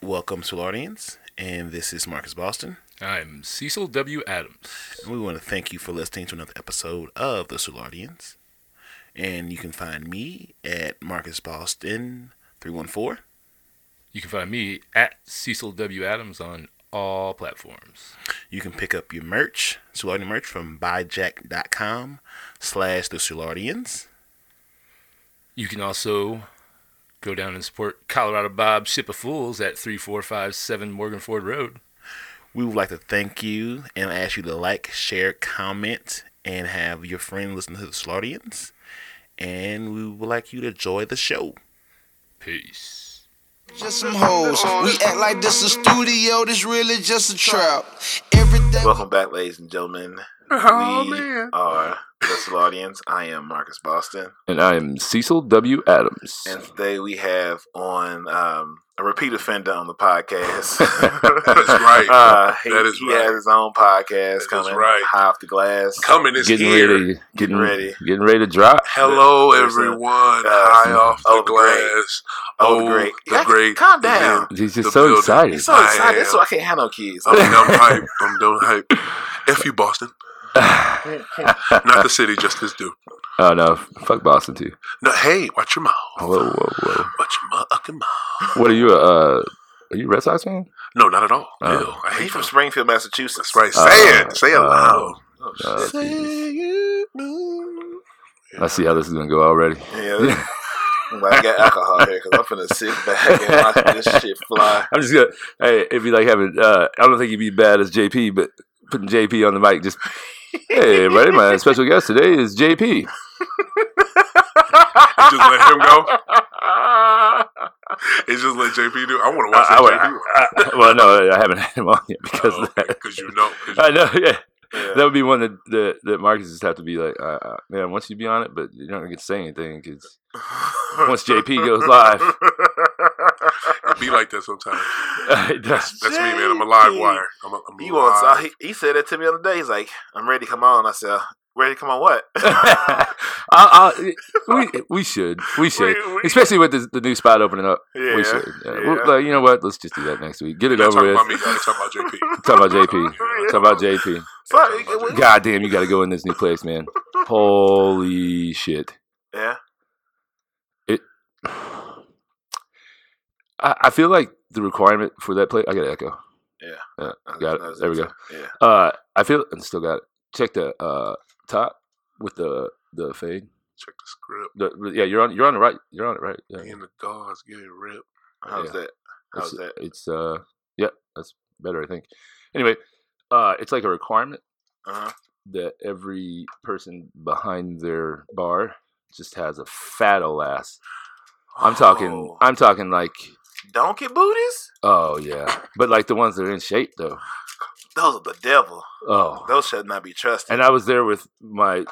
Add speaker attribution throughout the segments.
Speaker 1: Welcome to audience, and this is Marcus Boston.
Speaker 2: I'm Cecil W. Adams.
Speaker 1: And we want to thank you for listening to another episode of the Sulaudians. And you can find me at Marcus Boston 314.
Speaker 2: You can find me at Cecil W. Adams on all platforms.
Speaker 1: You can pick up your merch, Sulardian merch, from buyjack.com slash the Sulardians.
Speaker 2: You can also go down and support Colorado Bob Ship of Fools at 3457 Morgan Ford Road.
Speaker 1: We would like to thank you and ask you to like, share, comment, and have your friend listen to the Slaudians. And we would like you to enjoy the show.
Speaker 2: Peace.
Speaker 3: Just some hoes. We act like this a studio. This really just a trap. Everything.
Speaker 1: Welcome back, ladies and gentlemen.
Speaker 2: Oh,
Speaker 1: we
Speaker 2: man.
Speaker 1: are the Slaudians. I am Marcus Boston.
Speaker 2: And I'm Cecil W. Adams.
Speaker 1: And today we have on um, a repeat offender on the podcast.
Speaker 4: That's right.
Speaker 1: Uh, he
Speaker 4: That is
Speaker 1: he
Speaker 4: right.
Speaker 1: has his own podcast
Speaker 4: is
Speaker 1: coming
Speaker 4: right.
Speaker 1: high off the glass.
Speaker 4: Coming is
Speaker 5: getting
Speaker 4: here.
Speaker 5: ready, getting,
Speaker 1: ready.
Speaker 5: getting ready to drop.
Speaker 4: Hello,
Speaker 1: There's a-
Speaker 4: everyone.
Speaker 1: uh,
Speaker 4: High off the
Speaker 1: oh, the great.
Speaker 4: glass.
Speaker 1: Oh, the great.
Speaker 4: the great.
Speaker 1: Calm down.
Speaker 4: event.
Speaker 5: He's just
Speaker 4: The
Speaker 5: so
Speaker 4: building.
Speaker 5: excited.
Speaker 1: He's so
Speaker 4: I
Speaker 1: excited. That's
Speaker 4: am.
Speaker 1: why I can't have no kids.
Speaker 4: I mean, I'm hype. I'm doing hype. F you, Boston. Not the city, just this dude.
Speaker 5: oh no, fuck Boston too.
Speaker 4: No, hey, watch your mouth.
Speaker 5: Whoa, whoa, whoa.
Speaker 4: Watch your fucking mouth.
Speaker 5: What are you? Uh, are you a Red Sox fan?
Speaker 4: No, not at all.
Speaker 5: Oh.
Speaker 4: Ew, I
Speaker 1: He's
Speaker 4: hate
Speaker 1: from
Speaker 4: you.
Speaker 1: Springfield, Massachusetts.
Speaker 4: That's right. Say it. Say it
Speaker 5: uh,
Speaker 4: loud.
Speaker 5: Uh, Jesus.
Speaker 1: Mm.
Speaker 5: I see how this is gonna go already.
Speaker 1: Yeah. I'm glad I got alcohol here because I'm finna sit back and watch this shit fly.
Speaker 5: I'm just gonna. Hey, it'd be like having. Uh, I don't think he'd be bad as JP, but putting JP on the mic just. Hey, everybody, my special guest today is JP.
Speaker 4: Just let him go. It's just let JP do. it. I want to watch
Speaker 5: I, I would-
Speaker 4: that
Speaker 5: I- I- well, no, I haven't had him on yet because of that.
Speaker 4: because you know. 'cause you-
Speaker 5: I know, yeah.
Speaker 1: Yeah.
Speaker 5: That would be one that that, that Marcus just have to be like, uh, uh, man. Once you be on it, but you're not gonna get to say anything because once JP goes live,
Speaker 4: It be like that sometimes.
Speaker 5: it does.
Speaker 4: That's me, man. I'm a live wire. I'm a, I'm a
Speaker 1: He wants.
Speaker 4: live-
Speaker 1: I, he, he said that to me the other day. He's like, "I'm ready. to Come on." I said, "Ready? to Come on? What?"
Speaker 5: I, I, we we should we should
Speaker 1: We- we-
Speaker 5: especially with this, the new spot opening up.
Speaker 1: yeah.
Speaker 5: we should. Yeah.
Speaker 1: yeah.
Speaker 5: Well, like, you know what? Let's just do that next week. Get it
Speaker 4: Not
Speaker 5: over
Speaker 4: talking
Speaker 5: with.
Speaker 4: about me. Y'all talking about JP.
Speaker 5: Talk about JP. Talk about JP.
Speaker 1: Sorry, it was-
Speaker 5: God damn, you got to go in this new place, man. Holy shit!
Speaker 1: yeah.
Speaker 5: I, I feel like the requirement for that place. I got to echo. Uh, Got it. There we go.
Speaker 1: Yeah.
Speaker 5: Uh, I feel and still got it. Check the uh top with the the fade.
Speaker 4: Check the script.
Speaker 5: The, yeah, you're on. You're on the right. You're on it right. Yeah.
Speaker 4: Me and the dogs getting ripped.
Speaker 1: How's
Speaker 5: Yeah.
Speaker 1: that? How's
Speaker 5: It's,
Speaker 1: that?
Speaker 5: it's uh, yeah, that's better, I think. Anyway, uh, it's like a requirement
Speaker 1: Uh-huh.
Speaker 5: that every person behind their bar just has a fat ol' ass. I'm talking.
Speaker 1: Oh,
Speaker 5: I'm talking like.
Speaker 1: donkey booties.
Speaker 5: Oh yeah, but like the ones that are in shape though.
Speaker 1: Those are the devil.
Speaker 5: Oh,
Speaker 1: Those should not be trusted.
Speaker 5: and I was there with my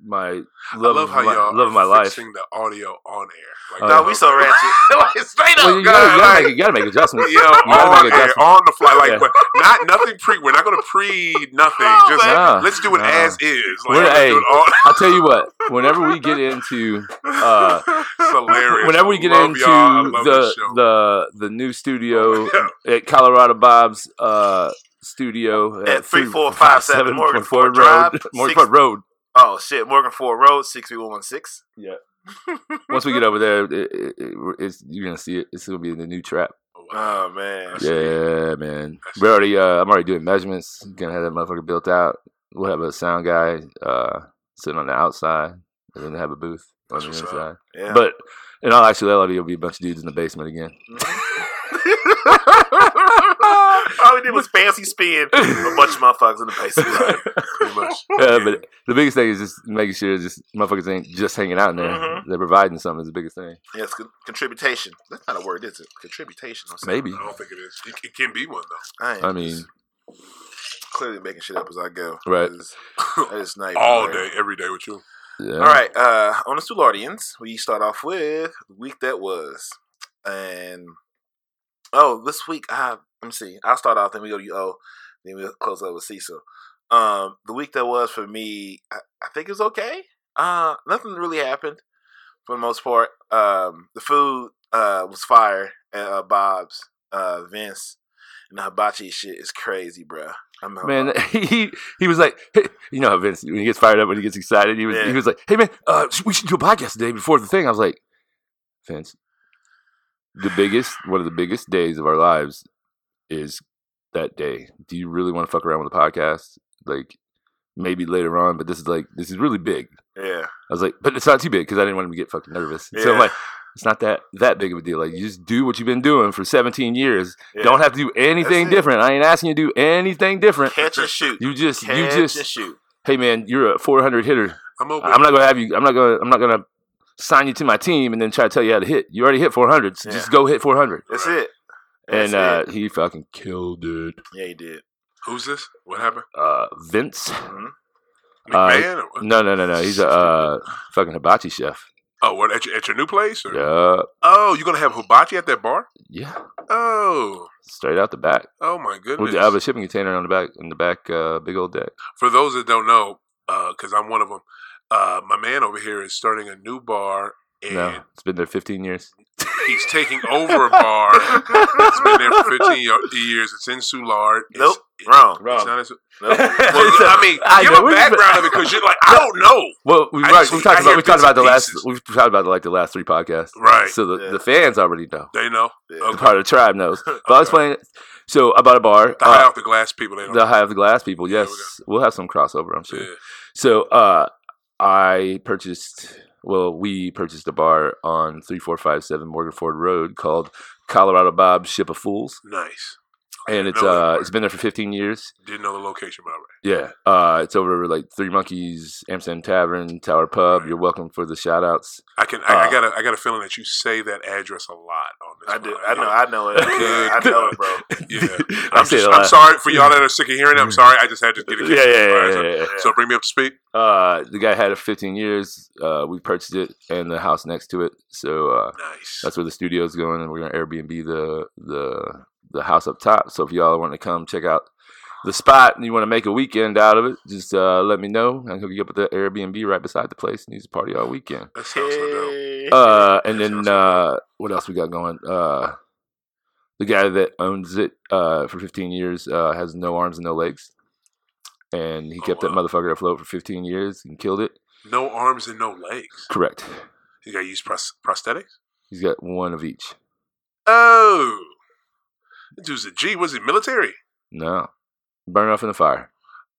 Speaker 5: my love,
Speaker 4: I love
Speaker 5: of
Speaker 4: how
Speaker 5: my,
Speaker 4: y'all
Speaker 5: love of my
Speaker 4: are
Speaker 5: life.
Speaker 4: fixing the audio on air.
Speaker 5: Oh,
Speaker 1: no, we so ratchet.
Speaker 4: like, straight up,
Speaker 5: Well, you, gotta,
Speaker 4: God,
Speaker 5: you, gotta
Speaker 4: like,
Speaker 5: make, you gotta make adjustments.
Speaker 4: Yo,
Speaker 5: gotta
Speaker 4: on
Speaker 5: make
Speaker 4: air,
Speaker 5: adjustments.
Speaker 4: on the fly, like
Speaker 5: Yeah.
Speaker 4: but not nothing pre. We're not gonna pre nothing.
Speaker 1: No,
Speaker 4: Just
Speaker 5: man.
Speaker 4: let's do it
Speaker 5: No.
Speaker 4: as is. Like,
Speaker 5: We're-
Speaker 4: let's
Speaker 5: hey.
Speaker 4: do it on.
Speaker 5: I'll tell you what. Whenever we get into uh,
Speaker 4: It's hilarious.
Speaker 5: whenever we get
Speaker 4: Love
Speaker 5: into
Speaker 4: y'all. I love
Speaker 5: the
Speaker 4: this show.
Speaker 5: the the new studio
Speaker 4: Yeah.
Speaker 5: at Colorado Bob's uh, studio uh,
Speaker 1: At 3457
Speaker 5: 3457
Speaker 1: Morgan Ford
Speaker 5: Road,
Speaker 1: Drive,
Speaker 5: Morgan
Speaker 1: six-
Speaker 5: Ford Road.
Speaker 1: Oh shit, Morgan Ford Road six three one one six.
Speaker 5: Once we get over there, it, it, it- it's, you're gonna see it. It's gonna be the new trap.
Speaker 1: Oh man.
Speaker 5: Yeah, man.
Speaker 4: I see.
Speaker 5: We already. Uh, I'm already doing measurements. Gonna have that motherfucker built out. We'll have a sound guy uh, sitting on the outside, and then have a booth on
Speaker 4: That's
Speaker 5: the
Speaker 4: what's up.
Speaker 5: inside.
Speaker 1: Yeah.
Speaker 5: But in all actuality, it'll be a bunch of dudes in the basement again.
Speaker 1: All we did was fancy spin a bunch of motherfuckers in the basement.
Speaker 4: pretty much.
Speaker 5: Yeah, but the biggest thing is just making sure just motherfuckers ain't just hanging out in there.
Speaker 1: Mhm.
Speaker 5: They're providing something is the biggest thing.
Speaker 1: Yes, con- contributation. That's not a word, is it? Contributation. I'm saying.
Speaker 5: Maybe.
Speaker 4: I don't think it is. It, it can be one though.
Speaker 1: I, am
Speaker 5: I mean,
Speaker 1: just clearly making shit up as I go.
Speaker 5: Right.
Speaker 1: That is- That is not even
Speaker 4: All
Speaker 1: right.
Speaker 4: day, every day with you.
Speaker 5: yeah.
Speaker 1: All right. Uh, on the Stulardians, we start off with the week that was, and oh, this week I let me see. I'll start off, then we go to you. Oh, then we'll close up with Cecil. Um, the week that was for me, I, I think it was okay. Uh, nothing really happened for the most part. Um, the food uh was fire at uh, Bob's. uh, Vince and the hibachi shit is crazy, bruh. I'm not-
Speaker 5: Man, he he was like, hey, you know how Vince when he gets fired up, when he gets excited, he was
Speaker 1: Yeah.
Speaker 5: he was like, hey man, uh, sh- we should do a podcast today before the thing. I was like, Vince, the biggest one of the biggest days of our lives is that day. Do you really want to fuck around with a podcast? Like maybe later on, but this is like this is really big.
Speaker 1: yeah,
Speaker 5: I was like, but it's not too big because I didn't want him to get fucking nervous. So I'm
Speaker 1: Yeah.
Speaker 5: like, it's not that that big of a deal. Like you just do what you've been doing for 17 years.
Speaker 1: yeah.
Speaker 5: Don't have to do anything
Speaker 1: That's it.
Speaker 5: different. I ain't asking you to do anything different.
Speaker 1: catch and shoot.
Speaker 5: You just,
Speaker 1: catch
Speaker 5: you just,
Speaker 1: and shoot.
Speaker 5: hey man, you're a 400 hitter.
Speaker 4: I'm open.
Speaker 5: I'm not gonna have you. I'm not gonna. I'm not gonna sign you to my team and then try to tell you how to hit. You already hit 400. So Just
Speaker 1: Yeah.
Speaker 5: go hit 400.
Speaker 1: That's it. That's
Speaker 5: And uh,
Speaker 1: it.
Speaker 5: he fucking killed it.
Speaker 1: yeah, he did.
Speaker 4: Who's this? What happened?
Speaker 5: Uh, Vince.
Speaker 1: Mhm.
Speaker 5: Uh,
Speaker 4: McMahon? or what?
Speaker 5: no, no, no, no. He's a uh, fucking hibachi chef.
Speaker 4: oh, what, at, your, at your new place? Or?
Speaker 5: Yeah,
Speaker 4: Oh, you're gonna have hibachi at that bar?
Speaker 5: yeah.
Speaker 4: Oh,
Speaker 5: Straight out the back.
Speaker 4: oh my
Speaker 5: We
Speaker 4: goodness!
Speaker 5: I have a shipping container on the back in the back uh, big old deck.
Speaker 4: For those that don't know, because I'm one of them, uh, my man over here is starting a new bar and
Speaker 5: No, it's been there 15 years.
Speaker 4: he's taking over a bar. It's been there for 15 yo- years. It's in Soulard. It's,
Speaker 1: Nope,
Speaker 4: it's
Speaker 1: wrong.
Speaker 4: not as-
Speaker 1: Nope.
Speaker 4: Well, I mean,
Speaker 5: I
Speaker 4: give
Speaker 5: know,
Speaker 4: a
Speaker 5: we're just-
Speaker 4: background of it because you're like, I don't know.
Speaker 5: Well, we
Speaker 4: I
Speaker 5: right,
Speaker 4: just-
Speaker 5: we talked
Speaker 4: I
Speaker 5: about
Speaker 4: hear
Speaker 5: we talked
Speaker 4: bits and
Speaker 5: about the last
Speaker 4: pieces.
Speaker 5: we've talked about like the last three podcasts.
Speaker 4: Right.
Speaker 5: So the,
Speaker 1: Yeah.
Speaker 5: the fans already know.
Speaker 4: They know.
Speaker 1: Yeah.
Speaker 5: The
Speaker 4: Okay.
Speaker 5: part of the tribe knows. But I was
Speaker 4: Okay.
Speaker 5: playing. So I bought a bar.
Speaker 4: The high off the glass people. They
Speaker 5: uh,
Speaker 4: don't
Speaker 5: the high of the glass people.
Speaker 4: Yeah, we
Speaker 5: Yes, we'll have some crossover. I'm
Speaker 4: know.
Speaker 5: sure.
Speaker 4: Yeah.
Speaker 5: So uh, I purchased. Well, we purchased a bar on three four five seven Morgan Ford Road called Colorado Bob Ship of Fools,
Speaker 4: Nice.
Speaker 5: and
Speaker 4: I
Speaker 5: it's
Speaker 4: know that
Speaker 5: uh
Speaker 4: bar.
Speaker 5: it's been there for 15 years.
Speaker 4: Didn't know the location, but all right.
Speaker 5: Yeah, uh, it's over like Three Monkeys, Amsterdam Tavern, Tower Pub. You're welcome for the shout outs.
Speaker 4: I can. I,
Speaker 5: Uh,
Speaker 4: I got. A, I got a feeling that you say that address a lot on this.
Speaker 1: I do.
Speaker 4: one.
Speaker 1: I know. I know it. I know it, bro.
Speaker 4: Yeah. yeah.
Speaker 5: I
Speaker 4: I'm,
Speaker 5: say
Speaker 4: just,
Speaker 5: it a
Speaker 4: I'm
Speaker 5: lot. Mm.
Speaker 4: sorry for y'all that are sick of hearing it. I'm sorry. I just had to get
Speaker 5: Yeah,
Speaker 4: it.
Speaker 5: yeah, yeah, yeah, yeah.
Speaker 4: So bring me up to speed.
Speaker 5: Uh, the guy had it for 15 years. Uh, we purchased it and the house next to it. So uh,
Speaker 4: Nice.
Speaker 5: that's where the studio's going, and we're gonna Airbnb the the the house up top. So if y'all want to come check out the spot and you want to make a weekend out of it, just uh, let me know. I can hook you up with the Airbnb right beside the place, and you just party all weekend.
Speaker 4: that sounds so dope.
Speaker 5: Uh,
Speaker 4: Sounds
Speaker 5: and then
Speaker 4: good.
Speaker 5: uh, what else we got going? Uh, the guy that owns it uh, for 15 years uh, has no arms and no legs, and he
Speaker 4: Oh,
Speaker 5: kept
Speaker 4: wow.
Speaker 5: that motherfucker afloat for 15 years and killed it.
Speaker 4: No arms and no legs.
Speaker 5: Correct.
Speaker 4: You got to use pros- prosthetics.
Speaker 5: He's got one of each.
Speaker 4: Oh, that dude's a G. Was he military?
Speaker 5: No, burn off in the fire.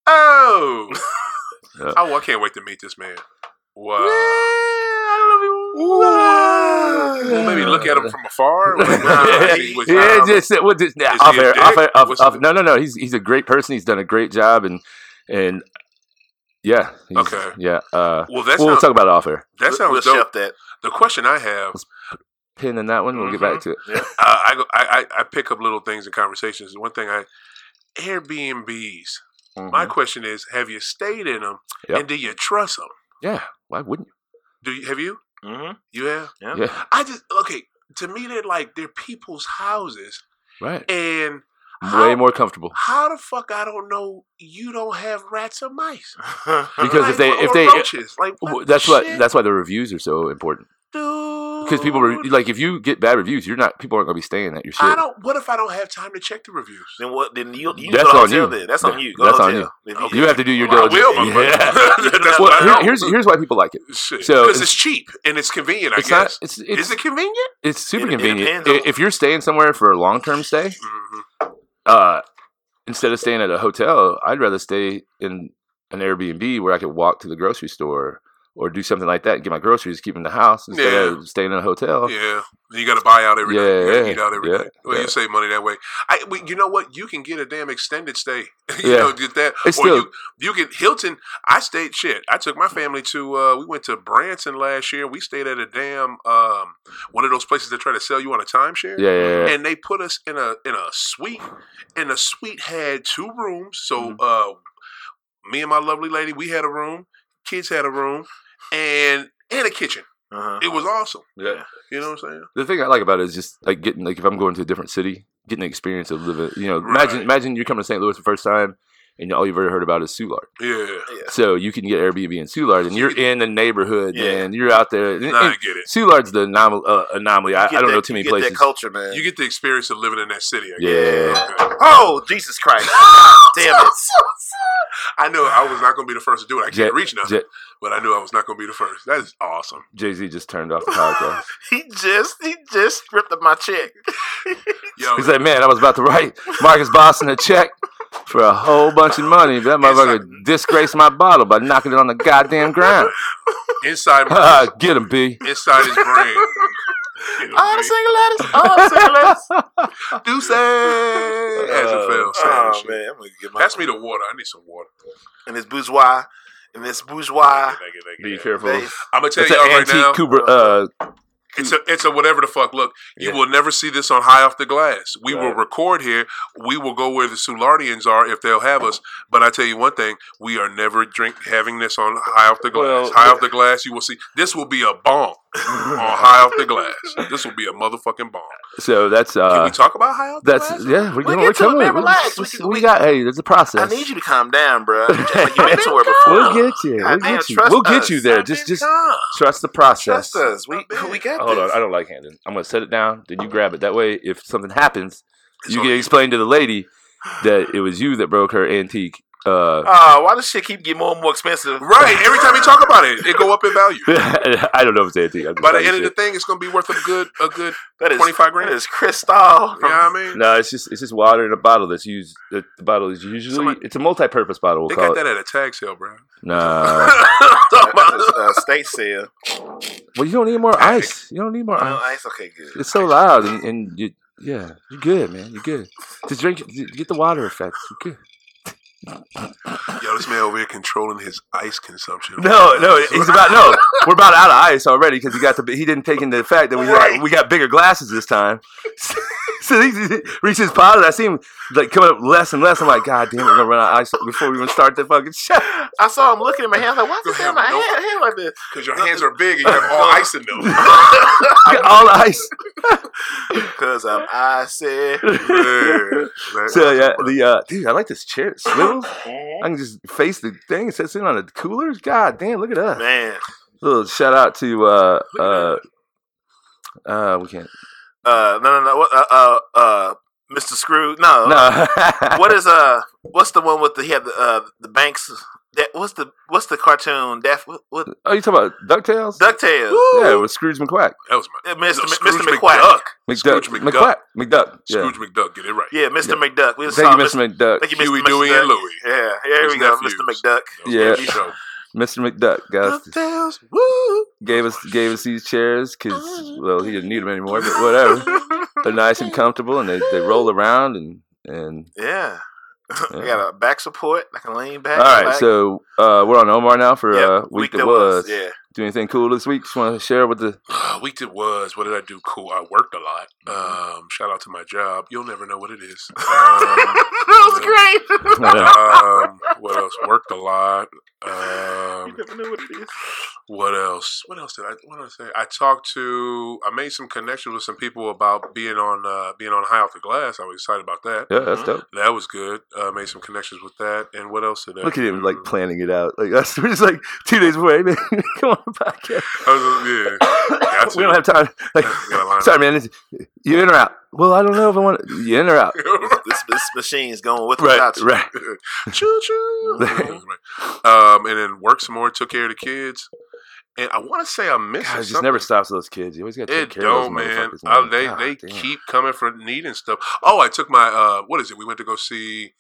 Speaker 4: Oh,
Speaker 5: Yeah.
Speaker 4: oh, I can't wait to meet this man. Wow. Well, maybe look at him from afar. Like, wow, he was-
Speaker 5: yeah,
Speaker 4: um,
Speaker 5: just what this, nah,
Speaker 4: is he
Speaker 5: off
Speaker 4: a
Speaker 5: air,
Speaker 4: dick?
Speaker 5: off air, off,
Speaker 4: What's
Speaker 5: off,
Speaker 4: the-
Speaker 5: no, no, no. He's he's a great person. He's done a great job, and and yeah, he's-
Speaker 4: Okay.
Speaker 5: yeah. Uh,
Speaker 4: well, that
Speaker 5: we'll
Speaker 4: sounds,
Speaker 5: talk about it off air.
Speaker 4: that sounds
Speaker 1: we'll
Speaker 4: dope.
Speaker 1: shelf that.
Speaker 4: The question I have,
Speaker 5: pin in that one. We'll get back to it.
Speaker 4: uh, I, go- I I I pick up little things in conversations. One thing I Airbnbs. My question is, have you stayed in them,
Speaker 5: Mm-hmm. Yep.
Speaker 4: and do you trust them?
Speaker 5: Yeah, why wouldn't
Speaker 4: Do you have you?
Speaker 1: Mm-hmm.
Speaker 4: You have?
Speaker 5: you?
Speaker 1: Yeah.
Speaker 5: Yeah,
Speaker 4: I just okay. To me, they're like they're people's houses,
Speaker 5: right.
Speaker 4: and
Speaker 5: Way more comfortable
Speaker 4: how the fuck I don't know you don't have rats or mice?
Speaker 5: because
Speaker 4: Like,
Speaker 5: if they
Speaker 4: or
Speaker 5: if they
Speaker 4: roaches. like
Speaker 5: w-
Speaker 4: what
Speaker 5: that's
Speaker 4: the
Speaker 5: why
Speaker 4: shit,
Speaker 5: that's why the reviews are so important
Speaker 4: dude.
Speaker 5: because people re- like if you get bad reviews, you're not people aren't gonna be staying at your
Speaker 4: I
Speaker 5: shit.
Speaker 4: don't. What if I don't have time to check the reviews?
Speaker 1: Then what? Then you. you
Speaker 5: That's
Speaker 1: go to
Speaker 5: on you.
Speaker 1: hotel Then. That's on
Speaker 5: Yeah,
Speaker 1: you. Go
Speaker 5: that's
Speaker 1: to
Speaker 5: on
Speaker 1: hotel. If
Speaker 5: You have to do your
Speaker 4: Well, I
Speaker 5: diligence.
Speaker 4: will. my friend.
Speaker 5: Yeah.
Speaker 4: That's
Speaker 5: Well,
Speaker 4: why I
Speaker 5: here-
Speaker 4: don't-
Speaker 5: here's here's why people like it.
Speaker 4: Shit.
Speaker 5: so
Speaker 4: because
Speaker 5: it's-
Speaker 4: it's cheap and it's convenient. I
Speaker 5: It's not.
Speaker 4: guess.
Speaker 5: It's it's,
Speaker 4: Is it convenient?
Speaker 5: it's super
Speaker 1: it- it
Speaker 5: convenient.
Speaker 1: depends
Speaker 5: I-
Speaker 1: on-
Speaker 5: if you're staying somewhere for a long term stay,
Speaker 4: Mhm.
Speaker 5: uh, instead of staying at a hotel, I'd rather stay in an Airbnb where I could walk to the grocery store or do something like that and get my groceries, keep 'em in the house instead
Speaker 4: Yeah.
Speaker 5: of staying in a hotel.
Speaker 4: Oh. Yeah, you got to buy out every day. You got
Speaker 5: Yeah,
Speaker 4: to eat out every
Speaker 5: yeah,
Speaker 4: day. Well,
Speaker 5: yeah.
Speaker 4: you save money that way. I, well, you know what? You can get a damn extended stay. you
Speaker 5: Yeah.
Speaker 4: know, get that.
Speaker 5: It's
Speaker 4: or
Speaker 5: still-
Speaker 4: you, you can Hilton. I stayed shit. I took my family to. Uh, we went to Branson last year. We stayed at a damn um, one of those places that try to sell you on a timeshare.
Speaker 5: Yeah, yeah, yeah.
Speaker 4: And they put us in a in a suite, and the suite had two rooms. So
Speaker 5: Mm-hmm.
Speaker 4: uh, me and my lovely lady, we had a room. Kids had a room, and and a kitchen.
Speaker 1: uh-huh.
Speaker 4: It was awesome.
Speaker 1: Yeah.
Speaker 4: You know what I'm saying?
Speaker 5: The thing I like about it is just like getting like if I'm going to a different city, getting the experience of living. You know, imagine
Speaker 4: Right.
Speaker 5: imagine you're coming to St. Louis the first time and all you've ever heard about is Soulard.
Speaker 4: Yeah.
Speaker 5: So you can get Airbnb in Soulard, and you're in the neighborhood,
Speaker 1: Yeah.
Speaker 5: man. You're out there. And,
Speaker 4: Nah, I
Speaker 5: and
Speaker 4: get it.
Speaker 5: Soulard's the anomal- uh, anomaly. I, I
Speaker 1: You get
Speaker 5: don't
Speaker 1: that-
Speaker 5: know too many
Speaker 1: you get
Speaker 5: places.
Speaker 1: That culture, man.
Speaker 4: You get the experience of living in that city. I guess.
Speaker 5: yeah.
Speaker 4: Okay.
Speaker 1: oh, Jesus Christ! Damn it!
Speaker 4: I knew I was not going to be the first to do it. I can't
Speaker 5: Jet-
Speaker 4: reach nothing,
Speaker 5: J-
Speaker 4: but I knew I was not going to be the first. That is awesome.
Speaker 5: Jay Z just turned off the
Speaker 1: Oh,
Speaker 5: podcast.
Speaker 1: He just he just stripped up my check.
Speaker 4: Yo,
Speaker 5: He's like, man, I was about to write Marcus Boston a check for a whole bunch of money, but that motherfucker disgraced my bottle by knocking it on the goddamn ground.
Speaker 4: inside
Speaker 5: Ha,
Speaker 4: my,
Speaker 5: Get him, B.
Speaker 4: inside his brain. You know,
Speaker 1: All the
Speaker 4: big
Speaker 1: single ladies. All the single ladies.
Speaker 4: Deuce
Speaker 5: Uh,
Speaker 4: as it fell. sad
Speaker 1: Oh
Speaker 4: shit.
Speaker 1: man, I'm gonna get my
Speaker 4: Pass me the water. I need some water.
Speaker 1: and this bourgeois and this bourgeois.
Speaker 4: Thank you, thank you,
Speaker 5: Be
Speaker 4: yeah.
Speaker 5: careful.
Speaker 1: They,
Speaker 4: I'm gonna tell
Speaker 5: It's
Speaker 4: y'all
Speaker 5: an
Speaker 4: right
Speaker 5: antique
Speaker 4: now.
Speaker 5: Cooper. Uh,
Speaker 4: It's a it's a whatever the fuck. Look, you
Speaker 5: Yeah.
Speaker 4: will never see this on High Off the Glass. We will
Speaker 5: Right.
Speaker 4: record here. We will go where the Sulardians are if they'll have us. But I tell you one thing: we are never drink having this on High Off the Glass.
Speaker 5: Well-
Speaker 4: high Off the Glass, you will see. This will be a bomb on High Off the Glass. This will be a motherfucking bomb.
Speaker 5: so that's
Speaker 4: Can we
Speaker 5: uh,
Speaker 4: talk about High Off the
Speaker 5: that's
Speaker 4: Glass?
Speaker 5: yeah. We're
Speaker 1: We'll
Speaker 5: gonna
Speaker 1: get
Speaker 5: we're
Speaker 1: to it,
Speaker 5: coming.
Speaker 1: man.
Speaker 5: We-
Speaker 1: Relax.
Speaker 5: We,
Speaker 1: We can-
Speaker 5: we
Speaker 1: we-
Speaker 5: got hey. There's a
Speaker 1: I
Speaker 5: process.
Speaker 1: need you to calm down, bro. Like you've been somewhere before.
Speaker 5: We'll get you. We'll
Speaker 1: Goddamn,
Speaker 5: get you.
Speaker 1: trust
Speaker 5: We'll get
Speaker 1: us.
Speaker 5: you there. Just just
Speaker 4: Nah.
Speaker 5: trust the process.
Speaker 1: Trust us. We we got
Speaker 5: Hold on,
Speaker 1: this.
Speaker 5: I don't like handing. I'm gonna set it down. Then you grab it. That way, if something happens,
Speaker 4: It's
Speaker 5: you
Speaker 4: on
Speaker 5: can explain to the lady that it was you that broke her antique. Uh,
Speaker 1: Oh, why does shit keep getting more and more expensive?
Speaker 4: Right. Every time you talk about it, it go up in value.
Speaker 5: I don't know if it's antique. I'm just
Speaker 4: By the
Speaker 5: talking
Speaker 4: end of the
Speaker 5: shit.
Speaker 4: thing, it's gonna be worth a good a good.
Speaker 1: That is
Speaker 4: 25 grand.
Speaker 1: That is Cristal.
Speaker 4: You know what I mean?
Speaker 5: no, it's just it's just water in a bottle that's used. The, the bottle is usually
Speaker 4: Somebody-
Speaker 5: it's a multi-purpose bottle.
Speaker 4: They
Speaker 5: We'll
Speaker 4: got
Speaker 5: call it.
Speaker 4: that at a tag sale, bro.
Speaker 5: Nah,
Speaker 1: uh, state sale.
Speaker 5: well, you don't need more ice. You don't need more
Speaker 1: No
Speaker 5: ice.
Speaker 1: ice. Okay, good.
Speaker 5: It's so loud, and, and you, yeah, you're good, man. You're good. Just drink. Get the water effect. You're good.
Speaker 4: Yo, this man over here controlling his ice consumption.
Speaker 5: No, no, he's about no. We're about out of ice already because he got the he didn't take into the fact that we
Speaker 1: Right.
Speaker 5: had, we got bigger glasses this time. so he he reached his pot and I see him like coming up less and less. I'm like, God damn, it, we're gonna run out of ice before we even start the fucking show.
Speaker 1: I saw him looking at my hand. like, why's this in my hand, hand like this?
Speaker 4: because your hands are big and you have all ice in them.
Speaker 5: Got all the ice.
Speaker 1: Because I'm icy.
Speaker 5: So yeah, the uh, dude, I like this chair. It swivels. I can just face the thing. It sits in on the cooler. God damn, look at us.
Speaker 1: Man.
Speaker 5: Little shout out to uh uh uh we can't
Speaker 1: Uh, no, no, no. What, uh, uh, uh, Mr. Screw. No.
Speaker 5: no
Speaker 1: Uh, What is, uh, what's the one with the, he had the, uh, the banks? That, what's the, what's the cartoon? Def, what, what,
Speaker 5: Oh, you talking about Ducktales?
Speaker 1: DuckTales.
Speaker 5: Yeah, with Scrooge McQuack.
Speaker 4: that was my
Speaker 1: Uh, Mr.
Speaker 4: No,
Speaker 1: M-
Speaker 4: Scrooge
Speaker 1: Mr. McQuack.
Speaker 4: McDuck.
Speaker 5: McDuck.
Speaker 4: Scrooge McDuck.
Speaker 5: McQuack. McDuck. Yeah.
Speaker 4: Scrooge McDuck, get it right.
Speaker 1: Yeah, Mr. McDuck. We just
Speaker 5: Thank
Speaker 1: saw
Speaker 5: you, Mr. McDuck.
Speaker 1: Thank you, Mr.
Speaker 4: Huey,
Speaker 1: Mr.
Speaker 4: Dewey, and
Speaker 1: Duck.
Speaker 4: Louie.
Speaker 1: Yeah, here
Speaker 4: His
Speaker 1: we go,
Speaker 4: nephews.
Speaker 1: Mr. McDuck.
Speaker 5: Yeah.
Speaker 4: Good show.
Speaker 5: Mr. McDuck guys,
Speaker 4: DuckTales, woo!
Speaker 5: gave us gave us these chairs because well he didn't need them anymore, but whatever. They're nice and comfortable, and they, they roll around and and.
Speaker 1: Yeah. I
Speaker 5: Yeah.
Speaker 1: got a back support. I can lean back.
Speaker 5: All right,
Speaker 1: relax.
Speaker 5: so uh, we're on Omar now for
Speaker 1: Yep,
Speaker 5: uh, week, that was.
Speaker 1: Yeah.
Speaker 5: Do anything cool this week? Just want to share with the
Speaker 4: Week that was. What did I do? Cool. I worked a lot.
Speaker 5: Mm-hmm.
Speaker 4: Um, shout out to my job. You'll never know what it is. Um,
Speaker 1: that was great.
Speaker 4: um, what else? Worked a lot. Um,
Speaker 1: you never know what it is.
Speaker 4: what else? What else did I? What did I say? I talked to. I made some connections with some people about being on uh, being on High Off the Glass. I was excited about that.
Speaker 5: yeah, that's dope.
Speaker 4: That was good. Uh, made some connections with that. And what else did I
Speaker 5: Look at him like
Speaker 4: do?
Speaker 5: planning it out. Like us, we're just like two days away. Man, come on, podcast.
Speaker 4: I was, yeah. Gotcha.
Speaker 5: we don't have time. Like,
Speaker 4: Gotta line
Speaker 5: sorry, man. it's- You in or out? Well, I don't know if I want. You in or out?
Speaker 4: up.
Speaker 1: This, this machine's going with right,
Speaker 5: Right,
Speaker 1: without you.
Speaker 5: right.
Speaker 4: choo choo. um, and then worked some more. Took care of the kids. And I want to say I missed
Speaker 5: God, it
Speaker 4: something.
Speaker 5: just never stops those kids. You always got to take
Speaker 4: It
Speaker 5: care of those
Speaker 4: don't, man.
Speaker 5: motherfuckers,
Speaker 4: I,
Speaker 5: man.
Speaker 4: they
Speaker 5: God
Speaker 4: they
Speaker 5: damn.
Speaker 4: keep coming for needing stuff. Oh, I took my uh, what is it? We went to go see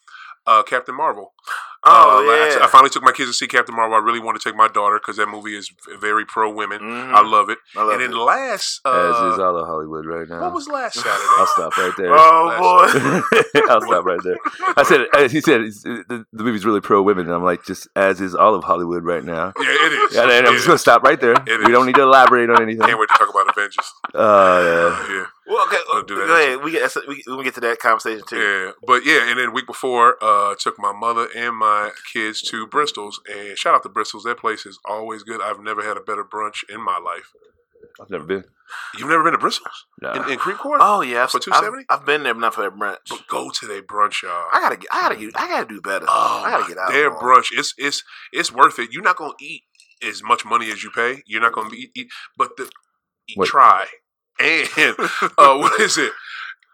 Speaker 4: uh, Captain Marvel.
Speaker 1: Oh,
Speaker 4: Uh, like, I
Speaker 1: yeah.
Speaker 4: t- I finally took my kids to see Captain Marvel. I really want to take my daughter because that movie is v- very pro women.
Speaker 1: Mhm.
Speaker 4: I love it.
Speaker 1: I love
Speaker 4: and then
Speaker 1: it.
Speaker 4: last,
Speaker 5: As is
Speaker 4: uh,
Speaker 5: all of Hollywood right now.
Speaker 4: what was last
Speaker 5: I'll
Speaker 4: Saturday?
Speaker 5: stop right there.
Speaker 1: Oh, boy.
Speaker 5: I'll stop right there. I said, as he said, it's- the, the movie's really pro women, and I'm like, just as is all of Hollywood right now.
Speaker 4: yeah, it is.
Speaker 5: And, and I'm
Speaker 4: It
Speaker 5: just gonna
Speaker 4: is.
Speaker 5: stop right there.
Speaker 4: It
Speaker 5: We
Speaker 4: is.
Speaker 5: don't need to elaborate on anything.
Speaker 4: Can't wait to talk about Avengers.
Speaker 5: Uh,
Speaker 4: yeah.
Speaker 1: Well, okay.
Speaker 4: Don't do that.
Speaker 1: Go ahead. We get, that's- we, we get to that conversation, too.
Speaker 4: Yeah, but yeah, and then the week before, uh, took my mother and my kids to Bristol's, and shout out to Bristol's. That place is always good. I've never had a better brunch in my life.
Speaker 5: I've never been.
Speaker 4: You've never been to Bristol's
Speaker 5: Nah.
Speaker 4: in, in Creek Court?
Speaker 5: Uh,
Speaker 1: Oh yeah, I've,
Speaker 4: For
Speaker 1: I've-
Speaker 4: 270?
Speaker 1: I've, been there, but not for that brunch.
Speaker 4: But go to their brunch, y'all.
Speaker 1: I gotta, get, I gotta, get, I gotta do better.
Speaker 4: Oh,
Speaker 1: I gotta get out.
Speaker 4: their
Speaker 1: more.
Speaker 4: brunch. It's it's it's worth it. You're not gonna eat as much money as you pay. You're not gonna be eat, eat but the eat,
Speaker 5: Wait.
Speaker 4: try and uh, what is it?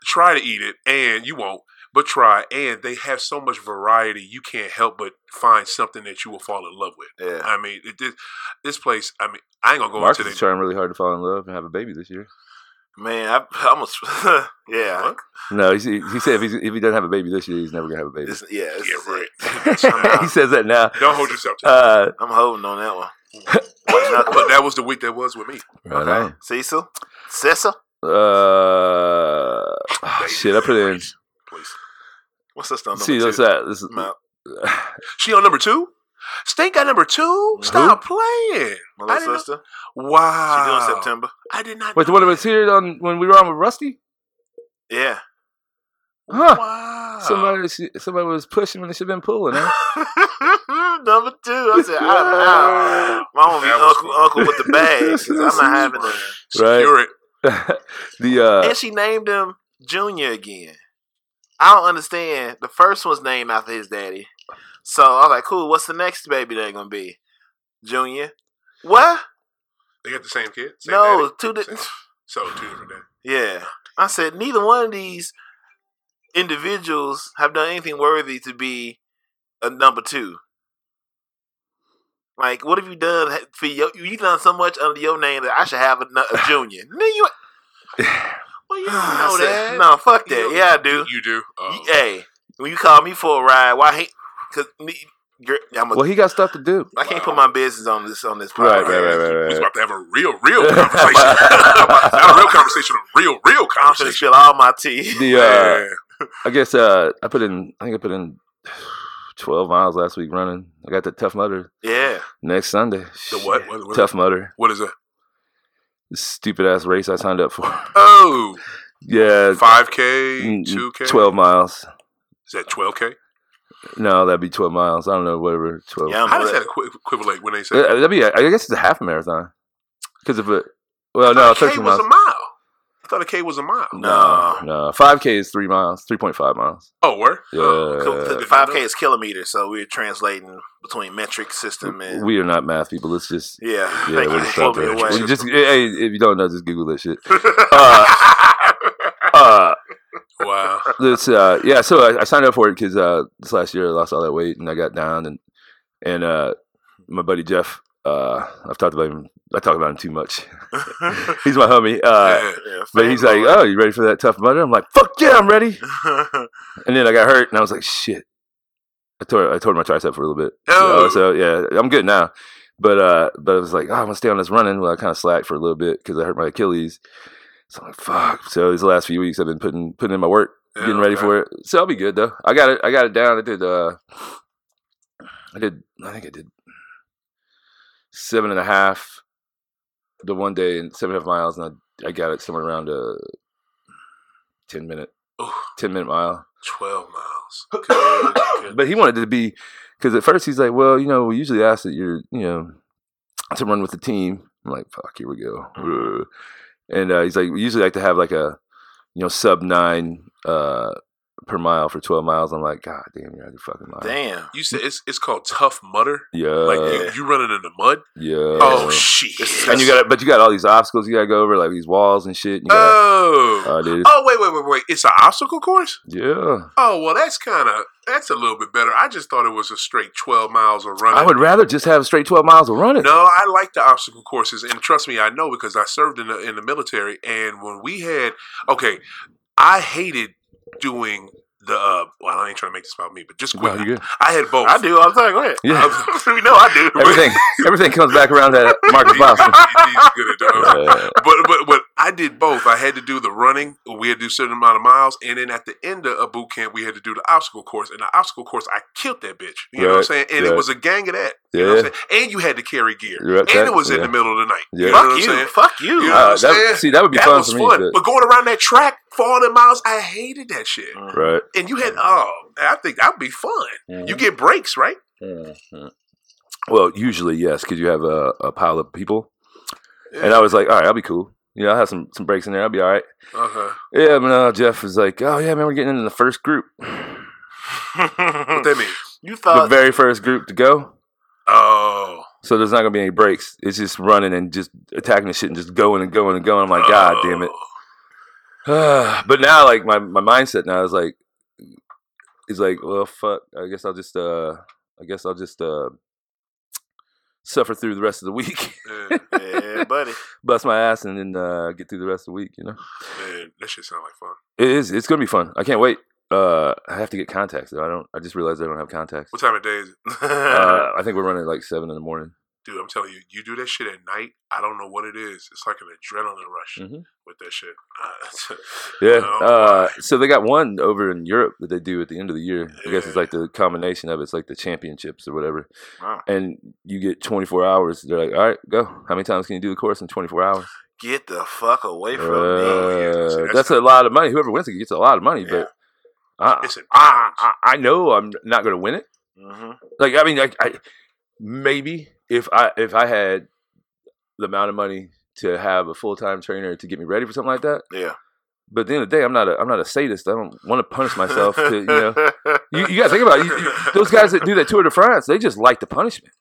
Speaker 4: Try to eat it, and you won't. But try, and they have so much variety. You can't help but find something that you will fall in love with.
Speaker 1: Yeah,
Speaker 4: I mean, it, this, this place. I mean, I ain't gonna go
Speaker 5: Marcus
Speaker 4: into
Speaker 5: is
Speaker 4: the
Speaker 5: trying really hard to fall in love and have a baby this year.
Speaker 1: man, I, I almost. yeah,
Speaker 4: What?
Speaker 5: No, he, he said if, he's, if he doesn't have a baby this year, he's never gonna have a baby.
Speaker 1: This- yeah, this
Speaker 4: Yeah,
Speaker 1: is it.
Speaker 4: right.
Speaker 5: he says that now.
Speaker 4: Don't hold yourself. To
Speaker 5: Uh,
Speaker 1: I'm holding on that one. Why
Speaker 4: that.
Speaker 1: not?
Speaker 4: But that was the week that was with me.
Speaker 5: right on.
Speaker 1: Cecil, Cecil,
Speaker 5: Uh, ah, shit, I put in.
Speaker 4: Please, please.
Speaker 1: what's this number?
Speaker 5: See,
Speaker 1: two?
Speaker 5: what's that? This is,
Speaker 1: My-
Speaker 4: She on number two. Stink got number two. Stop playing.
Speaker 1: my
Speaker 4: I didn't
Speaker 1: little
Speaker 4: know-
Speaker 1: sister.
Speaker 4: Wow.
Speaker 1: She doing September.
Speaker 4: I did not.
Speaker 5: wait, the
Speaker 4: know
Speaker 5: one that
Speaker 4: that.
Speaker 5: was here on when we were on with Rusty.
Speaker 1: Yeah,
Speaker 5: Huh?
Speaker 4: Wow.
Speaker 5: Somebody, she- somebody was pushing when they should have been pulling. eh? Huh?
Speaker 1: number two. I said, I'm out. My only
Speaker 4: That was
Speaker 1: uncle,
Speaker 4: fun.
Speaker 1: uncle with the bag. 'cause I'm not having that.
Speaker 4: Secure it.
Speaker 5: the uh,
Speaker 1: And she named him Junior again. I don't understand. The first one's named after his daddy. So I was like, cool, what's the next baby that gonna be? Junior. What?
Speaker 4: They got the same kid. Same
Speaker 1: no,
Speaker 4: daddy?
Speaker 1: two di-
Speaker 4: Same- So two different days.
Speaker 1: Yeah. I said neither one of these individuals have done anything worthy to be a number two. Like, what have you done for your? You've done so much under your name that I should have a, nu- a junior. no, you.
Speaker 4: Well, you
Speaker 1: I
Speaker 4: know
Speaker 1: said,
Speaker 4: that.
Speaker 1: No, fuck
Speaker 4: You
Speaker 1: that.
Speaker 4: know-
Speaker 1: Yeah, I do.
Speaker 4: You do.
Speaker 1: You-
Speaker 4: Oh.
Speaker 1: Hey, when you call me for a ride, why? He, Cause me, girl, I'm a,
Speaker 5: well, he got stuff to do.
Speaker 1: I can't
Speaker 4: wow.
Speaker 1: put my business on this on this
Speaker 5: Right, right,
Speaker 1: podcast.
Speaker 5: right, right,
Speaker 4: We
Speaker 5: right.
Speaker 4: was about to have a real, real conversation. not a real conversation, a real, real
Speaker 1: I'm gonna
Speaker 4: conversation.
Speaker 1: spill all my tea.
Speaker 5: The uh,
Speaker 4: Man.
Speaker 5: I guess uh, I put in. I think I put in twelve miles last week running. I got that tough mudder
Speaker 1: Yeah,
Speaker 5: next Sunday.
Speaker 4: The what? What- what-
Speaker 5: Tough mudder.
Speaker 4: What is it?
Speaker 5: Stupid ass race I signed up for.
Speaker 4: Oh,
Speaker 5: yeah,
Speaker 4: 5K,
Speaker 5: mm,
Speaker 4: 2K?
Speaker 5: twelve miles.
Speaker 4: Is that 12K?
Speaker 5: No, that'd be twelve miles. I don't know, whatever. Twelve.
Speaker 1: yeah. I'm
Speaker 4: How
Speaker 1: How
Speaker 4: does that equi- equivalent when they say
Speaker 5: Uh, That'd be. I guess it's a half marathon. Because if it, well, no,
Speaker 4: a K
Speaker 5: thirteen
Speaker 4: was
Speaker 5: miles.
Speaker 4: a mile. I thought a K was a mile.
Speaker 1: No.
Speaker 5: no, five k is three miles, three point five miles.
Speaker 4: Oh, where?
Speaker 5: Yeah, Uh,
Speaker 1: the five k is kilometers, so we're translating between metric system and
Speaker 5: we are not math people. Let's just
Speaker 1: yeah.
Speaker 5: yeah,
Speaker 1: Thank
Speaker 5: we're
Speaker 1: you.
Speaker 5: just
Speaker 1: Blow
Speaker 5: out
Speaker 1: me
Speaker 5: there.
Speaker 1: away.
Speaker 5: We just hey, if you don't know, just Google this shit. Uh, Uh,
Speaker 4: wow.
Speaker 5: this uh yeah so i, I signed up for it because uh this last year i lost all that weight and i got down and and uh my buddy jeff uh i've talked about him i talk about him too much he's my homie uh
Speaker 1: Yeah,
Speaker 5: but he's like oh you ready for that tough mudder i'm like fuck yeah i'm ready
Speaker 1: oh,
Speaker 5: and then i got hurt and i was like shit i tore i tore my tricep for a little bit
Speaker 4: Oh.
Speaker 5: so, so, yeah i'm good now but uh but i was like oh, i'm gonna stay on this running well i kind of slacked for a little bit because i hurt my achilles so i'm like fuck so these last few weeks i've been putting putting in my work
Speaker 4: Oh,
Speaker 5: getting ready for it. So I'll be good though. I got it. I got it down. I did. uh I did. I think I did seven and a half the one day and seven and a half miles, and I I got it somewhere around a ten minute ten minute mile.
Speaker 4: 12 miles. Good, good.
Speaker 5: But he wanted it to be because at first he's like, well, you know, we usually ask that you're you know to run with the team. I'm like, fuck, here we go. Ugh. And uh, he's like, we usually like to have like a you know sub nine. uh Per mile for twelve miles, I'm like, God damn, you're out of your fucking mind.
Speaker 1: damn.
Speaker 4: You said it's it's called tough mutter.
Speaker 5: Yeah.
Speaker 4: Like you, you running in the mud.
Speaker 5: Uh, yeah.
Speaker 4: Oh shit.
Speaker 5: and you got, but you got all these obstacles you got to go over, like these walls and shit. And you gotta,
Speaker 4: Oh.
Speaker 5: oh, dude.
Speaker 4: oh wait wait wait wait. It's an obstacle course.
Speaker 5: yeah.
Speaker 4: Oh well, that's kind of that's a little bit better. I just thought it was a straight 12 miles of running.
Speaker 5: I would rather just have straight twelve miles of running.
Speaker 4: No, I like the obstacle courses, and trust me, I know because I served in the in the military. And when we had, okay, I hated doing the. Uh, well, I ain't trying to make this about me, but just
Speaker 5: No,
Speaker 4: quick.
Speaker 5: you good?
Speaker 4: I had both.
Speaker 1: I do. I'm sorry. Go ahead.
Speaker 5: Yeah.
Speaker 4: we know I do.
Speaker 5: Everything, everything comes back around to Marcus Boston.
Speaker 4: He's good at that.
Speaker 5: Yeah.
Speaker 4: But, but but I did both. I had to do the running. We had to do a certain amount of miles, and then at the end of a boot camp, we had to do the obstacle course. And the obstacle course, I killed that bitch. You know what I'm
Speaker 5: Right,
Speaker 4: saying? And it
Speaker 5: right.
Speaker 4: was a gang of that. You know what
Speaker 5: Yeah.
Speaker 4: I'm saying? And you had to carry gear.
Speaker 5: You're right,
Speaker 4: and
Speaker 5: that-
Speaker 4: it was in
Speaker 5: yeah.
Speaker 4: the middle of the night.
Speaker 5: Yeah.
Speaker 4: You know what
Speaker 1: Fuck
Speaker 4: I'm
Speaker 1: you.
Speaker 4: saying?
Speaker 1: Fuck you.
Speaker 4: You know
Speaker 5: Uh,
Speaker 4: what I'm
Speaker 5: that,
Speaker 4: saying?
Speaker 5: see, that would be
Speaker 4: that
Speaker 5: fun
Speaker 4: was
Speaker 5: for
Speaker 4: fun.
Speaker 5: me.
Speaker 4: But going around that track for all the miles, I hated that shit.
Speaker 5: But, right.
Speaker 4: And you had oh, I think that'd be fun.
Speaker 5: Mm-hmm.
Speaker 4: You get breaks, right?
Speaker 5: Well, usually yes, because you have a, a pile of people, And I was like, all right, I'll be cool. You know, I'll have some, some breaks in there. I'll be all right.
Speaker 4: Okay.
Speaker 5: Yeah, but no, Jeff was like, oh, yeah, man, we're getting into the first group.
Speaker 4: What that mean?
Speaker 1: you
Speaker 5: The
Speaker 4: Uh,
Speaker 1: thought
Speaker 5: very first group to go.
Speaker 4: Oh.
Speaker 5: So there's not going to be any breaks. It's just running and just attacking the shit and just going and going and going. I'm like, God damn it. but now, like, my, my mindset now is like, is like, well, fuck. I guess I'll just, uh, I guess I'll just, uh, suffer through the rest of the week.
Speaker 4: Oh. Man,
Speaker 1: yeah, buddy.
Speaker 5: bust my ass and then uh, get through the rest of the week. You know,
Speaker 4: man, that shit sound like fun.
Speaker 5: it is. It's gonna be fun. I can't wait. Uh, I have to get contacts though. I don't. I just realized I don't have contacts.
Speaker 4: What time of day is it?
Speaker 5: Uh, I think we're running at like seven in the morning.
Speaker 4: Dude, I'm telling you, you do that shit at night, I don't know what it is. It's like an adrenaline rush
Speaker 5: Mhm.
Speaker 4: with that shit.
Speaker 5: Yeah.
Speaker 4: Oh,
Speaker 5: Uh, so they got one over in Europe that they do at the end of the year. I guess it's like the combination of it. it's like the championships or whatever.
Speaker 1: Wow.
Speaker 5: And you get 24 hours. They're like, all right, go. How many times can you do the course in 24 hours?
Speaker 1: Get the fuck away from me.
Speaker 4: yeah, that's-
Speaker 5: Uh,
Speaker 4: that's
Speaker 5: that's a lot of money. Whoever wins it gets a lot of money.
Speaker 1: Yeah.
Speaker 5: But uh-uh. I,
Speaker 4: It's an
Speaker 5: Uh, I, I, I know I'm not going to win it.
Speaker 1: hmm
Speaker 5: Like I mean, like I maybe if I if I had the amount of money to have a full time trainer to get me ready for something like that.
Speaker 1: Yeah.
Speaker 5: But at the end of the day, I'm not a I'm not a sadist. I don't want to punish myself. To, you know, you, you got to think about it. You- you- those guys that do that Tour de France. They just like the punishment.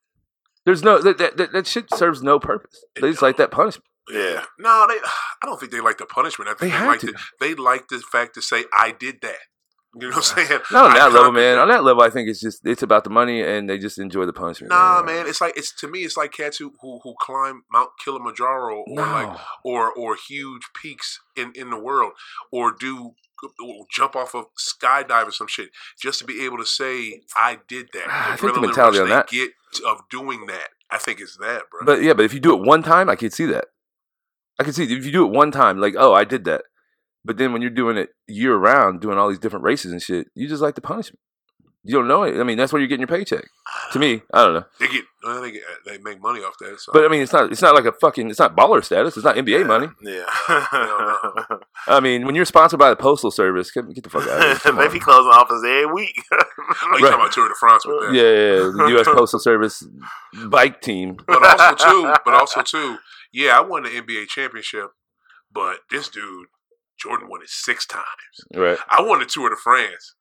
Speaker 5: There's no that that, that, that shit serves no purpose. They just like that punishment.
Speaker 1: Yeah.
Speaker 4: No, they. I don't think they like the punishment. I think
Speaker 5: They
Speaker 4: they,
Speaker 5: had
Speaker 4: like
Speaker 5: to.
Speaker 4: the, they like the fact to say I did that. You know what I'm saying?
Speaker 5: Not on
Speaker 4: I
Speaker 5: that level,
Speaker 4: conquered
Speaker 5: man.
Speaker 4: that.
Speaker 5: On that level, I think it's just it's about the money and they just enjoy the punishment.
Speaker 4: Nah, man. It's like it's to me. It's like cats who who, who climb Mount Kilimanjaro or
Speaker 5: No.
Speaker 4: like or or huge peaks in in the world or do or jump off of skydive or some shit just to be able to say I did that.
Speaker 5: Ah, I think the
Speaker 4: adrenaline
Speaker 5: mentality
Speaker 4: rush
Speaker 5: on
Speaker 4: they
Speaker 5: that-
Speaker 4: get of doing that. I think it's that, bro.
Speaker 5: But yeah, but if you do it one time, I could see that. I could see if you do it one time, like, oh, I did that. But then when you're doing it year round, doing all these different races and shit, you just like the punishment. You don't know it. I mean, that's where you're getting your paycheck. To me, I don't know.
Speaker 4: they get well, they get uh, they make money off that. So.
Speaker 5: But I mean, it's not. It's not like a fucking. It's not baller status. It's not NBA money.
Speaker 1: Yeah.
Speaker 5: I mean, when you're sponsored by the postal service, get, get the fuck out of here. Come
Speaker 1: they be
Speaker 5: on.
Speaker 1: closing office every week.
Speaker 4: oh, you talking about Tour de France with that?
Speaker 5: Yeah, yeah, yeah, the U.S. Postal Service bike team.
Speaker 4: but also too, but also too, yeah, I won the NBA championship, but this dude Jordan won it six times.
Speaker 5: Right.
Speaker 4: I won the Tour de France,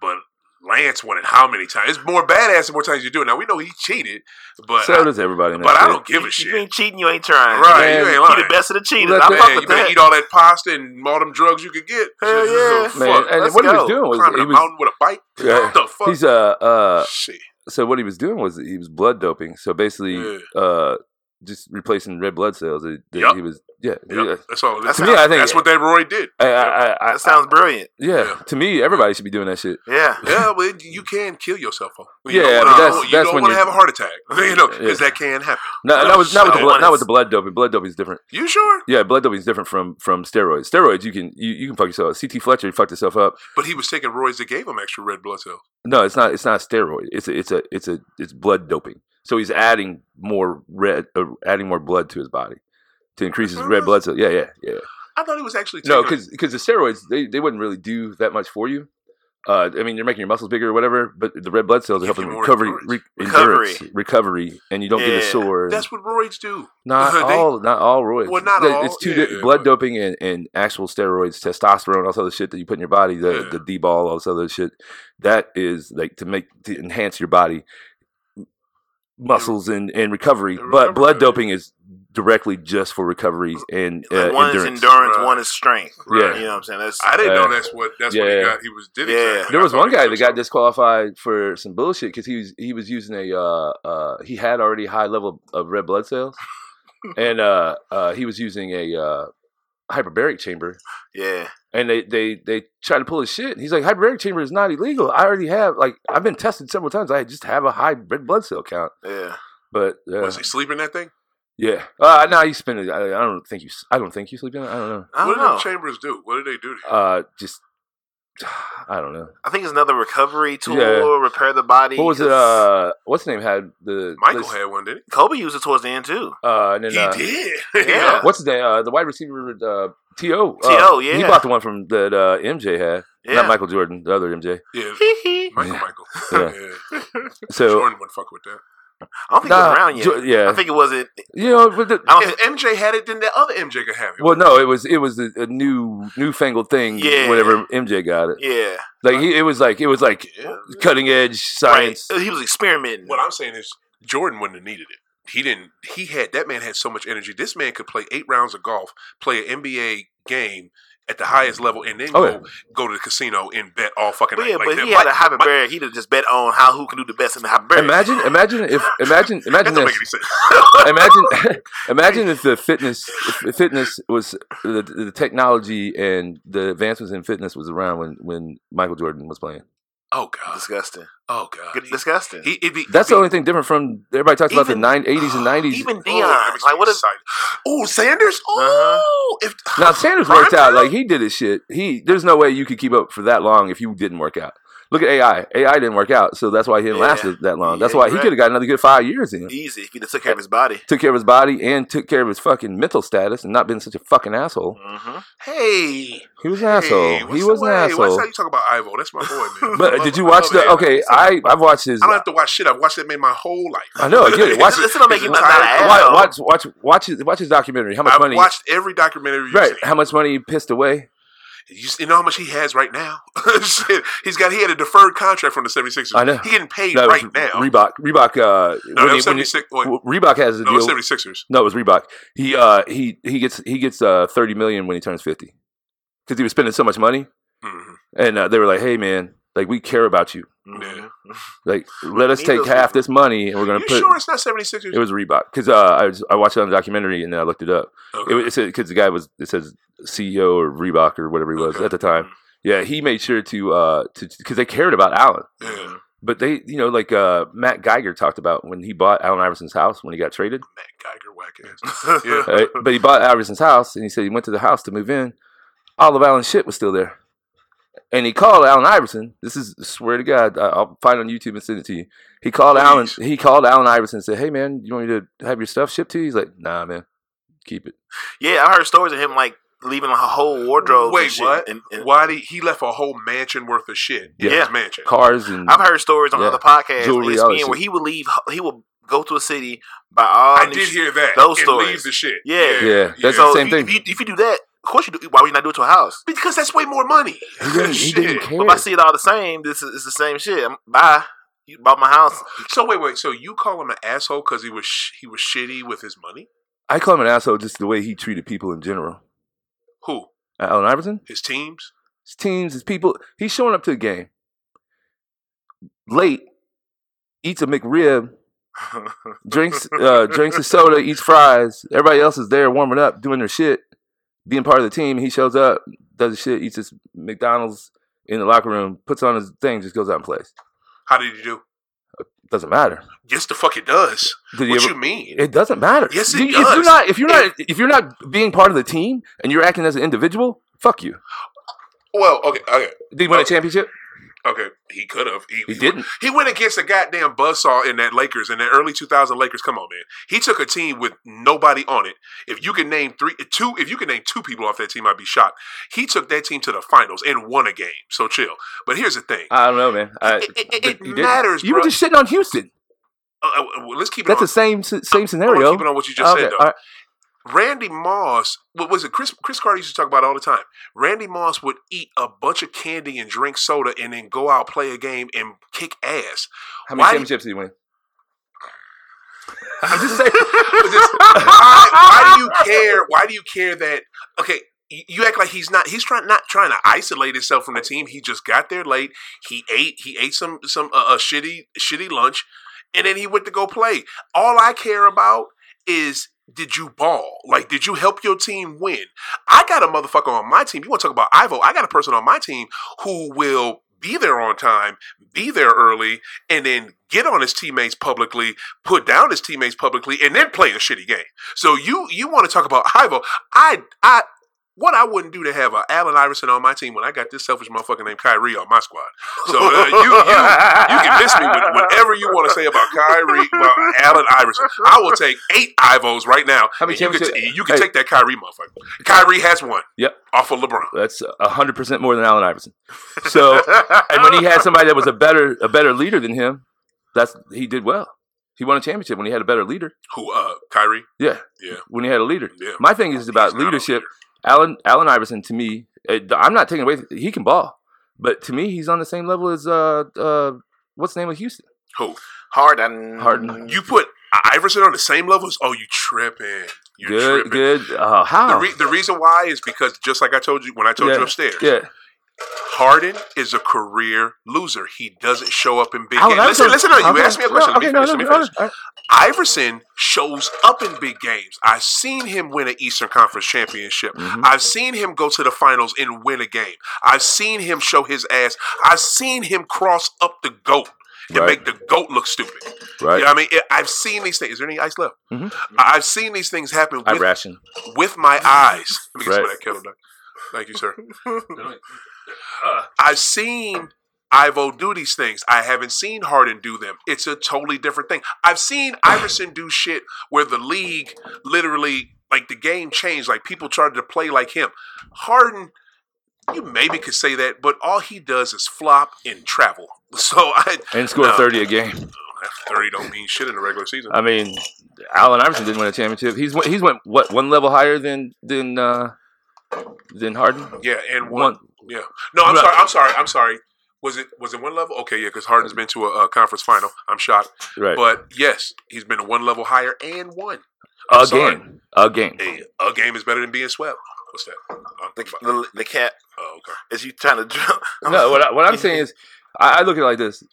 Speaker 4: but Lance won it how many times? It's more badass the more times you do it. Now we know he cheated, but
Speaker 5: So
Speaker 4: I,
Speaker 5: does everybody. in that
Speaker 4: but I
Speaker 5: shit.
Speaker 4: don't give a
Speaker 1: you
Speaker 4: shit.
Speaker 1: ain't cheating, you ain't trying.
Speaker 4: Right,
Speaker 5: Man,
Speaker 4: you
Speaker 5: you
Speaker 4: ain't
Speaker 1: You
Speaker 4: lying.
Speaker 1: the best of the cheaters.
Speaker 5: Let
Speaker 1: I
Speaker 5: that-
Speaker 1: fuck
Speaker 4: Man, you
Speaker 1: with
Speaker 4: better
Speaker 1: that.
Speaker 4: eat all that pasta and all them drugs you could get.
Speaker 1: Hell yeah.
Speaker 4: fuck.
Speaker 5: Man, and
Speaker 1: let's
Speaker 5: what he
Speaker 1: go.
Speaker 5: was doing was
Speaker 4: Climb
Speaker 5: he
Speaker 4: a
Speaker 5: was
Speaker 4: mountain with a bike.
Speaker 5: Yeah.
Speaker 4: What the fuck?
Speaker 5: he's uh uh
Speaker 4: Shit.
Speaker 5: so what he was doing was he was blood doping. So basically,
Speaker 4: Yeah.
Speaker 5: uh, just replacing red blood cells. That, that
Speaker 4: Yup.
Speaker 5: he was, yeah, yeah.
Speaker 4: Yep, that's all. That's,
Speaker 5: To me, I think-
Speaker 4: that's what that Roy did.
Speaker 5: I, I, I, I,
Speaker 1: That sounds brilliant.
Speaker 5: yeah.
Speaker 4: yeah.
Speaker 5: To me, everybody should be doing that shit.
Speaker 1: Yeah.
Speaker 4: Yeah, well, it- you can kill yourself. though. You
Speaker 5: Yeah,
Speaker 4: don't
Speaker 5: but
Speaker 4: wanna-
Speaker 5: that's-
Speaker 4: you
Speaker 5: that's
Speaker 4: don't
Speaker 5: when
Speaker 4: want to
Speaker 5: you-
Speaker 4: have a heart attack, you know, because
Speaker 5: Yeah.
Speaker 4: that can happen.
Speaker 5: No,
Speaker 4: No,
Speaker 5: not with not with the
Speaker 4: no,
Speaker 5: blood,
Speaker 4: it's-
Speaker 5: not with the blood doping. Blood doping is different.
Speaker 4: You sure?
Speaker 5: Yeah, blood doping is different from from steroids. Steroids, you can you, you can fuck yourself. up. CT Fletcher fucked himself up.
Speaker 4: But he was taking roids that gave him extra red blood cells.
Speaker 5: No, it's not. It's not a steroid. It's a, it's a it's a it's blood doping. So he's adding more red, uh, adding more blood to his body to increase his red blood cells. Yeah, yeah, yeah.
Speaker 4: I thought he was actually taking
Speaker 5: No, because the steroids they, they wouldn't really do that much for you. Uh, I mean, you're making your muscles bigger or whatever, but the red blood cells are
Speaker 4: Give
Speaker 5: helping
Speaker 4: you more
Speaker 5: recovery, re-
Speaker 4: endurance.
Speaker 5: endurance, recovery, and you don't get
Speaker 1: Yeah,
Speaker 5: as sore.
Speaker 4: that's what roids do.
Speaker 5: not
Speaker 4: they-
Speaker 5: all, not all roids.
Speaker 4: Well, not
Speaker 5: That-
Speaker 4: all,
Speaker 5: It's two
Speaker 4: yeah,
Speaker 5: di-
Speaker 4: yeah,
Speaker 5: blood
Speaker 4: but-
Speaker 5: doping and, and actual steroids, testosterone, all this other shit that you put in your body, the
Speaker 4: Yeah.
Speaker 5: the D ball, all this other shit. That is like to make to enhance your body muscles and, and recovery.
Speaker 4: The
Speaker 5: But blood
Speaker 4: recovery.
Speaker 5: doping is directly just for recovery and uh,
Speaker 1: Like one
Speaker 5: endurance.
Speaker 1: is endurance,
Speaker 4: Right.
Speaker 1: one is strength.
Speaker 5: Yeah.
Speaker 1: You know what I'm saying? That's
Speaker 4: I didn't
Speaker 5: Yeah.
Speaker 4: know that's what that's what he
Speaker 5: Yeah.
Speaker 4: got. He was did
Speaker 1: Yeah.
Speaker 4: exactly.
Speaker 5: There
Speaker 4: I
Speaker 5: was
Speaker 4: thought
Speaker 5: one
Speaker 4: he
Speaker 5: guy
Speaker 4: did
Speaker 5: that got
Speaker 4: something.
Speaker 5: disqualified for some bullshit because he was he was using a uh, uh, he had already high level of red blood cells, and uh, uh, he was using a uh, hyperbaric chamber.
Speaker 1: yeah.
Speaker 5: And they they they tried to pull his shit. He's like, hyperbaric chamber is not illegal. I already have like I've been tested several times. I just have a high red blood cell count.
Speaker 1: Yeah.
Speaker 5: But uh,
Speaker 4: Was he sleeping that thing?
Speaker 5: yeah, uh, now you spend it. I, I don't think you. s- I don't think you sleep in it. I don't know.
Speaker 1: I
Speaker 4: what did
Speaker 1: don't know.
Speaker 4: them chambers do? What did they do to you?
Speaker 5: Uh, just I don't know.
Speaker 1: I think it's another recovery tool,
Speaker 5: Yeah.
Speaker 1: repair the body.
Speaker 5: What was it?
Speaker 1: 'cause
Speaker 5: Uh, what's the name had the
Speaker 4: Michael
Speaker 5: this-
Speaker 4: had one, didn't
Speaker 1: Kobe used it towards the end too.
Speaker 5: had uh, and then
Speaker 4: he?
Speaker 5: uh,
Speaker 4: he did.
Speaker 1: Yeah.
Speaker 5: What's his name? Uh, the wide receiver, uh, T.O.
Speaker 1: T.O.,
Speaker 5: Uh, He
Speaker 1: yeah.
Speaker 5: bought the one from that uh, MJ had.
Speaker 1: Yeah.
Speaker 5: Not Michael Jordan, the other MJ.
Speaker 4: yeah.
Speaker 1: Hee hee.
Speaker 4: Michael,
Speaker 5: Yeah.
Speaker 4: Michael.
Speaker 5: Yeah.
Speaker 4: Yeah.
Speaker 5: So,
Speaker 4: Jordan wouldn't fuck with that.
Speaker 1: I don't think it
Speaker 5: Nah,
Speaker 1: was around yet.
Speaker 5: Jo- yeah.
Speaker 1: I think it wasn't.
Speaker 5: You know, but the,
Speaker 1: I don't
Speaker 4: If
Speaker 1: think,
Speaker 4: MJ had it, then the other MJ could have it.
Speaker 5: well, no, it was it was a, a new newfangled thing.
Speaker 1: Yeah.
Speaker 5: whenever MJ got it,
Speaker 1: yeah.
Speaker 5: like he, it was like it was like
Speaker 4: Yeah.
Speaker 5: cutting edge
Speaker 1: Right.
Speaker 5: science.
Speaker 1: He was experimenting.
Speaker 4: What I'm saying is Jordan wouldn't have needed it. He didn't. He had that man had so much energy. This man could play eight rounds of golf, play an NBA game at the highest level, and then
Speaker 5: Oh,
Speaker 4: go, go to the casino and bet all fucking.
Speaker 1: but
Speaker 4: night.
Speaker 1: yeah,
Speaker 4: Like
Speaker 1: but
Speaker 4: that-
Speaker 1: if he had
Speaker 4: Mike-
Speaker 1: a hyperbaric, he'd have just bet on how who can do the best in the hyperbaric.
Speaker 5: Imagine, imagine if, imagine,
Speaker 4: that
Speaker 5: imagine
Speaker 4: don't make
Speaker 5: this.
Speaker 4: any sense.
Speaker 5: imagine imagine if the fitness if fitness was the, the technology and the advancements in fitness was around when when Michael Jordan was playing.
Speaker 4: Oh god.
Speaker 1: disgusting.
Speaker 4: Oh god.
Speaker 1: Disgusting.
Speaker 4: He, it'd be,
Speaker 5: That's the
Speaker 4: it'd
Speaker 5: only thing different from everybody talks about the
Speaker 1: Even-
Speaker 5: nine eighties and nineties.
Speaker 1: Even
Speaker 4: be-
Speaker 1: Dion,
Speaker 4: oh, that makes me
Speaker 1: like what if?
Speaker 4: excited. Oh, Sanders.
Speaker 5: Uh-huh.
Speaker 4: Oh, if
Speaker 5: Now Sanders worked out like he did his shit. He there's no way you could keep up for that long if you didn't work out. Look at AI. AI didn't work out, so that's why he didn't
Speaker 1: Yeah.
Speaker 5: last that long. That's
Speaker 1: Yeah,
Speaker 5: why he
Speaker 1: correct.
Speaker 5: could have got another good five years in.
Speaker 1: Easy if he just took care of his body.
Speaker 5: Took care of his body and took care of his fucking mental status and not been such a fucking asshole.
Speaker 1: Mm-hmm.
Speaker 4: hey,
Speaker 5: He was an asshole.
Speaker 4: Hey, what's
Speaker 5: he was
Speaker 4: the
Speaker 5: an
Speaker 4: way?
Speaker 5: asshole.
Speaker 4: What's how you talk about Ivo? That's my boy, man. I
Speaker 5: But
Speaker 4: love-
Speaker 5: did you
Speaker 4: I
Speaker 5: watch
Speaker 4: love
Speaker 5: the?
Speaker 4: it.
Speaker 5: Okay, I I've watched his.
Speaker 4: I don't have to watch shit. I've watched that man my whole life.
Speaker 5: I know, I get it. Watch
Speaker 1: This don't make you not
Speaker 5: Watch,
Speaker 1: an asshole.
Speaker 5: watch, watch, watch his, watch his documentary. How much
Speaker 4: I've
Speaker 5: money?
Speaker 4: watched every documentary. You've
Speaker 5: right,
Speaker 4: seen.
Speaker 5: how much money he pissed away?
Speaker 4: You, you know how much he has right now? Shit. He's got he had a deferred contract from the 76ers.
Speaker 5: I know.
Speaker 4: He getting paid
Speaker 5: No, it was
Speaker 4: right now.
Speaker 5: Reebok, Reebok. Uh,
Speaker 4: no,
Speaker 5: when
Speaker 4: that
Speaker 5: he-
Speaker 4: was
Speaker 5: when he-
Speaker 4: 76 wait,
Speaker 5: w- Reebok has a
Speaker 4: no, it was
Speaker 5: deal.
Speaker 4: 76ers.
Speaker 5: No, it was Reebok. He uh, he he gets he gets uh, thirty million when he turns fifty because he was spending so much money,
Speaker 4: Mhm.
Speaker 5: and uh, they were like, "Hey, man, like we care about you.
Speaker 1: Mhm.
Speaker 5: Like let us
Speaker 1: He
Speaker 5: take
Speaker 1: knows
Speaker 5: half
Speaker 1: people.
Speaker 5: this money, and we're Mm-hmm. gonna
Speaker 4: You
Speaker 5: put."
Speaker 4: sure it's not 76ers?
Speaker 5: It was Reebok because uh, I was, I watched it on the documentary and then I looked it up.
Speaker 4: Okay.
Speaker 5: It was because the guy was it says CEO or Reebok or whatever he was
Speaker 4: Okay. Mm.
Speaker 5: at the time. Yeah, he made sure to uh to because they cared about Allen,
Speaker 4: yeah.
Speaker 5: but they you know like uh Matt Geiger talked about when he bought Allen Iverson's house when he got traded.
Speaker 4: Matt Geiger, whack ass. yeah.
Speaker 5: right? but he bought Iverson's house and he said he went to the house to move in. All of Allen's shit was still there, and he called Allen Iverson. This is swear to God, I- I'll find it on YouTube and send it to you. He called Allen.
Speaker 4: Please.
Speaker 5: He called Allen Iverson and said, "Hey man, you want me to have your stuff shipped to you?" He's like, "Nah, man, keep it."
Speaker 1: Yeah, I heard stories of him like leaving a whole wardrobe.
Speaker 4: Wait,
Speaker 1: and shit.
Speaker 4: what?
Speaker 1: And, and-
Speaker 4: Why did he left a whole mansion worth of shit? in
Speaker 1: Yeah.
Speaker 4: his mansion.
Speaker 5: Cars and
Speaker 1: I've heard stories on E
Speaker 5: Yeah. oh,
Speaker 1: other podcasts,
Speaker 5: Jewelry, all that
Speaker 1: ESPN,
Speaker 5: shit.
Speaker 1: where he would leave. He would go to a city by all.
Speaker 4: I
Speaker 1: new
Speaker 4: did
Speaker 1: sh-
Speaker 4: hear that.
Speaker 1: those
Speaker 4: and
Speaker 1: stories.
Speaker 4: Leave the shit.
Speaker 1: Yeah.
Speaker 5: Yeah, that's
Speaker 1: So
Speaker 5: Same
Speaker 1: if you,
Speaker 5: thing.
Speaker 1: If you, if you do that, of course you do. Why would you not do it to a house?
Speaker 4: because that's way more money.
Speaker 5: He didn't, he
Speaker 4: Shit.
Speaker 5: didn't care.
Speaker 1: But if I see it all the same, this is it's the same shit. I'm- Bye. You bought my house.
Speaker 4: So wait, wait. So you call him an asshole because he was sh- he was shitty with his money?
Speaker 5: I call him an asshole just the way he treated people in general. Uh,
Speaker 4: Who?
Speaker 5: Allen Iverson,
Speaker 4: His teams?
Speaker 5: his teams, his people. He's showing up to a game late, eats a McRib, drinks uh, drinks a soda, eats fries. Everybody else is there warming up, doing their shit, being part of the team. He shows up, does his shit, eats his McDonald's in the locker room, puts on his thing, just goes out and plays.
Speaker 4: How did he do?
Speaker 5: Doesn't matter.
Speaker 4: Yes, the fuck it does.
Speaker 5: Did he
Speaker 4: What
Speaker 5: ever-
Speaker 4: you mean?
Speaker 5: It doesn't matter.
Speaker 4: Yes, it
Speaker 5: You- If you're
Speaker 4: does.
Speaker 5: not, if you're not, if you're not being part of the team and you're acting as an individual, fuck you.
Speaker 4: Well, okay, okay,
Speaker 5: Did he win
Speaker 4: Oh.
Speaker 5: a championship?
Speaker 4: okay. He could have. He,
Speaker 5: He didn't.
Speaker 4: He went against a goddamn buzzsaw in that Lakers in the early 2000 Lakers. Come on, man. He took a team with nobody on it. If you can name three, two, if you can name two people off that team, I'd be shocked. He took that team to the finals and won a game. So chill. But here's the thing.
Speaker 5: I don't know, man. I,
Speaker 4: It- it-
Speaker 5: but
Speaker 4: it
Speaker 5: you didn't.
Speaker 4: matters,
Speaker 5: You were
Speaker 4: bruh.
Speaker 5: just shitting on Houston.
Speaker 4: Uh, uh, well, let's keep it
Speaker 5: That's
Speaker 4: on.
Speaker 5: the same s- same
Speaker 4: I wanna
Speaker 5: scenario.
Speaker 4: Keep it on what you just
Speaker 5: Okay,
Speaker 4: said, though.
Speaker 5: all right.
Speaker 4: Randy Moss, what was it? Chris Chris Carter used to talk about it all the time. Randy Moss would eat a bunch of candy and drink soda, and then go out play a game and kick ass. Why-
Speaker 5: How many championships did he win? I'm just saying.
Speaker 4: Just- why, why do you care? Why do you care that? Okay, you you act like he's not. He's trying not trying to isolate himself from the team. He just got there late. He ate. He ate some some uh, a shitty shitty lunch, and then he went to go play. All I care about is. Did you ball? Like, did you help your team win? I got a motherfucker on my team. You want to talk about Ivo? I got a person on my team who will be there on time, be there early, and then get on his teammates publicly, put down his teammates publicly, and then play a shitty game. So you you want to talk about Ivo? I I what I wouldn't do to have a Allen Iverson on my team when I got this selfish motherfucker named Kyrie on my squad. So uh, you, you you can miss me with whatever you want to say about Kyrie, about Allen Iverson. I will take eight Ivos right now.
Speaker 5: How many
Speaker 4: and you can,
Speaker 5: championships-
Speaker 4: t- you can
Speaker 5: Hey.
Speaker 4: take that Kyrie motherfucker. Kyrie has one.
Speaker 5: Yep.
Speaker 4: Off of LeBron.
Speaker 5: That's hundred percent more than Allen Iverson. So, and when he had somebody that was a better a better leader than him, that's he did well. He won a championship when he had a better leader.
Speaker 4: Who? Uh, Kyrie.
Speaker 5: Yeah.
Speaker 4: Yeah.
Speaker 5: When he had a leader.
Speaker 4: Yeah.
Speaker 5: My thing is about
Speaker 4: He's not a
Speaker 5: leadership.
Speaker 4: leader.
Speaker 5: Allen Allen Iverson to me, eh, I'm not taking away. He can ball, but to me, he's on the same level as uh uh what's the name of Houston?
Speaker 4: Who?
Speaker 1: Harden.
Speaker 5: Harden.
Speaker 4: You put Iverson on the same level as? Oh, you tripping? You're
Speaker 5: good,
Speaker 4: tripping.
Speaker 5: good. Uh,
Speaker 4: The,
Speaker 5: how?
Speaker 4: re- the reason why is because just like I told you when I told
Speaker 5: Yeah.
Speaker 4: you upstairs,
Speaker 5: yeah,
Speaker 4: Harden is a career loser. He doesn't show up in big
Speaker 5: Allen
Speaker 4: games. Listen, listen,
Speaker 5: Iverson-
Speaker 4: no, you
Speaker 5: Okay,
Speaker 4: asked me a question.
Speaker 5: No, okay,
Speaker 4: let me
Speaker 5: no,
Speaker 4: finish.
Speaker 5: no,
Speaker 4: let me
Speaker 5: no,
Speaker 4: finish.
Speaker 5: all right.
Speaker 4: Iverson shows up in big games. I've seen him win an Eastern Conference championship.
Speaker 5: Mhm.
Speaker 4: I've seen him go to the finals and win a game. I've seen him show his ass. I've seen him cross up the goat and
Speaker 5: Right.
Speaker 4: make the goat look stupid.
Speaker 5: Right.
Speaker 4: You know what I mean? I- I've seen these things. Is there any ice left?
Speaker 5: Mhm.
Speaker 4: I- I've seen these things happen
Speaker 5: I
Speaker 4: with,
Speaker 5: ration.
Speaker 4: with my eyes. Let me get some of
Speaker 5: Right.
Speaker 4: that kettle duck. Thank you, sir. I've seen Ivo do these things. I haven't seen Harden do them. It's a totally different thing. I've seen Iverson do shit where the league literally, like the game changed. Like people tried to play like him. Harden, you maybe could say that, but all he does is flop and travel. So I
Speaker 5: and scored
Speaker 4: No.
Speaker 5: thirty a game.
Speaker 4: thirty don't mean shit in the regular season.
Speaker 5: I mean, Allen Iverson didn't win a championship. He's went- he's went what one level higher than than uh than Harden.
Speaker 4: yeah, and one.
Speaker 5: One
Speaker 4: Yeah. No, I'm
Speaker 5: Right.
Speaker 4: sorry. I'm sorry. I'm sorry. Was it was it one level? Okay, yeah, because Harden's been to a, uh conference final. I'm shocked,
Speaker 5: right
Speaker 4: but yes, he's been one level higher and won. I'm
Speaker 5: a
Speaker 4: sorry.
Speaker 5: game a game.
Speaker 4: Hey, a game is better than being swept. What's that? Um,
Speaker 1: The, the, the cat
Speaker 4: oh, okay.
Speaker 1: is you trying to drill.
Speaker 5: No, what, I, what I'm saying is, I, I look at it like this.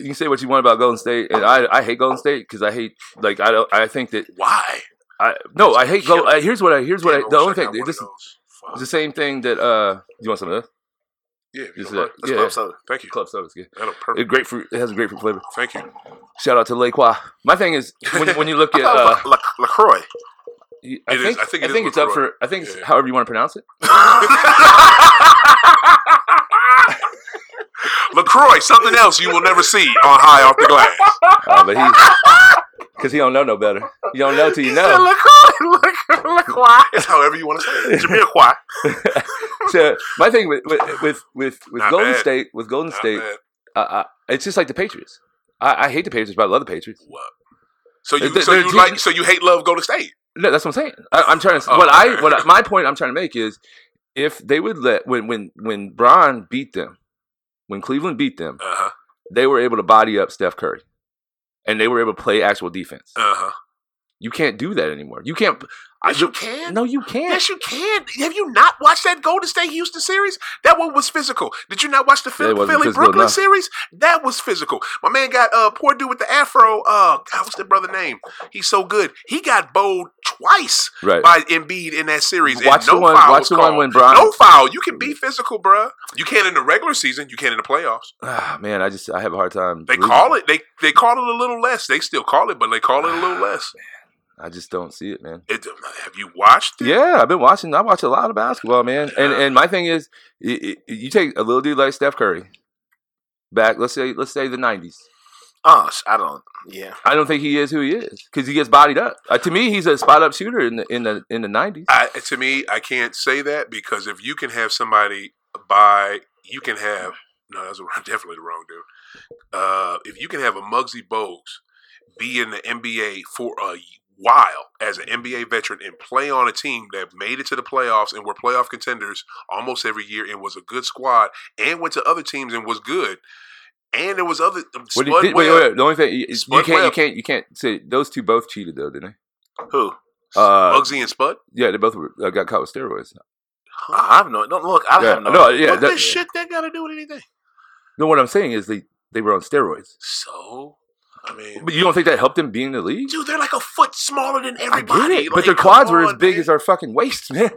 Speaker 5: You can say what you want about Golden State, and I, I hate Golden State because I hate like I don't I think that
Speaker 4: Why?
Speaker 5: I no I hate Golden. Here's what I here's what
Speaker 4: Damn,
Speaker 5: I,
Speaker 4: I
Speaker 5: the
Speaker 4: wish
Speaker 5: only
Speaker 4: I got
Speaker 5: thing
Speaker 4: one of
Speaker 5: this is
Speaker 4: those. Fuck.
Speaker 5: it's the same thing that uh you want some of this
Speaker 4: yeah, if you
Speaker 5: this is
Speaker 4: don't mind.
Speaker 5: it.
Speaker 1: That's
Speaker 5: yeah
Speaker 1: club soda.
Speaker 4: Thank you.
Speaker 5: club soda is good
Speaker 4: That'll
Speaker 5: it,
Speaker 4: perfect.
Speaker 5: grapefruit it has a grapefruit flavor
Speaker 4: Thank you.
Speaker 5: shout out to Laqua my thing is when, when you look at uh,
Speaker 1: La, La, LaCroix.
Speaker 5: you-
Speaker 4: It
Speaker 5: I
Speaker 4: is-
Speaker 5: think
Speaker 4: I
Speaker 5: I
Speaker 4: think
Speaker 5: think,
Speaker 4: it is
Speaker 5: it's up
Speaker 4: LaCroix.
Speaker 5: for I think it's
Speaker 4: Yeah.
Speaker 5: however you want to pronounce it
Speaker 4: Lacroix, something else you will never see on high off the glass.
Speaker 5: uh, but he because he don't know no better you don't know till you know
Speaker 4: It's however you want to say it. Jamiroquai.
Speaker 5: so my thing with with with with, with
Speaker 4: Not
Speaker 5: Golden
Speaker 4: bad.
Speaker 5: State with Golden
Speaker 4: Not
Speaker 5: State,
Speaker 4: bad.
Speaker 5: I, I, it's just like the Patriots. I, I hate the Patriots, but I love the Patriots.
Speaker 4: What? So you,
Speaker 5: They're-
Speaker 4: so
Speaker 5: they're
Speaker 4: you
Speaker 5: team-
Speaker 4: like, so you hate love Golden State?
Speaker 5: No, that's what I'm saying. I, I'm trying to.
Speaker 4: Oh,
Speaker 5: what I
Speaker 4: okay.
Speaker 5: what I, my point I'm trying to make is, if they would let when when when Braun beat them, when Cleveland beat them,
Speaker 4: Uh huh.
Speaker 5: they were able to body up Steph Curry, and they were able to play actual defense.
Speaker 4: Uh huh.
Speaker 5: You can't do that anymore. You can't.
Speaker 4: Yes, you can.
Speaker 5: No, you can't.
Speaker 4: Yes, you can. Have you not watched that Golden State Houston series? That one was physical. Did you not watch the Philly,
Speaker 5: It wasn't
Speaker 4: Philly
Speaker 5: physical
Speaker 4: Brooklyn
Speaker 5: enough.
Speaker 4: series? That was physical. My man got uh poor dude with the afro. Uh, God, what's that brother name? He's so good. He got bowled twice
Speaker 5: right.
Speaker 4: by Embiid in that series. and
Speaker 5: Watch
Speaker 4: no
Speaker 5: the one-
Speaker 4: Foul
Speaker 5: watch
Speaker 4: was
Speaker 5: the one
Speaker 4: called.
Speaker 5: when uh, Bron-
Speaker 4: No foul. You can be physical, bruh. You can in the regular season. You can in the playoffs.
Speaker 5: Ah, man, I just I have a hard time.
Speaker 4: They call it. They they call it a little less. They still call it, but they call it a little less.
Speaker 5: I just don't see it, man.
Speaker 4: It, have you watched it?
Speaker 5: Yeah, I've been watching. I watch a lot of basketball, man. And and my thing is, y- y- you take a little dude like Steph Curry back. Let's say let's say the '90s.
Speaker 4: uh,
Speaker 1: Oh, sh- I don't. Yeah.
Speaker 5: I don't think he is who he is because he gets bodied up. Uh, to me, he's a spot up shooter in the in the in the '90s.
Speaker 4: I, to me, I can't say that because if you can have somebody by, you can have no, that's definitely the wrong dude. Uh, if you can have a Muggsy Bogues be in the NBA for a while as an NBA veteran and play on a team that made it to the playoffs and were playoff contenders almost every year and was a good squad and went to other teams and was good, and there was other um,
Speaker 5: What
Speaker 4: Spud
Speaker 5: do you, did, wait,
Speaker 4: Webb-
Speaker 5: wait, wait, the only thing you, you
Speaker 4: Spud
Speaker 5: can't you
Speaker 4: Webb.
Speaker 5: can't you can't say those two both cheated though, didn't
Speaker 1: Who?
Speaker 5: they? Uh,
Speaker 4: Muggsy and Spud.
Speaker 5: yeah, they both were, uh, got caught with steroids.
Speaker 1: I have no. Don't look. I
Speaker 5: Yeah,
Speaker 1: have no.
Speaker 5: no, yeah,
Speaker 4: What
Speaker 5: that-
Speaker 4: this shit that got to do with anything?
Speaker 5: no. What I'm saying is they they were on steroids.
Speaker 4: So, I mean.
Speaker 5: But you don't think that helped them be in the league?
Speaker 4: Dude, they're like a foot smaller than
Speaker 5: I
Speaker 4: everybody.
Speaker 5: get it, but
Speaker 4: Like,
Speaker 5: their
Speaker 4: come
Speaker 5: quads were as
Speaker 4: on,
Speaker 5: big
Speaker 4: man.
Speaker 5: as our fucking waists, man.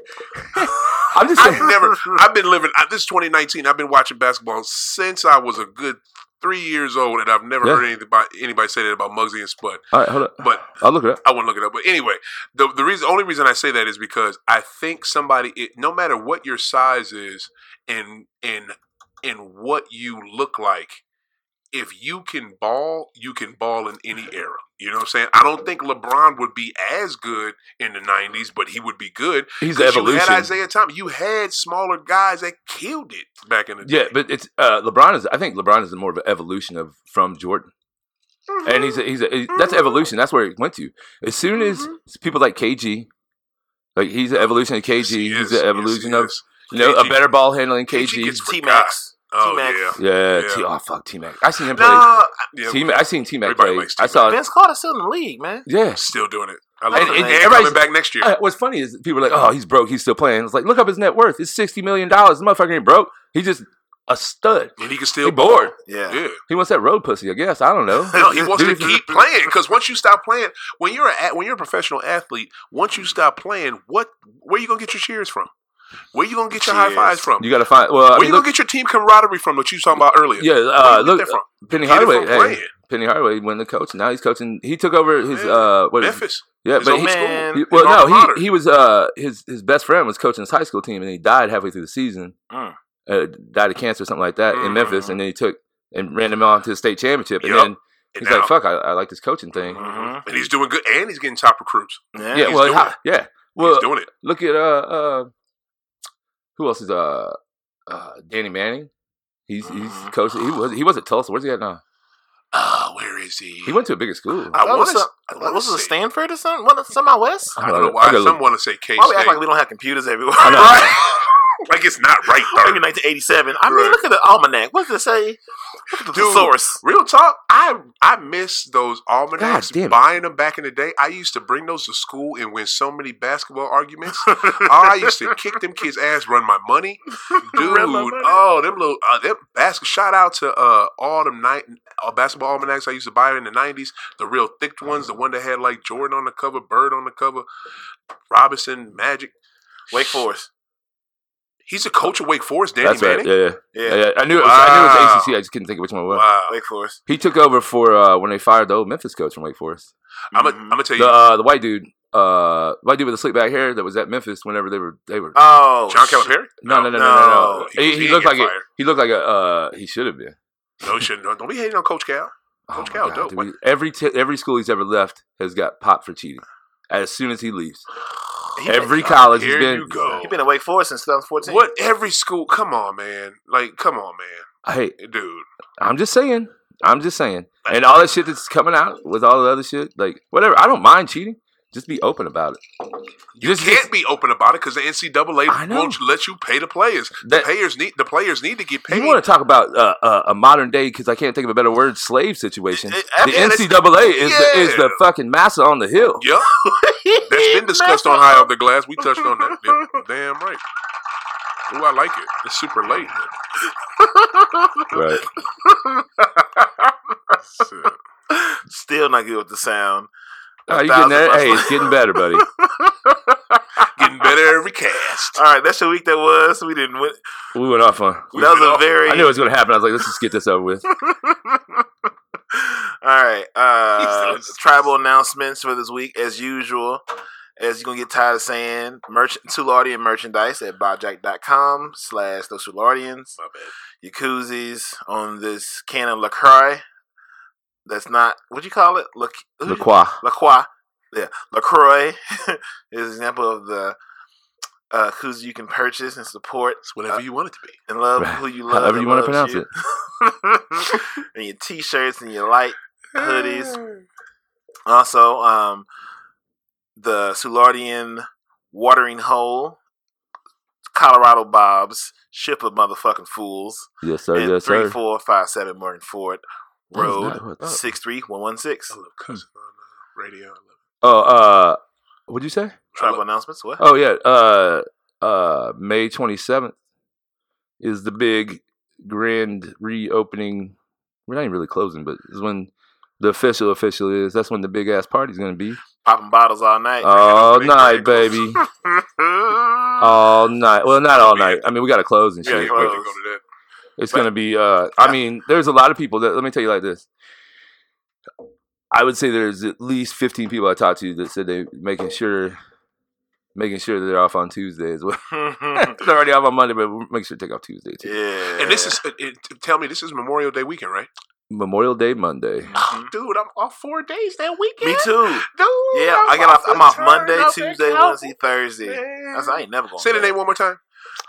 Speaker 5: I'm just saying.
Speaker 4: I've never. I've been living. I- This is 2019. I've been watching basketball since I was a good three years old, and I've never
Speaker 5: Yeah.
Speaker 4: heard anything about anybody say that about Muggsy and Spud.
Speaker 5: All right, hold up.
Speaker 4: But
Speaker 5: I'll look it up.
Speaker 4: I wouldn't look it up. But anyway, the the reason only reason I say that is because I think somebody, it, no matter what your size is, and and and what you look like, if you can ball, you can ball in any
Speaker 5: Mm-hmm.
Speaker 4: era. You know what I'm saying? I don't think LeBron would be as good in the '90s, but he would be good.
Speaker 5: He's
Speaker 4: 'Cause You had
Speaker 5: evolution.
Speaker 4: Isaiah Thomas. You had smaller guys that killed it back in the day.
Speaker 5: Yeah, but it's uh, LeBron is. I think LeBron is more of an evolution of from Jordan.
Speaker 4: Mm-hmm.
Speaker 5: and he's a, he's a, he- that's evolution. That's where he went to. As soon as
Speaker 4: Mm-hmm.
Speaker 5: people like KG, like he's an evolution of
Speaker 4: Yes,
Speaker 5: KG.
Speaker 4: he
Speaker 5: he's
Speaker 4: is.
Speaker 5: an
Speaker 4: Yes,
Speaker 5: evolution
Speaker 4: he
Speaker 5: of
Speaker 4: is.
Speaker 5: you know
Speaker 4: KG.
Speaker 5: a better ball handling KG.
Speaker 4: KG gets
Speaker 1: T Max.
Speaker 4: Oh
Speaker 1: T Max.
Speaker 4: yeah.
Speaker 5: yeah,
Speaker 4: Yeah.
Speaker 5: T, oh fuck, T Mac. I seen him play.
Speaker 4: Nah, yeah,
Speaker 5: T Mac. I seen T Mac
Speaker 4: Everybody
Speaker 5: play.
Speaker 4: likes
Speaker 5: I
Speaker 4: T-Mac.
Speaker 5: saw.
Speaker 1: Vince Carter's still in the league, man.
Speaker 5: Yeah.
Speaker 4: still doing it. I love
Speaker 1: And-
Speaker 4: it.
Speaker 1: and
Speaker 4: And
Speaker 5: everybody's-
Speaker 4: coming back next year.
Speaker 5: Uh, what's funny is people are like, oh, he's broke. He's still playing. It's like, look up his net worth. It's sixty million dollars. This motherfucker ain't broke. He's just a stud.
Speaker 4: and he can
Speaker 5: He
Speaker 4: still
Speaker 5: bored.
Speaker 1: Yeah.
Speaker 4: Yeah.
Speaker 5: He wants that road pussy. I guess I don't know.
Speaker 4: No, he wants to
Speaker 5: Dude,
Speaker 4: keep playing because once you stop playing, when you're a when you're a professional athlete, once you stop playing, what where you gonna get your cheers from? Where you gonna get your high
Speaker 1: Cheers.
Speaker 4: fives from?
Speaker 5: You got to find. Well, I
Speaker 4: where
Speaker 5: mean,
Speaker 4: you
Speaker 5: look,
Speaker 4: gonna get your team camaraderie from? That you was talking about earlier?
Speaker 5: yeah,
Speaker 4: Where
Speaker 5: uh,
Speaker 4: you get
Speaker 5: look,
Speaker 4: that from?
Speaker 5: Penny
Speaker 4: Get it
Speaker 5: Hardaway.
Speaker 4: from
Speaker 5: Hey,
Speaker 4: playing.
Speaker 5: Penny Hardaway went the coach. Now he's coaching. He took over his uh, what is
Speaker 4: Memphis.
Speaker 5: yeah,
Speaker 4: His
Speaker 5: but
Speaker 4: old
Speaker 5: he,
Speaker 4: man.
Speaker 5: he-
Speaker 4: His
Speaker 5: well,
Speaker 4: alma
Speaker 5: no,
Speaker 4: mater.
Speaker 5: he he was uh his his best friend was coaching his high school team, and he died halfway through the season.
Speaker 1: Mm.
Speaker 5: Uh, died of cancer, or something like that, in Memphis, and then he took and ran them on to the state championship, and
Speaker 4: Mm-hmm. Yup.
Speaker 5: then
Speaker 4: And
Speaker 5: he's
Speaker 4: now-
Speaker 5: like, "Fuck, I, I like this coaching thing."
Speaker 1: Mhm.
Speaker 4: Mm-hmm. and he's doing good, and he's getting top recruits.
Speaker 1: Yeah.
Speaker 5: Yeah,
Speaker 4: he's
Speaker 5: well,
Speaker 4: doing
Speaker 5: ha-
Speaker 4: it.
Speaker 5: yeah, well,
Speaker 4: he's doing it.
Speaker 5: look at uh uh who else is uh uh Danny Manning. He's he's
Speaker 4: Mm-hmm.
Speaker 1: Mhm.
Speaker 5: coaching. He was he was at Tulsa. Where's he at now?
Speaker 4: Ah, where is he?
Speaker 5: He went to a bigger school.
Speaker 4: I
Speaker 1: That
Speaker 4: want
Speaker 1: was
Speaker 4: to.
Speaker 1: a- what was it Stanford or something? What, some out west?
Speaker 5: I
Speaker 4: I
Speaker 5: don't
Speaker 4: don't know
Speaker 5: know.
Speaker 4: why
Speaker 5: I gotta
Speaker 4: some
Speaker 5: look.
Speaker 4: want to say K
Speaker 1: Why we act like
Speaker 4: State.
Speaker 1: we don't have computers everywhere?
Speaker 5: I know.
Speaker 4: Like it's not right, bro.
Speaker 1: Maybe 1987. I mean,
Speaker 4: Right.
Speaker 1: look at the almanac. What does it say? Look at the
Speaker 4: Dude.
Speaker 1: source.
Speaker 4: Real talk, I I miss those almanacs.
Speaker 5: God damn it.
Speaker 4: Buying them back in the day, I used to bring those to school and win so many basketball arguments. Oh, I used to kick them kids' ass, run my money, dude.
Speaker 1: Run my money.
Speaker 4: Oh, them little uh, them basket. Shout out to uh, all them night uh, basketball almanacs I used to buy in the nineties. The real thick ones, the one that had like Jordan on the cover, Bird on the cover, Robinson, Magic.
Speaker 1: Wake Forest.
Speaker 4: He's a coach of Wake Forest, Danny
Speaker 5: That's right.
Speaker 4: Manning.
Speaker 5: Yeah, yeah.
Speaker 1: Yeah.
Speaker 5: Yeah, I knew it was, I knew it was ACC. I just couldn't think of which one it was.
Speaker 4: Wow.
Speaker 1: Wake Forest.
Speaker 5: He took over for uh, when they fired the old Memphis coach from Wake Forest.
Speaker 4: I'm gonna
Speaker 1: Mhm.
Speaker 4: I'm tell you.
Speaker 5: The uh, the white dude, uh, white dude with the slick back hair that was at Memphis whenever they were they were.
Speaker 1: Oh,
Speaker 4: John
Speaker 1: shit.
Speaker 4: Calipari?
Speaker 5: no, no, no, no, no, no.
Speaker 1: no,
Speaker 4: he-
Speaker 5: He,
Speaker 4: he
Speaker 5: he
Speaker 4: didn't
Speaker 5: looked
Speaker 4: get
Speaker 5: like a,
Speaker 4: fired.
Speaker 5: he looked like a uh, he should have been.
Speaker 4: No, shit. Don't don't be hating on Coach Cal. Coach
Speaker 5: my
Speaker 4: Cal, dope.
Speaker 5: dude, we- every t- every school he's ever left has got popped for cheating. As soon as he leaves,
Speaker 1: He been-
Speaker 5: every college has
Speaker 4: Here
Speaker 5: been.
Speaker 4: you go.
Speaker 1: He been at Wake Forest since 2014.
Speaker 4: What every school? Come on, man! Like, come on, man,
Speaker 5: Hey,
Speaker 4: dude.
Speaker 5: I'm just saying. I'm just saying. And all that shit that's coming out with all the other shit, like whatever. I don't mind cheating. Just be open about it.
Speaker 4: You
Speaker 5: This-
Speaker 4: can't be open about it because the NCAA
Speaker 5: I know.
Speaker 4: won't let you pay the players.
Speaker 5: That-
Speaker 4: the players need the players need to get paid.
Speaker 5: You want to talk about uh, uh, a modern day because I can't think of a better word slave situation.
Speaker 1: It- it-
Speaker 5: the
Speaker 1: yeah, that's-
Speaker 5: NCAA is the, is the
Speaker 4: yeah.
Speaker 5: fucking massa on the hill.
Speaker 4: yeah, that's been discussed on High Off the Glass. We touched on that. Yeah, Damn right. Ooh, I like it. It's super late. man.
Speaker 5: Right.
Speaker 4: Shit.
Speaker 1: Still not good with the sound.
Speaker 5: Oh, you getting there? Hey,
Speaker 1: Thousand
Speaker 5: it's getting better, buddy.
Speaker 4: Getting better every cast.
Speaker 1: All right, that's your week that was. We didn't win.
Speaker 5: We went off on.
Speaker 1: That was a
Speaker 4: off.
Speaker 1: very.
Speaker 5: I knew it was going to happen. I was like, let's just get this over with.
Speaker 1: All right. Uh,
Speaker 4: Jesus.
Speaker 1: tribal announcements for this week, as usual. As you're going to get tired of saying, merchant, Tulardian merchandise at bobjack.com slash the Tulardians.
Speaker 4: My bad.
Speaker 1: Yakuzi's on this can of LaCroix. That's not, what you call it? La,
Speaker 5: The qua.
Speaker 1: LaCroix. Yeah. LaCroix is an example of the uh, koozie you can purchase and support uh,
Speaker 4: It's whatever you want it to be.
Speaker 1: and love
Speaker 5: Right.
Speaker 1: who you love.
Speaker 5: However
Speaker 1: that
Speaker 5: you want to
Speaker 1: loves
Speaker 5: pronounce
Speaker 1: you.
Speaker 5: it.
Speaker 1: and your t-shirts and your light hoodies. Also, um, the Sulardian watering hole, Colorado Bob's ship of motherfucking fools,
Speaker 5: Yes, sir.
Speaker 1: and
Speaker 5: Yes,
Speaker 1: three
Speaker 5: sir.
Speaker 1: four five seven Morgan Ford
Speaker 5: That was not what I
Speaker 1: Road
Speaker 5: thought.
Speaker 1: six three one one six.
Speaker 4: Oh, I love
Speaker 5: hmm.
Speaker 4: cousin on the radio. I love
Speaker 5: Oh, uh, what'd you say?
Speaker 1: Tribal announcements. What?
Speaker 5: Oh yeah, uh, uh, May twenty seventh is the big grand reopening. We're not even really closing, but it's when the official official is. That's when the big ass party's gonna be
Speaker 1: Popping bottles all night.
Speaker 5: all night, baby, all night. Well, not all night. I mean, we gotta close and
Speaker 4: Yeah,
Speaker 5: shit.
Speaker 4: you
Speaker 1: Sure.
Speaker 4: better go to that.
Speaker 5: It's gonna be. Uh, I mean, there's a lot of people that. Let me tell you like this. I would say there's at least 15 people I talked to that said they making sure, making sure that they're off on Tuesday as well. they're already off on Monday, but we'll make sure to take off Tuesday too.
Speaker 1: yeah.
Speaker 4: And this is it, it- tell me this is Memorial Day weekend, right?
Speaker 5: Memorial Day Monday.
Speaker 1: Mhm.
Speaker 4: Dude, I'm off four days that weekend.
Speaker 1: me too.
Speaker 4: Dude,
Speaker 1: Yeah, I get off. I'm off
Speaker 4: turn
Speaker 1: Monday,
Speaker 4: up and
Speaker 1: Tuesday,
Speaker 4: out,
Speaker 1: Wednesday, Thursday.
Speaker 4: man.
Speaker 1: I, said, I ain't never going.
Speaker 4: Say the name one more time.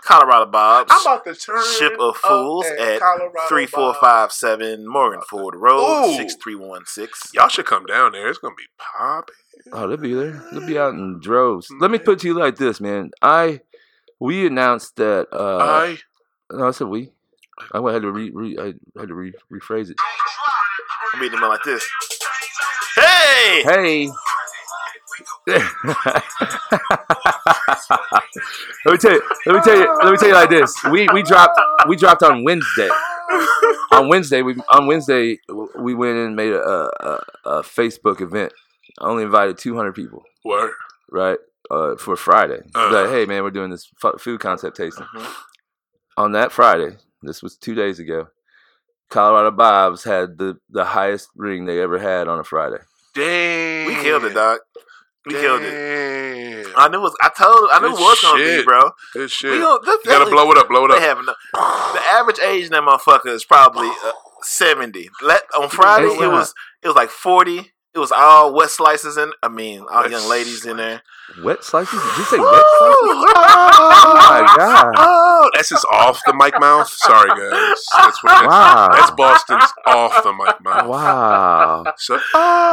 Speaker 1: Colorado Bob's
Speaker 4: I'm about to turn
Speaker 1: Ship of
Speaker 4: up
Speaker 1: Fools at
Speaker 4: Colorado
Speaker 1: three four
Speaker 4: Bob.
Speaker 1: five seven Morgan Ford Road
Speaker 4: Ooh.
Speaker 1: six three one six.
Speaker 4: Y'all should come down there. It's gonna be popping.
Speaker 5: Oh, they'll be there. They'll be out in droves. Let me put it to you like this, man. I we announced that. Uh,
Speaker 4: I
Speaker 5: no, I said we. I had to re, re I had to re, rephrase it.
Speaker 1: I'm reading them out like this. Hey,
Speaker 5: Hey. let me tell you. Let me tell you. Let me tell you like this. We we dropped we dropped on Wednesday. On Wednesday we on Wednesday we went and made a, a, a Facebook event. I only invited 200 people,
Speaker 4: word.
Speaker 5: right? Uh, for Friday.
Speaker 4: Uh.
Speaker 5: Like, hey man, we're doing this fu- food concept tasting.
Speaker 1: Mhm.
Speaker 5: On that Friday, this was 2 days ago. Colorado Bob's had the the highest ring they ever had on a Friday.
Speaker 4: Dang.
Speaker 1: we killed it, dog. We killed it.
Speaker 4: it.
Speaker 1: I knew it was. I told. I knew
Speaker 4: Good
Speaker 1: it was gonna
Speaker 4: shit.
Speaker 1: be, bro.
Speaker 4: Good shit.
Speaker 1: We
Speaker 4: You
Speaker 1: gonna, this,
Speaker 4: gotta blow it up. Blow it
Speaker 1: They
Speaker 4: up.
Speaker 1: have no, the average age in that motherfucker is probably uh, seventy. Let, on Friday
Speaker 5: It's
Speaker 1: it
Speaker 5: not.
Speaker 1: was it was like forty. It was all wet slices in. I mean, all
Speaker 4: Wet
Speaker 1: young ladies in there.
Speaker 5: Wet slices? Did you say wet slices? Oh my god!
Speaker 4: Oh, that's his off the mic mouth. Sorry guys. That's what. That's, that's
Speaker 5: Wow!
Speaker 4: Boston's off the mic mouth.
Speaker 5: Wow!
Speaker 4: So,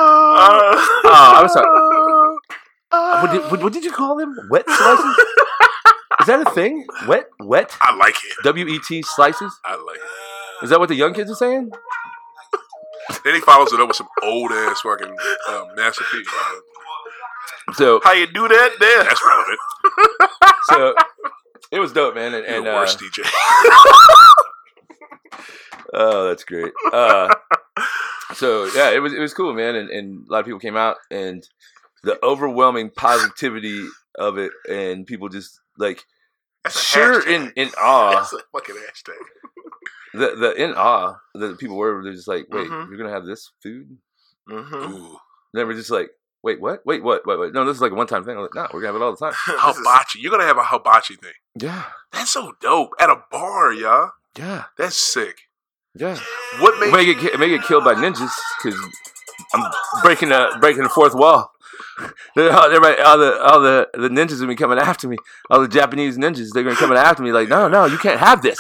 Speaker 1: Oh,
Speaker 5: Oh, I'm sorry. What did, what, what did you call them? Wet slices? Is that a thing? Wet, wet,
Speaker 4: I like it.
Speaker 5: W E T slices?
Speaker 4: I like it.
Speaker 5: Is that what the young kids are saying?
Speaker 4: Then he follows it up with some old ass fucking uh, Master P. Uh,
Speaker 5: So,
Speaker 1: how you do that? There.
Speaker 4: That's relevant.
Speaker 5: so it was dope, man. And,
Speaker 4: You're
Speaker 5: and
Speaker 4: the
Speaker 5: uh,
Speaker 4: worst DJ.
Speaker 5: oh, that's great. Uh, so yeah, it was it was cool, man. And, and a lot of people came out, and the overwhelming positivity of it, and people just like
Speaker 4: That's a
Speaker 5: sure
Speaker 4: hashtag.
Speaker 5: in uh, in awe.
Speaker 4: That's a fucking hashtag.
Speaker 5: the the in awe that the people were they're just like, wait,
Speaker 1: Mhm.
Speaker 5: you're gonna have this food? And
Speaker 1: Mm-hmm.
Speaker 4: Ooh,
Speaker 5: they were just like, wait, what? Wait, what? Wait, wait. No, this is like a one time thing. I'm like, no, we're gonna have it all the time.
Speaker 4: hibachi. You're gonna have a hibachi thing.
Speaker 5: yeah,
Speaker 4: That's so dope at a bar, y'all.
Speaker 5: yeah,
Speaker 4: That's sick.
Speaker 5: yeah.
Speaker 4: What made
Speaker 5: Make it ki- make it killed by ninjas because I'm breaking the breaking the fourth wall. They're all, everybody, all the all the, the ninjas are gonna be coming after me. All the Japanese ninjas, they're gonna be coming after me. Like, no, no, you can't have this.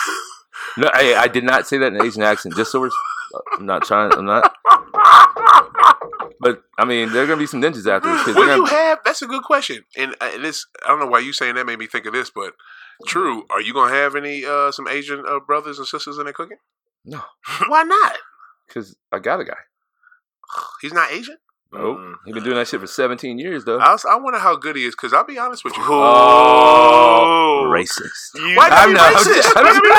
Speaker 5: No, I, I did not say that in an Asian accent. Just so we're, I'm not trying. I'm not. But I mean, there are gonna be some ninjas after this. 'cause
Speaker 4: What
Speaker 5: they're
Speaker 4: do
Speaker 5: gonna-
Speaker 4: you have? That's a good question. And, uh, and this, I don't know why you saying that made me think of this, but true. Are you gonna have any uh some Asian uh, brothers and sisters in there cooking?
Speaker 5: No.
Speaker 4: why not?
Speaker 5: Because I got a guy.
Speaker 4: He's not Asian.
Speaker 5: Nope.
Speaker 4: Mm.
Speaker 5: He been doing that shit for 17 years, though.
Speaker 4: I, was- I wonder how good he is because I'll be honest with you.
Speaker 5: Oh, racist.
Speaker 4: Why gotta
Speaker 5: I'm
Speaker 4: be
Speaker 5: not- I'm
Speaker 4: racist?
Speaker 5: just-
Speaker 4: Why gotta be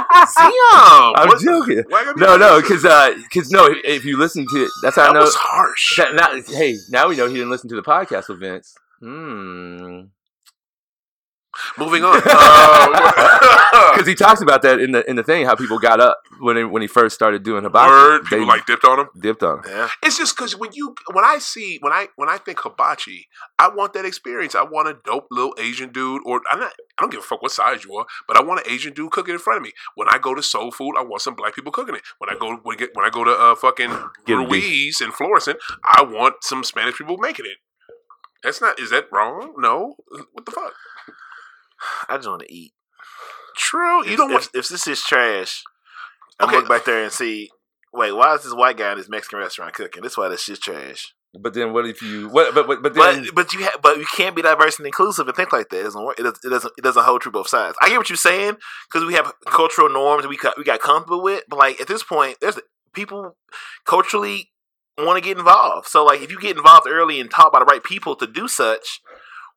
Speaker 4: racist? Damn.
Speaker 5: I'm
Speaker 4: What-
Speaker 5: joking.
Speaker 4: why gotta be
Speaker 5: No, no,
Speaker 4: racist?
Speaker 5: because uh, cause no, if- if you listen to it, that's how
Speaker 4: that
Speaker 5: I know.
Speaker 4: was harsh.
Speaker 5: that- now- hey, now we know he didn't listen to the podcast with Vince. Hmm.
Speaker 4: Moving on. Um, Uh,
Speaker 5: Because he talks about that in the in the thing, how people got up when he, when he first started doing hibachi.
Speaker 4: word.
Speaker 5: they
Speaker 4: People like dipped on him.
Speaker 5: dipped on. him.
Speaker 1: Yeah.
Speaker 4: It's just because when you when I see when I when I think hibachi, I want that experience. I want a dope little Asian dude, or I'm not. I don't give a fuck what size you are, but I want an Asian dude cooking in front of me. When I go to soul food, I want some black people cooking it. When I go when, I get- when I go to uh, fucking
Speaker 5: Get a beef.
Speaker 4: Ruiz and Florissant, I want some Spanish people making it. That's not. Is that wrong? No. What the fuck?
Speaker 1: I just want to eat.
Speaker 4: True. You
Speaker 1: If-
Speaker 4: don't
Speaker 1: if,
Speaker 4: want.
Speaker 1: if this is trash, I'm
Speaker 4: Okay.
Speaker 1: gonna look back there and see. Wait, why is this white guy in this Mexican restaurant cooking? That's why this shit's trash.
Speaker 5: But then what if you? What, but but but then.
Speaker 1: But but you ha- but you can't be diverse and inclusive and think like that. It doesn't work. It, does, it doesn't it doesn't hold true both sides. I get what you're saying because we have cultural norms we got, we got comfortable with. But like at this point, there's people culturally want to get involved. So like if you get involved early and taught by the right people to do such,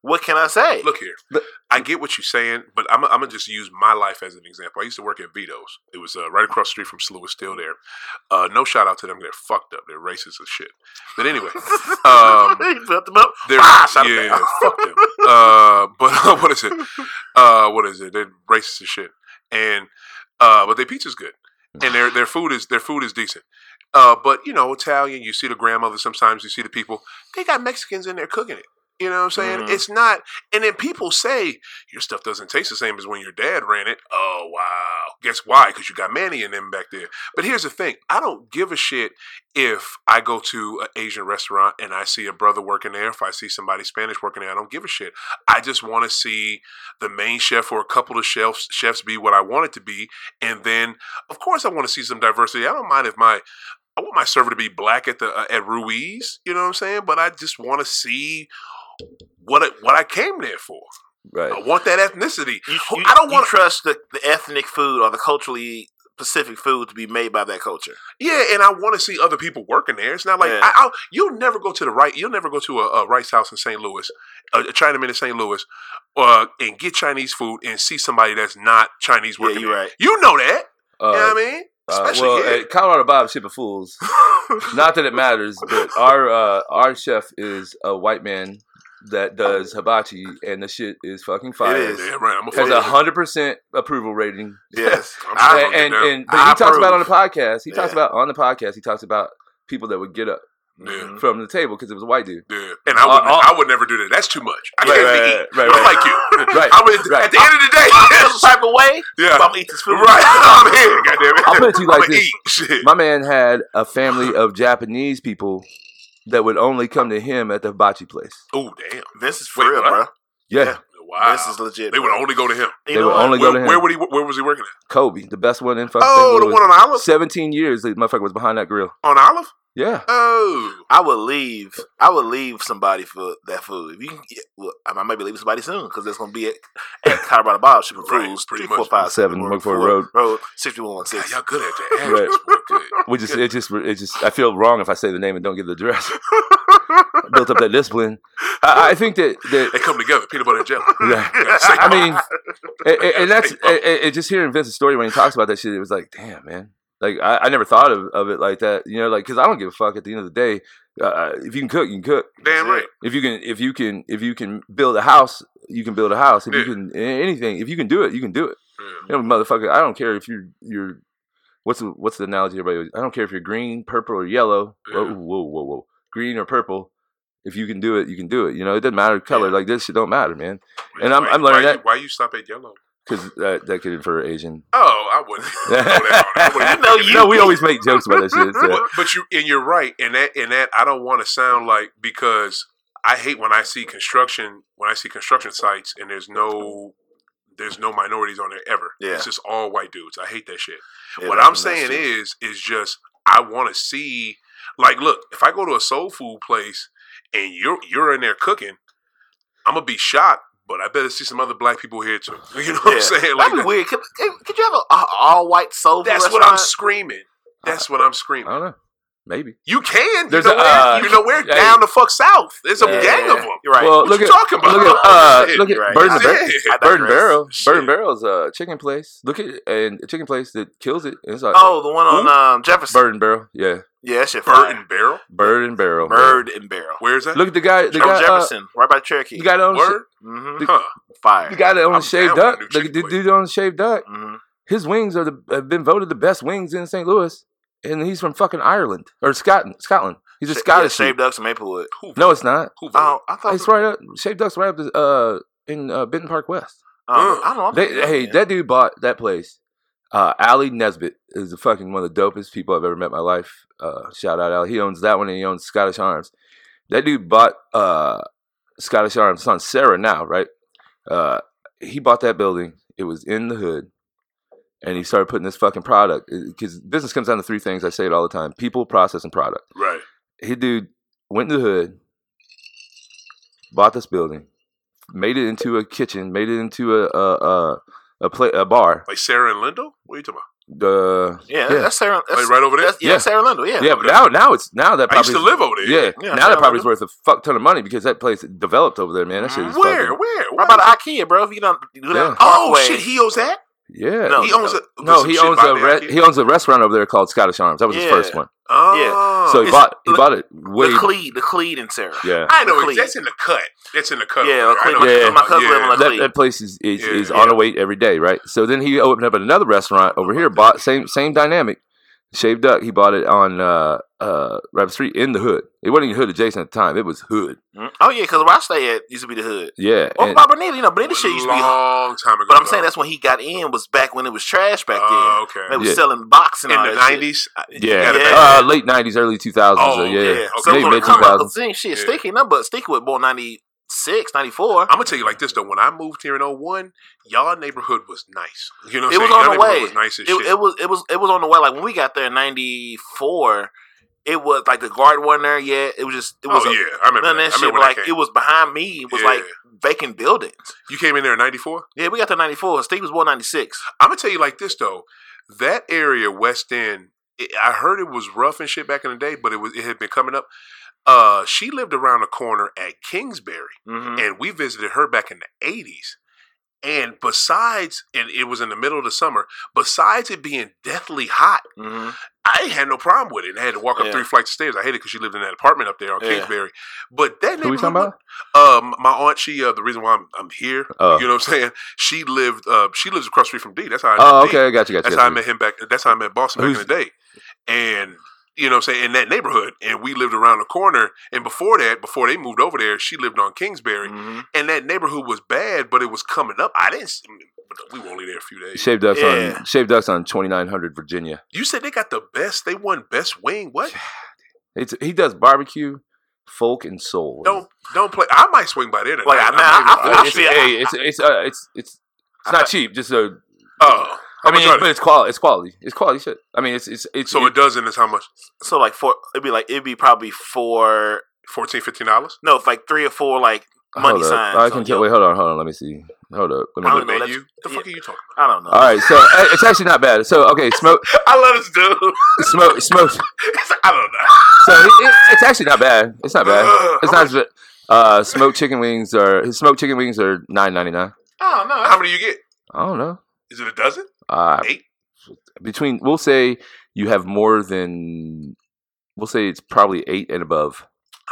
Speaker 1: what can I say?
Speaker 4: Look here.
Speaker 5: But-
Speaker 4: I get what you're saying, but I'm, I'm gonna just use my life as an example. I used to work at Vito's. It was uh, right across the street from Slew. It's still there. Uh, no shout out to them. They're fucked up. They're racist as shit. But anyway, um,
Speaker 1: He built them up.
Speaker 4: they're
Speaker 1: Ah, shout out
Speaker 4: yeah,
Speaker 1: to
Speaker 4: yeah, fuck them. Uh, but what is it? Uh, what is it? They're racist as shit. And uh, but their pizza's good, and their their food is their food is decent. Uh, but you know, Italian, you see the grandmother sometimes, you see the people. They got Mexicans in there cooking it. You know what I'm saying?
Speaker 1: Mhm.
Speaker 4: It's not. And then people say your stuff doesn't taste the same as when your dad ran it. Oh wow! Guess why? Because you got Manny and them back there. But here's the thing: I don't give a shit if I go to an Asian restaurant and I see a brother working there. If I see somebody Spanish working there, I don't give a shit. I just want to see the main chef or a couple of chefs chefs be what I want it to be, and then of course I want to see some diversity. I don't mind if my I want my server to be black at the uh, at Ruiz, you know what I'm saying? But I just want to see what I, what I came there for. I
Speaker 5: Right.
Speaker 4: want that ethnicity.
Speaker 1: You,
Speaker 4: Who-
Speaker 1: you-
Speaker 4: I don't
Speaker 1: you
Speaker 4: want.
Speaker 1: trust the, the ethnic food or the culturally specific food to be made by that culture.
Speaker 4: Yeah, and I want to see other people working there. It's not like
Speaker 1: Yeah.
Speaker 4: I, I'll, you'll never go to the right. You'll never go to a, a rice house in St. Louis, a, a Chinaman in St. Louis, uh, and get Chinese food and see somebody that's not Chinese
Speaker 1: Yeah,
Speaker 4: working.
Speaker 1: you're
Speaker 4: there.
Speaker 1: right.
Speaker 4: You know that.
Speaker 5: Uh,
Speaker 4: you know what I mean?
Speaker 5: uh,
Speaker 4: Especially
Speaker 5: well,
Speaker 4: here.
Speaker 5: at Colorado Bob Ship of Fools. Not that it matters, but our uh, our chef is a white man that does hibachi, and the shit is fucking fire.
Speaker 1: is.
Speaker 4: Yeah, right. I'm a
Speaker 5: Has
Speaker 4: fucking-
Speaker 5: a hundred percent approval rating.
Speaker 1: Yes.
Speaker 4: I'm
Speaker 1: I-
Speaker 4: sorry.
Speaker 5: and and,
Speaker 4: down.
Speaker 5: and- but
Speaker 1: I
Speaker 5: he talks about on the
Speaker 1: approve.
Speaker 5: podcast. He talks
Speaker 1: Yeah.
Speaker 5: about on the podcast. He talks about people that would get up
Speaker 1: Mm-hmm.
Speaker 4: Yeah.
Speaker 5: from the table because it was a white dude.
Speaker 4: Yeah. And I would,
Speaker 5: Uh, uh,
Speaker 4: I would never do that. That's too much. I
Speaker 5: Right,
Speaker 4: can't
Speaker 5: right,
Speaker 4: be
Speaker 5: right,
Speaker 4: eating.
Speaker 5: right,
Speaker 4: I'm
Speaker 5: right.
Speaker 4: like you.
Speaker 5: Right,
Speaker 4: I would,
Speaker 5: right.
Speaker 4: At the end of the day,
Speaker 1: This type of way,
Speaker 4: yeah,
Speaker 1: I'm gonna eat this food.
Speaker 4: right. I'm here. Goddamn it.
Speaker 5: I'll put it to you
Speaker 4: I'm
Speaker 5: like
Speaker 4: gonna
Speaker 5: this.
Speaker 4: Eat. Shit.
Speaker 5: My man had a family of Japanese people that would only come to him at the hibachi place.
Speaker 4: oh damn.
Speaker 1: This is for
Speaker 4: Wait,
Speaker 1: real,
Speaker 4: what?
Speaker 1: bro.
Speaker 5: Yeah,
Speaker 1: Yeah.
Speaker 4: Wow.
Speaker 1: This is legit.
Speaker 4: they would
Speaker 1: bro.
Speaker 4: only go to him.
Speaker 5: they
Speaker 1: You know
Speaker 5: would
Speaker 1: what?
Speaker 5: only
Speaker 4: Where,
Speaker 5: go to him.
Speaker 4: where would he? Where was he working at?
Speaker 5: Kobe, the best one in fucking
Speaker 4: Oh, the
Speaker 5: St. Louis.
Speaker 4: one on Olive.
Speaker 5: Seventeen years, the motherfucker was behind that grill.
Speaker 4: On Olive.
Speaker 5: Yeah,
Speaker 4: Oh.
Speaker 1: I would leave. I would leave somebody for that food. If you can, get, well, I might be leaving somebody soon because it's gonna be at, at Colorado Bob shipping
Speaker 4: Right,
Speaker 1: foods.
Speaker 4: pretty
Speaker 1: Three,
Speaker 4: much.
Speaker 1: four, five,
Speaker 5: Seven,
Speaker 1: seven,
Speaker 5: Mugford Road.
Speaker 1: Road, sixty one one
Speaker 4: God,
Speaker 1: six.
Speaker 4: y'all good at that.
Speaker 5: Right.
Speaker 4: Address. We're good.
Speaker 5: we just it just it just I feel wrong if I say the name and don't give the address. Built up that discipline. I, I think that that
Speaker 4: They come together. Peanut butter and jelly.
Speaker 5: Yeah.
Speaker 4: Gotta say
Speaker 5: I
Speaker 4: bye.
Speaker 5: mean, and, and- and that's
Speaker 4: Hey,
Speaker 5: and, and just hearing Vince's story when he talks about that shit, it was like, damn, man. Like I, I never thought of, of it like that, you know. Like because I don't give a fuck. At the end of the day, uh, if you can cook, you can cook.
Speaker 4: damn right.
Speaker 5: If you can, if you can, if you can build a house, you can build a house. If you
Speaker 4: Yeah.
Speaker 5: can a- anything, if you can do it, you can do it.
Speaker 4: Yeah.
Speaker 5: You know, motherfucker. I don't care if you're you're. What's the, what's the analogy everybody? always- I don't care if you're green, purple, or yellow. Whoa,
Speaker 4: Yeah.
Speaker 5: whoa, whoa, whoa. Green or purple. If you can do it, you can do it. You know, it doesn't matter color.
Speaker 4: Yeah.
Speaker 5: Like this shit don't matter, man. And I'm-
Speaker 4: Why-
Speaker 5: I'm learning
Speaker 4: why
Speaker 5: that-
Speaker 4: You, why you stop at yellow?
Speaker 5: Because that, that could infer Asian.
Speaker 4: Oh, I wouldn't. even throw that on. I wouldn't even
Speaker 1: No,
Speaker 4: think
Speaker 1: you-
Speaker 5: No, we always make jokes about that shit. so-
Speaker 4: but, but you and you're right and that and that I don't want to sound like because I hate when I see construction when I see construction sites and there's no there's no minorities on there ever.
Speaker 1: Yeah.
Speaker 4: It's just all white dudes. I hate that shit.
Speaker 1: Yeah,
Speaker 4: what
Speaker 1: that's
Speaker 4: I'm
Speaker 1: nice
Speaker 4: saying
Speaker 1: too.
Speaker 4: is is just I want to see like look, if I go to a soul food place and you're you're in there cooking, I'm going to be shocked, but I better see some other black people here too. You know what I'm
Speaker 1: Yeah.
Speaker 4: saying?
Speaker 1: that'd be
Speaker 4: Like
Speaker 1: weird. Could, could- could you have an all white soul? food
Speaker 4: that's what I'm
Speaker 1: restaurant?
Speaker 4: screaming. That's what I'm screaming.
Speaker 5: I don't know. Maybe.
Speaker 4: You can.
Speaker 5: There's
Speaker 4: you know
Speaker 5: a,
Speaker 4: where?
Speaker 5: uh,
Speaker 4: you know where?
Speaker 5: yeah.
Speaker 4: Down the fuck south. There's a
Speaker 1: Yeah,
Speaker 4: gang of them.
Speaker 1: You're right.
Speaker 5: Well,
Speaker 4: What
Speaker 5: look
Speaker 4: you
Speaker 5: at
Speaker 4: talking about?
Speaker 5: look at uh,
Speaker 4: Shit.
Speaker 5: look at
Speaker 1: You're right.
Speaker 5: Bird
Speaker 4: I
Speaker 5: and, Bar-
Speaker 4: did.
Speaker 1: I
Speaker 5: Bird and
Speaker 1: digress.
Speaker 5: Barrel. Bird
Speaker 4: Shit.
Speaker 5: and Barrel's a chicken place. Look at and a chicken place that kills it. It's like
Speaker 1: Oh, the one on
Speaker 4: Who?
Speaker 1: um, Jefferson.
Speaker 5: Bird and Barrel. Yeah,
Speaker 1: Yeah, that shit.
Speaker 4: Bird
Speaker 1: Bird,
Speaker 4: and Barrel.
Speaker 5: Bird and Barrel.
Speaker 1: Bird and Barrel.
Speaker 4: Where is that?
Speaker 5: Look at the guy. The
Speaker 1: Joe
Speaker 5: guy. Uh,
Speaker 1: Jefferson, right by Cherokee.
Speaker 5: the guy that owns.
Speaker 4: Word.
Speaker 1: hmm
Speaker 4: Huh.
Speaker 1: Fire.
Speaker 5: The guy that
Speaker 4: I'm
Speaker 5: owns Shaved
Speaker 4: down with that
Speaker 5: Duck.
Speaker 4: new
Speaker 5: The,
Speaker 4: chicken
Speaker 5: the
Speaker 4: place.
Speaker 5: dude that owns Shaved Duck.
Speaker 1: hmm
Speaker 5: His wings are the have been voted the best wings in St. Louis, and he's from fucking Ireland or Scotland. Scotland. He's a Scottish.
Speaker 1: Yeah,
Speaker 5: dude.
Speaker 1: shaved ducks in Maplewood.
Speaker 4: Who
Speaker 5: no, it's not.
Speaker 4: Who voted?
Speaker 1: Oh, I thought.
Speaker 5: It's right up. Shaved Duck's right up the, uh, in uh, Benton Park West.
Speaker 1: um, I don't know. I'm
Speaker 5: They,
Speaker 1: thinking-
Speaker 5: hey, that dude bought that place. Uh, Ali Nesbitt is the fucking one of the dopest people I've ever met in my life. Uh, shout out Ali. He owns that one and he owns Scottish Arms. That dude bought uh, Scottish Arms. It's on Sarah now, right? Uh, he bought that building. It was in the hood. And he started putting this fucking product because business comes down to three things. I say it all the time people, process, and product
Speaker 4: Right.
Speaker 5: he dude went in the hood, bought this building, made it into a kitchen, made it into a a a, a, play, a bar.
Speaker 4: Like Sarah and Lindo. What are you talking
Speaker 5: The
Speaker 1: Yeah,
Speaker 5: yeah.
Speaker 1: that's Sarah.
Speaker 4: about?
Speaker 1: That's,
Speaker 4: Like right over there.
Speaker 1: that's, yeah,
Speaker 5: Yeah.
Speaker 1: Sarah Lindell. Yeah,
Speaker 5: yeah, but now now it's now that
Speaker 4: I used
Speaker 5: probably
Speaker 4: to live over there.
Speaker 5: yeah,
Speaker 1: Yeah,
Speaker 5: now that
Speaker 1: Sarah
Speaker 5: probably's worth a fuck ton of money because that place developed over there, man. That shit is
Speaker 4: Where?
Speaker 5: fucking-
Speaker 4: Where?
Speaker 1: Right by the IKEA, bro. If you don't do that,
Speaker 5: Yeah.
Speaker 4: Oh
Speaker 1: Parkway.
Speaker 4: shit! He owns that.
Speaker 5: yeah.
Speaker 1: No,
Speaker 4: he owns a.
Speaker 5: No,
Speaker 4: some
Speaker 5: he
Speaker 4: shit
Speaker 5: owns
Speaker 4: by
Speaker 5: a
Speaker 4: there,
Speaker 5: re-
Speaker 4: kid.
Speaker 5: he owns a restaurant over there called Scottish Arms. That was
Speaker 1: Yeah.
Speaker 5: his first one.
Speaker 4: Oh.
Speaker 5: So he
Speaker 1: it's-
Speaker 5: bought he
Speaker 1: look-
Speaker 5: bought it way
Speaker 1: the Cleed, the Cleed and Sarah.
Speaker 5: yeah.
Speaker 4: I know.
Speaker 1: Clean.
Speaker 4: That's in the cut. That's in the cut.
Speaker 1: Yeah,
Speaker 4: over there. I know
Speaker 1: Clean.
Speaker 4: what you're
Speaker 5: Yeah.
Speaker 4: talking
Speaker 1: My cousin
Speaker 4: about.
Speaker 1: live on
Speaker 5: that,
Speaker 1: Clean.
Speaker 5: that place is is,
Speaker 4: Yeah,
Speaker 5: is
Speaker 4: yeah.
Speaker 5: on a wait every day, right? So then he opened up another restaurant over here, bought same same dynamic. Shaved Duck, he bought it on uh, uh, Rabbit Street in the hood. It wasn't even hood adjacent at the time. It was hood.
Speaker 1: Mm. Oh yeah, because where I stay at used to be the hood.
Speaker 5: Yeah.
Speaker 1: Well,
Speaker 5: and-
Speaker 1: by Bernita, you know, Bernita shit used to be.
Speaker 4: long time ago.
Speaker 1: But I'm saying
Speaker 4: though.
Speaker 1: that's when he got in was back when it was trash back
Speaker 4: Oh,
Speaker 1: then.
Speaker 4: okay.
Speaker 1: They was
Speaker 5: Yeah.
Speaker 1: selling boxing
Speaker 4: In the nineties,
Speaker 5: yeah.
Speaker 1: Yeah.
Speaker 5: Uh, late 90s, early 2000s.
Speaker 4: Oh,
Speaker 5: so yeah.
Speaker 4: yeah.
Speaker 1: So
Speaker 5: Maybe
Speaker 1: when
Speaker 5: mid
Speaker 1: it come out,
Speaker 5: 2000s.
Speaker 1: 'cause then shit,
Speaker 4: Yeah.
Speaker 1: Sticky nothing but Sticky was born 96, 94.
Speaker 4: I'm gonna tell you like this though. When I moved here in 01, y'all neighborhood was nice. You know, what
Speaker 1: It
Speaker 4: I'm
Speaker 1: was
Speaker 4: saying?
Speaker 1: on
Speaker 4: Y'all
Speaker 1: the
Speaker 4: neighborhood
Speaker 1: way.
Speaker 4: Was nice as
Speaker 1: it,
Speaker 4: shit.
Speaker 1: it was it was it was on the way. Like when we got there in '94, it was like the guard wasn't there yet. It was just it was
Speaker 4: oh
Speaker 1: a-
Speaker 4: yeah, I remember.
Speaker 1: none
Speaker 4: that.
Speaker 1: of that
Speaker 4: I
Speaker 1: shit.
Speaker 4: remember
Speaker 1: but,
Speaker 4: when I
Speaker 1: Like
Speaker 4: came.
Speaker 1: it was behind me. It was
Speaker 4: Yeah.
Speaker 1: like vacant buildings.
Speaker 4: you came in there in '94.
Speaker 1: Yeah, we got there in '94. Sticky was born '96.
Speaker 4: I'm gonna tell you like this though. That area, West End, it, I heard it was rough and shit back in the day, but it was it had been coming up. Uh, she lived around the corner at Kingsbury.
Speaker 1: Mm-hmm.
Speaker 4: and we visited her back in the 80s and besides and it was in the middle of the summer besides it being deathly hot
Speaker 1: Mm-hmm.
Speaker 4: i had no problem with it and I had to walk up
Speaker 1: Yeah.
Speaker 4: three flights of stairs i hated because she lived in that apartment up there on
Speaker 1: Yeah.
Speaker 4: kingsbury but that
Speaker 5: Who we talking
Speaker 4: neighborhood
Speaker 5: about?
Speaker 4: um my aunt she uh, the reason why i'm, I'm here
Speaker 5: Oh.
Speaker 4: you know what i'm saying she lived uh, she lives across the street from d that's how i
Speaker 5: Oh,
Speaker 4: met D.
Speaker 5: okay. I got you. Got you.
Speaker 4: That's
Speaker 5: got
Speaker 4: how I
Speaker 5: you.
Speaker 4: met him back. That's how I met Boston back in
Speaker 5: Who's-
Speaker 4: the day, and you know, what I'm saying in that neighborhood, and we lived around the corner. And before that, before they moved over there, she lived on Kingsbury,
Speaker 5: Mm-hmm.
Speaker 4: and that neighborhood was bad, but it was coming up. I didn't. see- We were only there a few days.
Speaker 5: Shaved Ducks
Speaker 1: Yeah.
Speaker 5: on Shaved Ducks on 2900 Virginia.
Speaker 4: You said they got the best. They won best wing. What?
Speaker 5: It's he does barbecue, folk, and soul.
Speaker 4: Don't don't play. I might swing by there.
Speaker 1: Like,
Speaker 4: tonight.
Speaker 1: man,
Speaker 4: not even-
Speaker 1: I- I-
Speaker 5: Uh, it's,
Speaker 1: feel-
Speaker 5: hey, it's it's uh, it's it's it's not cheap. Just a
Speaker 4: oh,
Speaker 5: I mean,
Speaker 4: much are
Speaker 5: but it's quality. It's quality. It's quality shit. I mean, it's it's it's.
Speaker 4: so it doesn't is how much?
Speaker 1: So like four, it'd be like it'd be probably four.
Speaker 4: Fourteen, fifteen dollars.
Speaker 1: No, it's like three or four. Like money
Speaker 5: hold up.
Speaker 1: signs
Speaker 5: I
Speaker 1: on
Speaker 5: can
Speaker 1: your-
Speaker 5: tell. Wait, hold on, hold on. Let me see. Hold up. Let me
Speaker 1: I
Speaker 5: look.
Speaker 1: don't know,
Speaker 4: Man,
Speaker 1: that's-
Speaker 4: you the fuck are you talking?
Speaker 1: I don't know.
Speaker 5: All right, so uh, it's actually not bad. So okay, smoke,
Speaker 1: I love this dude.
Speaker 5: smoke, smoke.
Speaker 4: About? I don't know.
Speaker 5: So it, it, it's actually not bad. It's not bad.
Speaker 4: Ugh,
Speaker 5: It's
Speaker 4: how
Speaker 5: not. bad. Uh, smoked chicken wings are his smoked chicken wings are nine ninety nine.
Speaker 1: Oh no,
Speaker 4: How many you get?
Speaker 5: I don't know.
Speaker 4: Is it a dozen?
Speaker 5: Uh,
Speaker 4: Eight?
Speaker 5: between we'll say you have more than we'll say it's probably eight and above.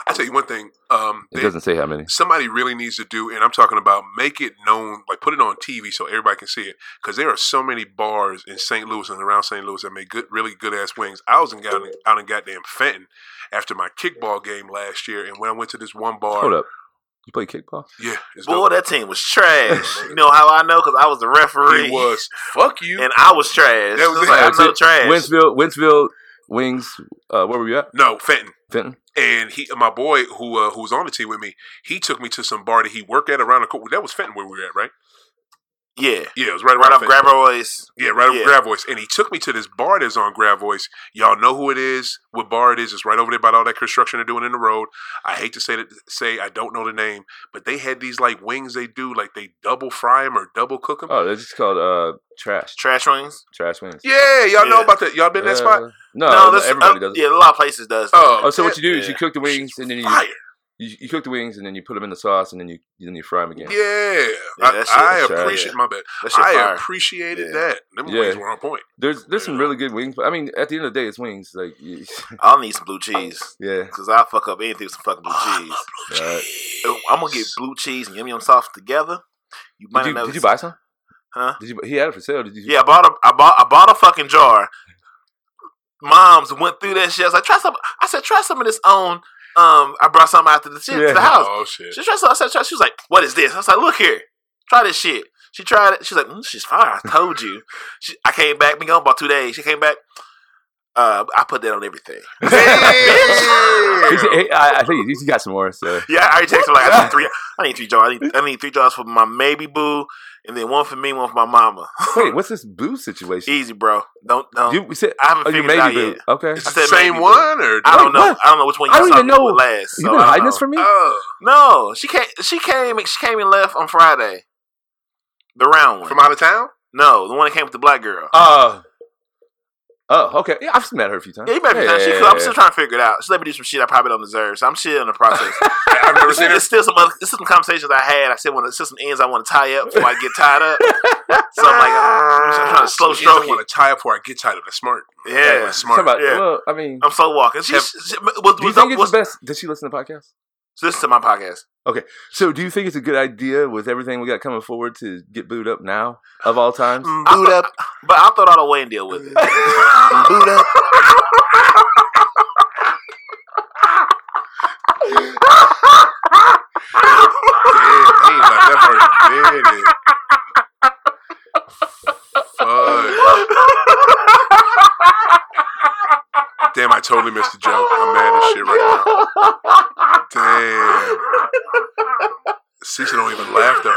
Speaker 4: I tell you one thing. Um,
Speaker 5: It
Speaker 4: they-
Speaker 5: doesn't say how many.
Speaker 4: somebody really needs to do, and I'm talking about make it known, like put it on TV so everybody can see it, because there are so many bars in St. Louis and around St. Louis that make good, really good ass wings. I was in got out in goddamn Fenton after my kickball game last year, and when I went to this one bar,
Speaker 5: Hold up. You play kickball?
Speaker 4: yeah, it's
Speaker 1: boy, that team was trash. you know how I know? Because I was the referee.
Speaker 4: dope. it was fuck you.
Speaker 1: and I was trash.
Speaker 4: That was
Speaker 1: It was
Speaker 4: it.
Speaker 1: like, I'm
Speaker 5: So,
Speaker 1: no trash.
Speaker 5: Winsville, Winsville Wings. Uh, where were you at?
Speaker 4: no, Fenton.
Speaker 5: Fenton.
Speaker 4: And he, my boy, who uh, who was on the team with me, he took me to some bar that he worked at around the corner. That was Fenton where we were at, right?
Speaker 1: yeah,
Speaker 4: Yeah, it was right
Speaker 1: right
Speaker 4: around
Speaker 1: off
Speaker 4: Fenton.
Speaker 1: Graboids.
Speaker 4: Yeah, right
Speaker 1: Yeah.
Speaker 4: over Gravois. And he took me to this bar that's on Gravois. Y'all know who it is, what bar it is. It's right over there by all that construction they're doing in the road. I hate to say that, say I don't know the name, but they had these like wings they do, like they double fry them or double cook them.
Speaker 5: Oh, that's just called uh, trash.
Speaker 1: Trash wings.
Speaker 5: Trash wings.
Speaker 4: yeah, y'all know
Speaker 1: Yeah.
Speaker 4: about that. Y'all been in that spot?
Speaker 5: Uh, no,
Speaker 1: no,
Speaker 5: no,
Speaker 1: that's
Speaker 5: everybody
Speaker 1: uh,
Speaker 5: does. It.
Speaker 1: Yeah, a lot of places does. that.
Speaker 4: Oh,
Speaker 5: Oh, so what you do is
Speaker 1: Yeah.
Speaker 5: you cook the wings and then you,
Speaker 4: fire.
Speaker 5: you you cook the wings and then you put them in the sauce and then you then you fry them again.
Speaker 4: Yeah,
Speaker 1: Yeah, that shit-
Speaker 4: I,
Speaker 5: that's
Speaker 4: I
Speaker 5: right.
Speaker 4: appreciate my bad.
Speaker 1: that shit
Speaker 4: I
Speaker 1: fire.
Speaker 4: appreciated
Speaker 1: Yeah.
Speaker 4: that. Them
Speaker 5: Yeah.
Speaker 4: wings were on point.
Speaker 5: There's there's some really good wings. But, I mean, at the end of the day, it's wings. Like, you-
Speaker 1: I'll need some blue cheese
Speaker 5: yeah.
Speaker 1: because I fuck up anything with some fucking blue
Speaker 4: Oh,
Speaker 1: cheese.
Speaker 5: Uh,
Speaker 1: I'm gonna get blue cheese and yum yum sauce together. You might
Speaker 5: did, you,
Speaker 1: not
Speaker 5: did you
Speaker 1: know-
Speaker 5: buy some?
Speaker 1: Huh?
Speaker 5: Did you? He had it for sale. Did you?
Speaker 1: Yeah, I bought a I bought I bought a fucking jar. Moms went through that shit. I was like, try some. I said, try some of this on. Um, I brought some out to the shit to
Speaker 5: Yeah.
Speaker 1: the house.
Speaker 4: Oh shit.
Speaker 1: She tried some. I said, try. She was like, what is this? I was like, look here, try this shit. She tried it. She's like, mm, she's fire. I told you. She, I came back. Been gone about two days. She came back. Uh, I put that on everything.
Speaker 5: He
Speaker 4: Damn.
Speaker 5: said- he- I, I think he's got some more. So
Speaker 1: Yeah, I already texted her like I need three. I need three jars. I need, I need three jars for my baby boo, and then one for me, one for my mama.
Speaker 5: wait, what's this boo situation?
Speaker 1: Easy, bro. Don't don't.
Speaker 5: You we said
Speaker 1: I haven't
Speaker 5: oh, you
Speaker 1: figured it out
Speaker 5: maybe
Speaker 1: yet.
Speaker 5: boo. Okay.
Speaker 4: It's
Speaker 1: I
Speaker 4: the
Speaker 1: said
Speaker 4: same
Speaker 1: maybe,
Speaker 4: one or
Speaker 1: I don't
Speaker 5: Wait,
Speaker 1: know.
Speaker 5: what?
Speaker 1: I don't know which one you
Speaker 5: I don't
Speaker 1: saw
Speaker 5: even
Speaker 1: me with
Speaker 5: know.
Speaker 1: last.
Speaker 5: You
Speaker 1: so
Speaker 5: been
Speaker 1: I don't
Speaker 5: hiding
Speaker 1: know.
Speaker 5: this from me?
Speaker 4: Oh,
Speaker 1: No, she came. She came. She came and left on Friday. The round one.
Speaker 4: from out of town?
Speaker 1: no, the one that came with the black girl.
Speaker 5: Uh, oh, okay. Yeah, I've met her a few times.
Speaker 1: Yeah, you better be nice. She- 'cause I'm still trying to figure it out. She let me do some shit I probably don't deserve. So I'm still in the process.
Speaker 4: I've never
Speaker 1: It's
Speaker 4: seen
Speaker 1: still,
Speaker 4: her.
Speaker 1: it's still some other, it's some conversations I had. I said when it's just some ends I want to tie up before I get tied up. so I'm like,
Speaker 4: Ah,
Speaker 1: I'm just trying to slow
Speaker 4: She doesn't
Speaker 1: stroke
Speaker 4: want
Speaker 1: it.
Speaker 4: to tie up before I get tired of it. Smart.
Speaker 1: Yeah.
Speaker 4: That's
Speaker 5: Talking
Speaker 4: smart.
Speaker 5: about,
Speaker 1: Yeah. Um,
Speaker 5: well, I mean,
Speaker 1: I'm slow walking. She,
Speaker 4: Have-
Speaker 1: she, was,
Speaker 5: do you
Speaker 1: was,
Speaker 5: think it's
Speaker 1: was-
Speaker 5: the best? Did she listen to podcasts?
Speaker 1: So listen to my podcast.
Speaker 5: So, do you think it's a good idea with everything we got coming forward to get booed up now of all times?
Speaker 1: Boot up, but I'll throw it all away and deal with it. Boot up.
Speaker 4: Damn, ain't like that hard did it. Fuck. Damn, I totally missed the joke. I'm mad as shit right now. Damn. Cecil don't even laugh though.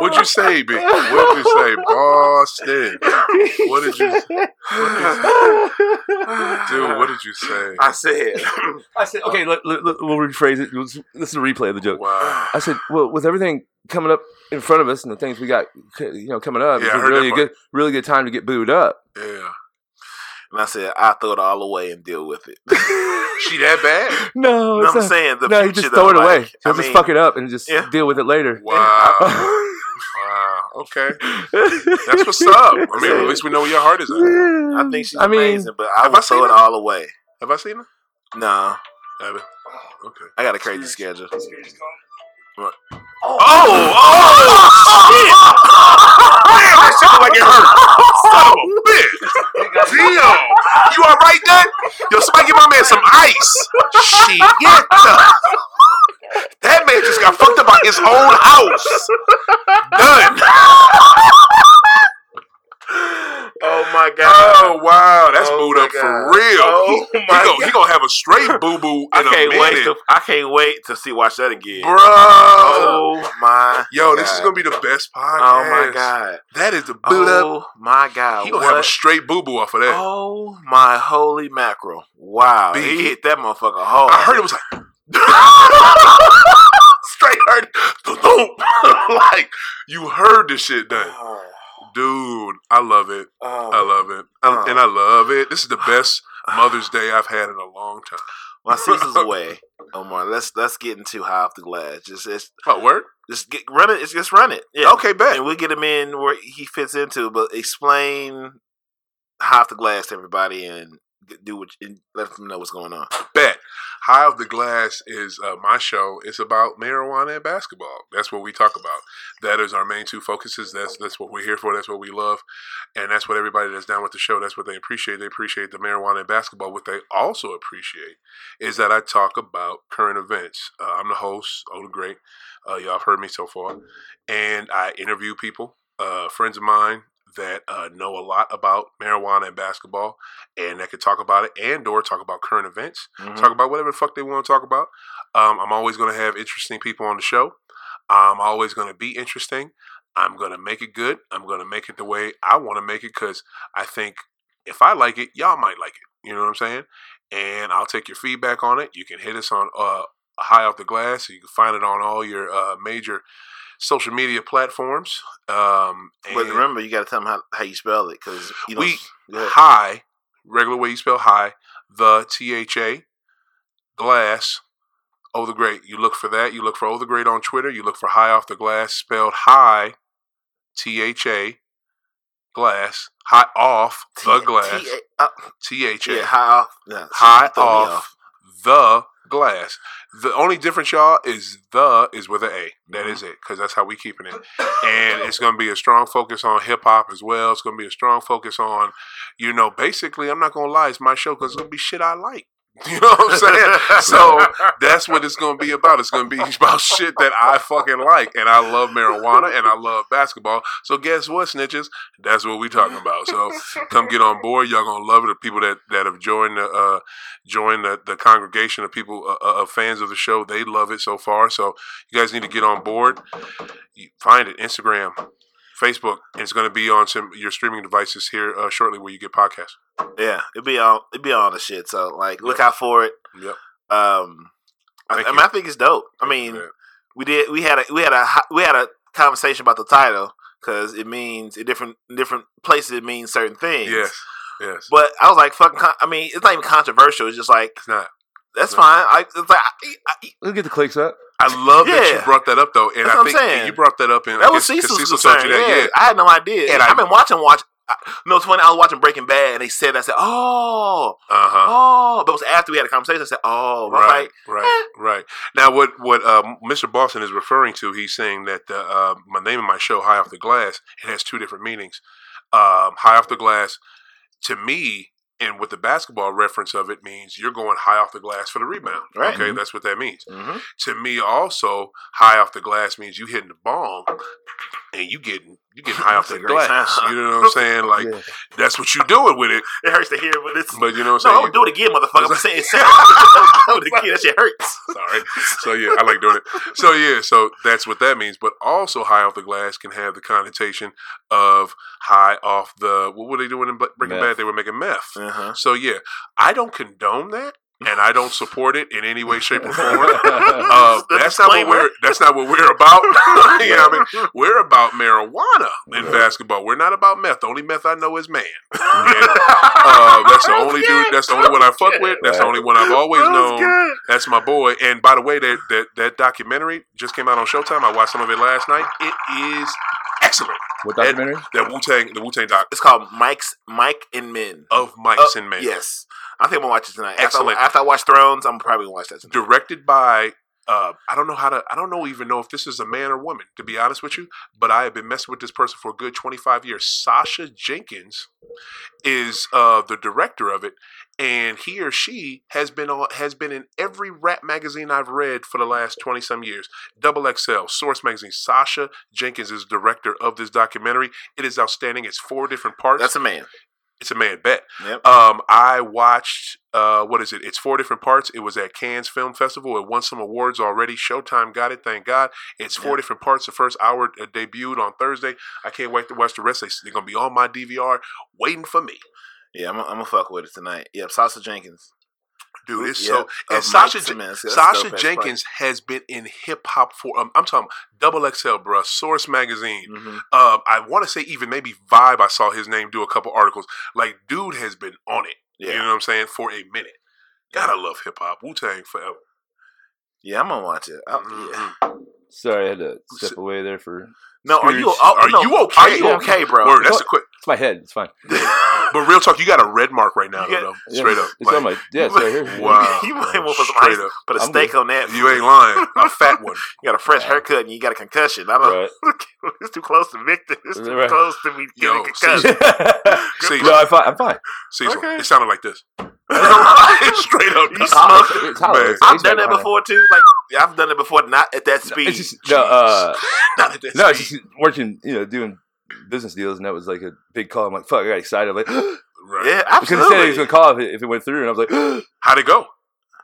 Speaker 4: What'd you say, B? What'd you say, Boston? What did you,
Speaker 1: Ah.
Speaker 4: dude? What did you say?
Speaker 1: I said,
Speaker 5: I said, okay, let, let- let- we'll rephrase it. Let's listen to replay of the joke.
Speaker 4: Wow.
Speaker 5: I said, well, with everything coming up in front of us and the things we got, you know, coming up,
Speaker 4: Yeah, I
Speaker 5: it's a
Speaker 4: heard that
Speaker 5: really
Speaker 4: part.
Speaker 5: good, really good time to get booed up.
Speaker 4: Yeah.
Speaker 1: and I said, I'll throw it all away and deal with it.
Speaker 4: She that bad?
Speaker 5: No,
Speaker 1: You know
Speaker 5: it's
Speaker 1: what I'm
Speaker 5: not-
Speaker 1: saying? The
Speaker 5: no, you
Speaker 1: future,
Speaker 5: just
Speaker 1: though,
Speaker 5: throw it away.
Speaker 1: like,
Speaker 5: You'll
Speaker 1: I
Speaker 5: just
Speaker 1: mean,
Speaker 5: fuck it up and just
Speaker 1: yeah.
Speaker 5: deal with it later.
Speaker 4: Wow. Wow. Okay. That's what's up. I mean, at least we know where your heart is at.
Speaker 1: I think she's
Speaker 5: I mean,
Speaker 1: amazing, but I
Speaker 4: have
Speaker 1: will
Speaker 4: I seen
Speaker 1: throw it
Speaker 4: her?
Speaker 1: all away.
Speaker 4: Have I seen her?
Speaker 1: No,
Speaker 4: I haven't. Okay.
Speaker 1: I got a crazy schedule.
Speaker 4: Oh! Oh! shit! Damn, that sounded like it hurt. Son of a bitch. Damn. You all right, Dad? Yo, somebody give my man some ice. Shit. That man just got fucked up by his own house. Done.
Speaker 1: Oh my
Speaker 4: Oh wow, that's
Speaker 1: Oh,
Speaker 4: booed
Speaker 1: my
Speaker 4: up for
Speaker 1: God.
Speaker 4: real.
Speaker 1: Oh,
Speaker 4: he,
Speaker 1: my
Speaker 4: he gonna, he gonna have a straight boo boo
Speaker 1: I
Speaker 4: in a
Speaker 1: can't wait.
Speaker 4: minute,
Speaker 1: To, I can't wait to see watch that again.
Speaker 4: bro.
Speaker 1: Oh my.
Speaker 4: Yo, this is
Speaker 1: God.
Speaker 4: gonna be the best podcast.
Speaker 1: Oh my god.
Speaker 4: that is the boot
Speaker 1: Oh my
Speaker 4: up.
Speaker 1: god.
Speaker 4: He gonna
Speaker 1: What?
Speaker 4: have a straight boo boo off of that.
Speaker 1: Oh my holy mackerel! Wow,
Speaker 4: Big.
Speaker 1: he hit that motherfucker
Speaker 4: I
Speaker 1: hard.
Speaker 4: heard it was like straight heard thump. like you heard the shit done,
Speaker 1: Oh,
Speaker 4: dude. I love it.
Speaker 1: oh.
Speaker 4: I love it,
Speaker 1: Oh.
Speaker 4: and I love it. This is the best Mother's Day I've had in a long time.
Speaker 1: My season's away, Omar. Let's let's get into high off the glass. Just just,
Speaker 4: Oh, word.
Speaker 1: just get run it. Just run it. Yeah.
Speaker 4: Okay, bet.
Speaker 1: And we'll get him in where he fits into. But explain high off the glass to everybody and g- do what and let them know what's going on.
Speaker 4: bet. High of the Glass is uh, my show. It's about marijuana and basketball. That's what we talk about. That is our main two focuses. That's that's what we're here for. That's what we love, and that's what everybody that's down with the show. That's what they appreciate. They appreciate the marijuana and basketball. What they also appreciate is that I talk about current events. Uh, I'm the host, Oda Great. Uh, y'all have heard me so far, and I interview people, uh, friends of mine that uh, know a lot about marijuana and basketball, and that could talk about it and or talk about current events
Speaker 1: Mm-hmm.
Speaker 4: talk about whatever the fuck they want to talk about. Um, I'm always going to have interesting people on the show. I'm always going to be interesting. I'm going to make it good. I'm going to make it the way I want to make it because I think if I like it, y'all might like it. You know what I'm saying? And I'll take your feedback on it. You can hit us on uh, High Off the Glass. You can find it on all your uh, major social media platforms. Um, and
Speaker 1: But remember, you got to tell them how, how you spell it because you know.
Speaker 4: We-
Speaker 1: go ahead.
Speaker 4: high, regular way you spell high, the T H A, glass, oh the great. You look for that. You look for oh the great on Twitter. You look for high off the glass, spelled high, T H A, glass, high off the
Speaker 1: T-
Speaker 4: glass,
Speaker 1: T- uh,
Speaker 4: T H
Speaker 1: yeah,
Speaker 4: A,
Speaker 1: high off. Nah, see,
Speaker 4: high
Speaker 1: you throw me
Speaker 4: off the glass. The only difference, y'all, is the is with an A. That
Speaker 1: Mm-hmm.
Speaker 4: is it, because that's how we keeping it. And it's going to be a strong focus on hip hop as well. It's going to be a strong focus on, you know, basically, I'm not going to lie, it's my show because it's going to be shit I like. You know what I'm saying? so that's what it's going to be about. It's going to be about shit that I fucking like. And I love marijuana and I love basketball. So guess what, snitches? That's what we talking about. So come get on board. Y'all going to love it. The people that, that have joined the, uh, join the, the congregation of people uh, uh, of fans of the show. They love it so far. So you guys need to get on board. You find it Instagram, Facebook. and It's going to be on some your streaming devices here uh, shortly, where you get podcasts.
Speaker 1: Yeah, it'd be on it'd be on the shit. So like, look out for it.
Speaker 4: Yep.
Speaker 1: Um, I,
Speaker 4: Thank
Speaker 1: I
Speaker 4: you.
Speaker 1: mean, I think it's dope. I mean, we did we had a we had a hi- we had a conversation about the title because it means in different different places it means certain things.
Speaker 4: yes, yes,
Speaker 1: But I was like, fucking. Con- I mean, it's not even controversial. It's just like
Speaker 4: it's not.
Speaker 1: that's
Speaker 4: No.
Speaker 1: fine. I, it's like I, I,
Speaker 5: Let's get the clicks up.
Speaker 4: I love that you
Speaker 1: Yeah.
Speaker 4: brought that up though, and
Speaker 1: That's
Speaker 4: I
Speaker 1: what I'm
Speaker 4: think and
Speaker 1: saying.
Speaker 4: you brought that up, and I
Speaker 1: that was
Speaker 4: guess- 'cause
Speaker 1: Cecil's
Speaker 4: Cecil told
Speaker 1: concern.
Speaker 4: you
Speaker 1: Yeah,
Speaker 4: that,
Speaker 1: I had no idea.
Speaker 4: And
Speaker 1: And
Speaker 4: I-
Speaker 1: I've been watching watch I- no, it's funny. I was watching Breaking Bad, and they said that. I said, "Oh,
Speaker 4: Uh huh.
Speaker 1: oh," but it was after we had a conversation. I said, "Oh," right.
Speaker 4: Right, right,
Speaker 1: "Eh."
Speaker 4: right. Now, what what um, Mr. Boston is referring to, he's saying that the, uh, my name of my show, High Off the Glass, it has two different meanings. Um, high off the glass, to me, and with the basketball reference of it, means you're going high off the glass for the rebound.
Speaker 1: Right. Mm-hmm.
Speaker 4: Okay, that's what that means.
Speaker 1: hmm
Speaker 4: To me, also, high off the glass means you hitting the bomb, and you getting you getting high off
Speaker 1: That's
Speaker 4: the
Speaker 1: a great
Speaker 4: glass.
Speaker 1: sound.
Speaker 4: You know what I'm saying? Like
Speaker 1: Yeah.
Speaker 4: that's what you doing with it.
Speaker 1: It hurts to hear, but it's
Speaker 4: But you know what I'm
Speaker 1: no.
Speaker 4: saying?
Speaker 1: Don't do it again, motherfucker. I'm saying, don't do it again. That shit hurts.
Speaker 4: Sorry. So yeah, I like doing it. So yeah, so that's what that means. But also, high off the glass can have the connotation of high off the. What were they doing in Bla- Breaking
Speaker 5: Meth.
Speaker 4: Bad? They were making meth.
Speaker 1: Uh-huh.
Speaker 4: So yeah, I don't condone that, and I don't support it in any way, shape, or form.
Speaker 5: Right.
Speaker 4: Uh, that's not what
Speaker 1: Disclaimer.
Speaker 4: we're. That's not what we're about. you know what I mean? We're about marijuana in basketball. We're not about meth. The only meth I know is man. And, uh, that's the only dude. That's the only one I fuck with. That's the only one I've always known. That's my boy. And by the way, that, that that documentary just came out on Showtime. I watched some of it last night. It is excellent.
Speaker 5: what documentary?
Speaker 4: That Wu Tang, the Wu Tang doc
Speaker 1: It's called Mike's Mike and Men.
Speaker 4: of Mike's and Man.
Speaker 1: Yes, I think I'm gonna watch it tonight. After I,
Speaker 4: Excellent.
Speaker 1: after I watch Thrones, I'm probably gonna watch that tonight.
Speaker 4: directed by uh, I don't know how to I don't know even know if this is a man or woman to be honest with you, but I have been messing with this person for a good 25 years. Sasha Jenkins is uh, the director of it, and he or she has been on has been in every rap magazine I've read for the last 20 some years. Double XL, Source Magazine. Sasha Jenkins is director of this documentary. It is outstanding. It's four different parts.
Speaker 1: That's a man.
Speaker 4: it's a man bet.
Speaker 1: Yep.
Speaker 4: Um, I watched uh, what is it? It's four different parts. It was at Cannes Film Festival. It won some awards already. Showtime got it, thank God. It's four
Speaker 1: Yeah.
Speaker 4: different parts. The first hour uh, debuted on Thursday. I can't wait to watch the rest. They- They're gonna be on my DVR, waiting for me,
Speaker 1: Yeah, I'm, gonna- I'm gonna fuck with it tonight. Yep, Sasha Jenkins.
Speaker 4: dude. It's
Speaker 1: Yep,
Speaker 4: so. And
Speaker 1: of
Speaker 4: Sasha
Speaker 1: Mike's
Speaker 4: J-
Speaker 1: and Men. That's a
Speaker 4: Sasha
Speaker 1: dope-ass
Speaker 4: Jenkins has been in hip hop for. Um, I'm talking Double XL, bruh. Source Magazine.
Speaker 1: part. Mhm.
Speaker 4: Um, I want to say even maybe Vibe. I saw his name do a couple articles. Like, dude has been on it. You know
Speaker 1: Yeah,
Speaker 4: what I'm saying? For a minute. Gotta love hip hop. Wu Tang forever.
Speaker 1: yeah, I'm gonna watch it. I- yeah.
Speaker 4: Mhm.
Speaker 5: Sorry, I had to step away there for.
Speaker 1: No, are you?
Speaker 5: Scrooge,
Speaker 1: oh,
Speaker 4: are
Speaker 1: no,
Speaker 4: you okay?
Speaker 1: Are you okay, bro?
Speaker 4: Word, that's a quick.
Speaker 5: It's my head. It's fine.
Speaker 4: But real talk, you got a red mark right now,
Speaker 1: You got-
Speaker 4: though.
Speaker 5: Yeah,
Speaker 4: Straight up.
Speaker 5: It's on my. Yeah, it's right here.
Speaker 4: Wow.
Speaker 1: You might want to put some
Speaker 4: Straight
Speaker 1: ice,
Speaker 4: up.
Speaker 1: put a
Speaker 5: I'm
Speaker 1: steak on that.
Speaker 4: You ain't lying. A fat one.
Speaker 1: You got a fresh haircut and you got a concussion. I don't.
Speaker 5: Right.
Speaker 1: it's too close to Victor. It's too
Speaker 5: Right.
Speaker 1: close to me getting
Speaker 4: Yo,
Speaker 1: a concussion.
Speaker 4: See,
Speaker 5: no, I'm fine. I'm fine.
Speaker 4: Cecil,
Speaker 1: Okay.
Speaker 4: it sounded like this. Straight up.
Speaker 5: Uh,
Speaker 1: You smoked.
Speaker 5: it's hollow.
Speaker 4: Man.
Speaker 5: It's-
Speaker 1: I've
Speaker 5: it's right
Speaker 1: done that
Speaker 5: behind.
Speaker 1: before too. Like I've done it before, not at that speed.
Speaker 5: It's just no. Uh,
Speaker 4: Not at this
Speaker 5: no, it's
Speaker 4: speed.
Speaker 5: just working. You know, doing business deals, and that was like a big call. I'm like, fuck. I got excited. I'm like,
Speaker 4: Right.
Speaker 1: yeah,
Speaker 5: I was gonna say he was
Speaker 1: absolutely.
Speaker 5: gonna call if it, if it went through, and I was like,
Speaker 4: How'd it go?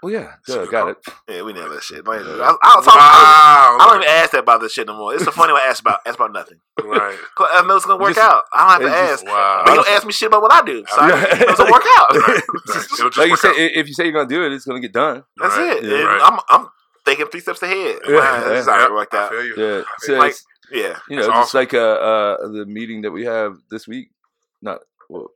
Speaker 5: well, yeah,
Speaker 4: It's a
Speaker 5: duh,
Speaker 4: good
Speaker 5: got
Speaker 4: call.
Speaker 5: it.
Speaker 1: Yeah, we know that shit. Like, I, I was talking. I don't even ask that about this shit no more. It's so funny when I ask about ask about nothing.
Speaker 4: Right.
Speaker 1: I know it's gonna work
Speaker 5: Just-
Speaker 1: out. I don't have
Speaker 5: it's
Speaker 1: to ask.
Speaker 5: just-
Speaker 4: Wow.
Speaker 1: They gonna ask me shit about what I do. So
Speaker 5: Yeah.
Speaker 1: I, it's gonna work out.
Speaker 4: Right. Right.
Speaker 1: That's
Speaker 4: It'll just
Speaker 5: like you
Speaker 4: work
Speaker 5: say,
Speaker 4: out.
Speaker 5: if you say you're gonna do it, it's gonna get done.
Speaker 4: Right.
Speaker 1: it.
Speaker 5: Yeah.
Speaker 1: And
Speaker 4: Right.
Speaker 1: I'm I'm thinking three steps ahead.
Speaker 5: Yeah.
Speaker 1: Wow, this is
Speaker 4: Yeah.
Speaker 1: already worked
Speaker 4: I
Speaker 1: out.
Speaker 4: feel you.
Speaker 5: Yeah, so
Speaker 1: Like-
Speaker 5: it's,
Speaker 1: Yeah.
Speaker 5: you know,
Speaker 4: that's
Speaker 5: just
Speaker 4: awesome.
Speaker 5: like uh, uh, the meeting that we have this week, not well,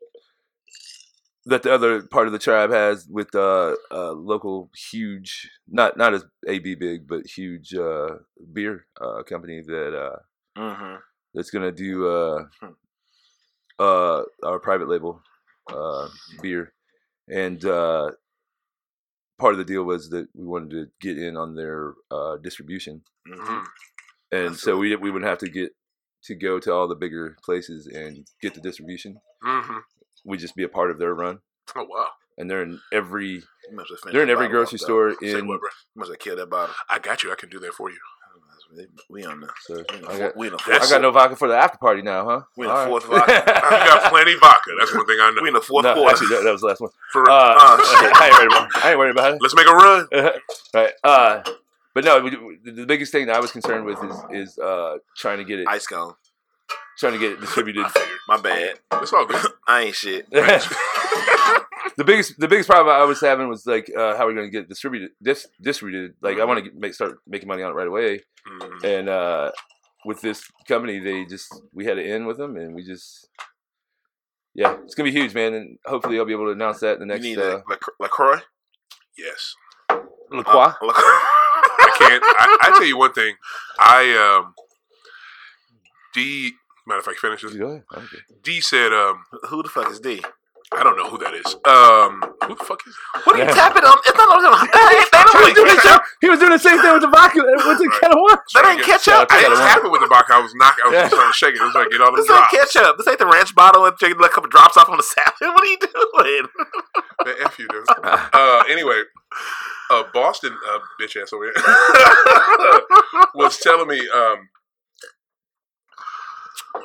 Speaker 5: that the other part of the tribe has with uh, uh, local huge, not not as AB big, but huge uh, beer uh, company that uh,
Speaker 1: Mm-hmm.
Speaker 5: that's gonna do uh,
Speaker 4: Hmm.
Speaker 5: uh, our private label uh, beer, and uh, part of the deal was that we wanted to get in on their uh, distribution
Speaker 1: Mm-hmm.
Speaker 5: Mm-hmm.
Speaker 4: Mhm.
Speaker 5: and so we we wouldn't have to get to go to all the bigger places and get the distribution.
Speaker 4: Mhm.
Speaker 5: We'd just be a part of their run,
Speaker 4: Oh, wow.
Speaker 5: and they're in every
Speaker 1: You must have finished
Speaker 5: they're in
Speaker 1: the
Speaker 5: every
Speaker 1: bottle
Speaker 5: grocery
Speaker 1: off, though.
Speaker 5: store
Speaker 4: Say
Speaker 5: in.
Speaker 4: what, bro?
Speaker 1: You must have killed that bottle. Oh,
Speaker 4: I got you. I can do that for you.
Speaker 1: We on the
Speaker 5: So
Speaker 1: we in the
Speaker 5: I
Speaker 1: fourth-
Speaker 5: got,
Speaker 1: we in the fourth-
Speaker 5: I got no vodka for the after party now, huh?
Speaker 1: We in the
Speaker 5: All right.
Speaker 1: fourth
Speaker 4: You got plenty vodka. That's one thing I know.
Speaker 1: we in the fourth
Speaker 5: no,
Speaker 1: quarter.
Speaker 5: actually, that, that was the last one.
Speaker 4: For
Speaker 5: Uh,
Speaker 4: real.
Speaker 5: I ain't worried about it. I ain't worried about it.
Speaker 4: Let's make a run.
Speaker 5: right. Uh, but no, we- we- the biggest thing that I was concerned with is is uh, trying to get it
Speaker 1: Ice cone.
Speaker 5: trying to get it distributed.
Speaker 1: My bad.
Speaker 4: It's all good.
Speaker 1: I ain't shit.
Speaker 5: the biggest the biggest problem I was having was like uh, how we're going to get it distributed dis- distributed. Like
Speaker 1: Mm-hmm.
Speaker 5: I want to make start making money on it right away,
Speaker 4: Mhm.
Speaker 5: and uh, with this company, they just we had to end with them, and we just yeah, it's gonna be huge, man. And hopefully, I'll be able to announce that in the
Speaker 1: You
Speaker 5: next
Speaker 1: need
Speaker 5: uh,
Speaker 1: a Lac- Lacroix.
Speaker 4: Yes.
Speaker 5: LaCroix.
Speaker 1: Uh, Lacroix.
Speaker 4: I can't. I, I tell you one thing. I um, D Matter if I finish this.
Speaker 5: Go ahead. I don't care.
Speaker 4: D said, um,
Speaker 1: Who the fuck is D?
Speaker 4: I don't know who that is. Um, who the fuck is
Speaker 1: What are you tapping on? It's not on
Speaker 5: He was doing the
Speaker 1: That
Speaker 5: same- He was doing the same thing with the vodka. With the kettle one.
Speaker 1: ain't ketchup.
Speaker 4: I didn't happen with the box. I was knocking. I was just trying to shake it. I was trying to get all the
Speaker 1: This ain't
Speaker 4: drops.
Speaker 1: ketchup. This ain't the ranch bottle and taking a couple drops off on the salad. What are you doing?
Speaker 4: Man, F you, dude. Uh, anyway, a Boston uh, bitch ass over here was telling me um,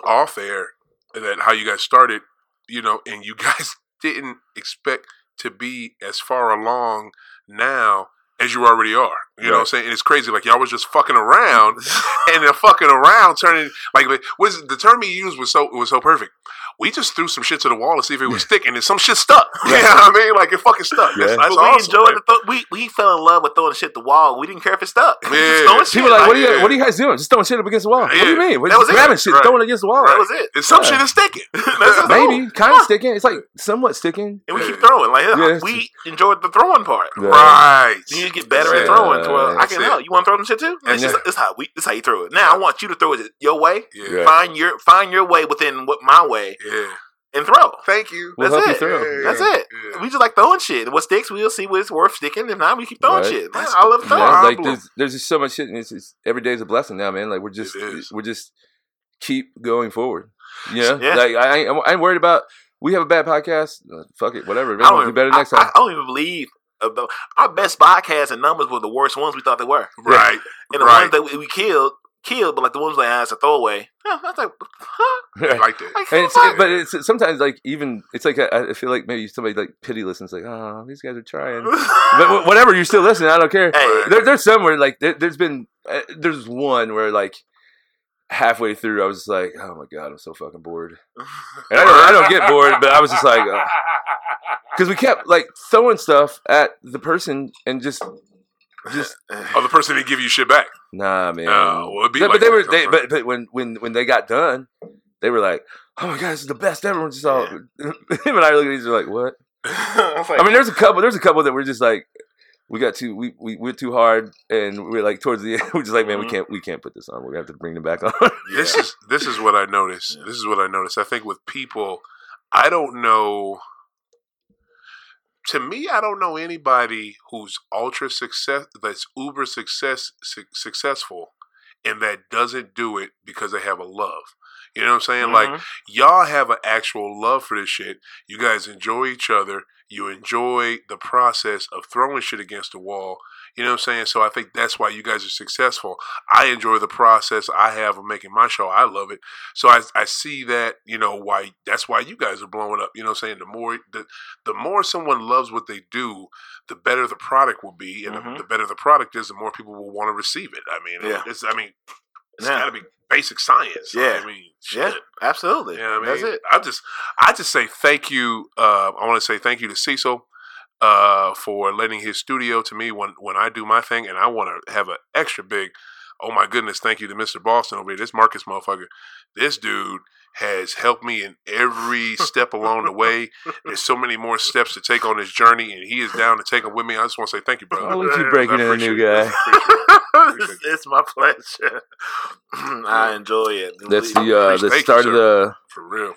Speaker 4: off air that how you guys started, you know, and you guys didn't expect to be as far along now as you already are. You know what I'm
Speaker 5: Right.
Speaker 4: saying? And it's crazy. Like y'all was just fucking around and the fucking around turning like was the term he used was so was so perfect. We just threw some shit to the wall to see if it would stick, and then some shit stuck. You know what I mean? Like it fucking stuck. That's, that's
Speaker 5: Yeah.
Speaker 1: But we
Speaker 4: awesome.
Speaker 1: enjoyed
Speaker 4: man.
Speaker 1: the th- we we fell in love with throwing shit at the wall. We didn't care if it stuck. We just
Speaker 4: Yeah.
Speaker 1: throwing shit.
Speaker 5: People are like, what are you?
Speaker 4: Yeah.
Speaker 5: What are you guys doing? Just throwing shit up against the wall. What do
Speaker 4: Yeah.
Speaker 5: you mean? We're
Speaker 1: That
Speaker 5: just
Speaker 1: was it.
Speaker 5: grabbing shit,
Speaker 4: Right.
Speaker 5: throwing it against the wall.
Speaker 1: that was it.
Speaker 4: And some
Speaker 5: Yeah.
Speaker 4: shit is sticking.
Speaker 1: That's just all.
Speaker 5: Maybe kind of sticking. It's like somewhat sticking.
Speaker 1: And we keep throwing. Like
Speaker 5: Yeah, it's-
Speaker 1: we enjoyed the throwing part.
Speaker 5: Yeah.
Speaker 4: Right.
Speaker 1: You need to get better at
Speaker 5: Yeah.
Speaker 1: throwing. To where I
Speaker 4: That's
Speaker 1: can
Speaker 4: it.
Speaker 1: help. You want to throw them shit too? It's
Speaker 5: Yeah.
Speaker 1: just it's how we. It's how you throw it. Now I want you to throw it your way.
Speaker 4: Yeah.
Speaker 1: Find your find your way within what my way
Speaker 4: Yeah.
Speaker 1: and throw.
Speaker 4: Thank you.
Speaker 5: We'll
Speaker 1: That's
Speaker 5: help you
Speaker 1: it.
Speaker 5: through.
Speaker 1: That's it.
Speaker 4: Yeah.
Speaker 1: We just like throwing shit. What sticks, we'll see what it's worth sticking. If not, we keep throwing
Speaker 5: Right.
Speaker 1: shit. Man,
Speaker 4: That's
Speaker 1: I love
Speaker 4: the
Speaker 1: throwing.
Speaker 5: Yeah,
Speaker 4: Problem.
Speaker 5: like there's, there's just so much shit, and it's, it's every day's a blessing now, man. Like we're just
Speaker 4: It is.
Speaker 5: we're just keep going forward. You know?
Speaker 1: Yeah.
Speaker 5: like I ain't, I ain't worried about we have a bad podcast. Uh, fuck it, whatever.
Speaker 1: I
Speaker 5: We'll
Speaker 1: don't,
Speaker 5: do better
Speaker 1: I-
Speaker 5: next
Speaker 1: I,
Speaker 5: time.
Speaker 1: I don't even believe about our best podcasts and numbers were the worst ones we thought they were.
Speaker 4: Right.
Speaker 1: And the
Speaker 4: Right.
Speaker 1: ones that we, we killed, killed, but like the ones like ah, it's a throwaway. Huh, that's like, huh?
Speaker 5: Right.
Speaker 4: like that.
Speaker 1: Like,
Speaker 5: And it's,
Speaker 1: fuck.
Speaker 5: but it's sometimes like even it's like I, I feel like maybe somebody like pity listens like oh these guys are trying but wh- whatever you're still listening I don't care
Speaker 1: hey,
Speaker 5: there, there's somewhere like there, there's been uh, there's one where like halfway through I was just like oh my god I'm so fucking bored and I don't, I don't get bored but I was just like oh. because we kept like throwing stuff at the person and just just
Speaker 4: Oh, the person didn't give you shit back.
Speaker 5: nah man
Speaker 4: Oh, well, it'd be
Speaker 5: No,
Speaker 4: like
Speaker 5: but they
Speaker 4: that
Speaker 5: were they,
Speaker 4: sometimes.
Speaker 5: but, but when when when they got done they were like oh my god this is the best ever We're just all him and I look at each other like what
Speaker 1: I was like,
Speaker 5: I mean, there's a couple. There's a couple that we're just like, we got too, we we we're too hard, and we're like towards the end, we're just like, man, we
Speaker 1: Mhm.
Speaker 5: can't we can't put this on. We're gonna have to bring them back on.
Speaker 4: This is this is what I notice. This is what I notice. I think with people, I don't know. To me, I don't know anybody who's ultra success that's uber success su- successful, and that doesn't do it because they have a love. You know what I'm saying?
Speaker 5: Mm-hmm.
Speaker 4: Like
Speaker 1: mhm.
Speaker 4: y'all have an actual love for this shit. You guys enjoy each other. You enjoy the process of throwing shit against the wall. You know what I'm saying? So I think that's why you guys are successful. I enjoy the process I have of making my show. I love it. So I, I see that, you know, why that's why you guys are blowing up. You know what I'm saying? The more the, the more someone loves what they do, the better the product will be. And the-
Speaker 1: Mhm.
Speaker 4: the, better the product is, the more people will want to receive it. I mean,
Speaker 1: Yeah.
Speaker 4: it's I mean, it's
Speaker 1: Yeah.
Speaker 4: gotta be basic science.
Speaker 1: Yeah.
Speaker 4: I mean,
Speaker 1: yeah,
Speaker 4: shit.
Speaker 1: absolutely.
Speaker 4: Yeah, I mean,
Speaker 1: That's it.
Speaker 4: I just, I just say thank you. Uh, I want to say thank you to Cecil uh, for lending his studio to me when when I do my thing, and I want to have an extra big. Oh my goodness! Thank you to Mr. Boston over here. This Marcus motherfucker, this dude has helped me in every step along the way. There's so many more steps to take on this journey, and he is down to take them with me. I just want to say thank you, brother.
Speaker 5: I'll let you break
Speaker 4: I
Speaker 5: in a
Speaker 4: appreciate
Speaker 5: new
Speaker 4: it. I
Speaker 5: guy.
Speaker 4: appreciate it.
Speaker 1: it's, it's my pleasure. I enjoy it.
Speaker 5: That's the uh, the
Speaker 4: Thank you,
Speaker 5: start of
Speaker 4: sir.
Speaker 5: the
Speaker 4: For real,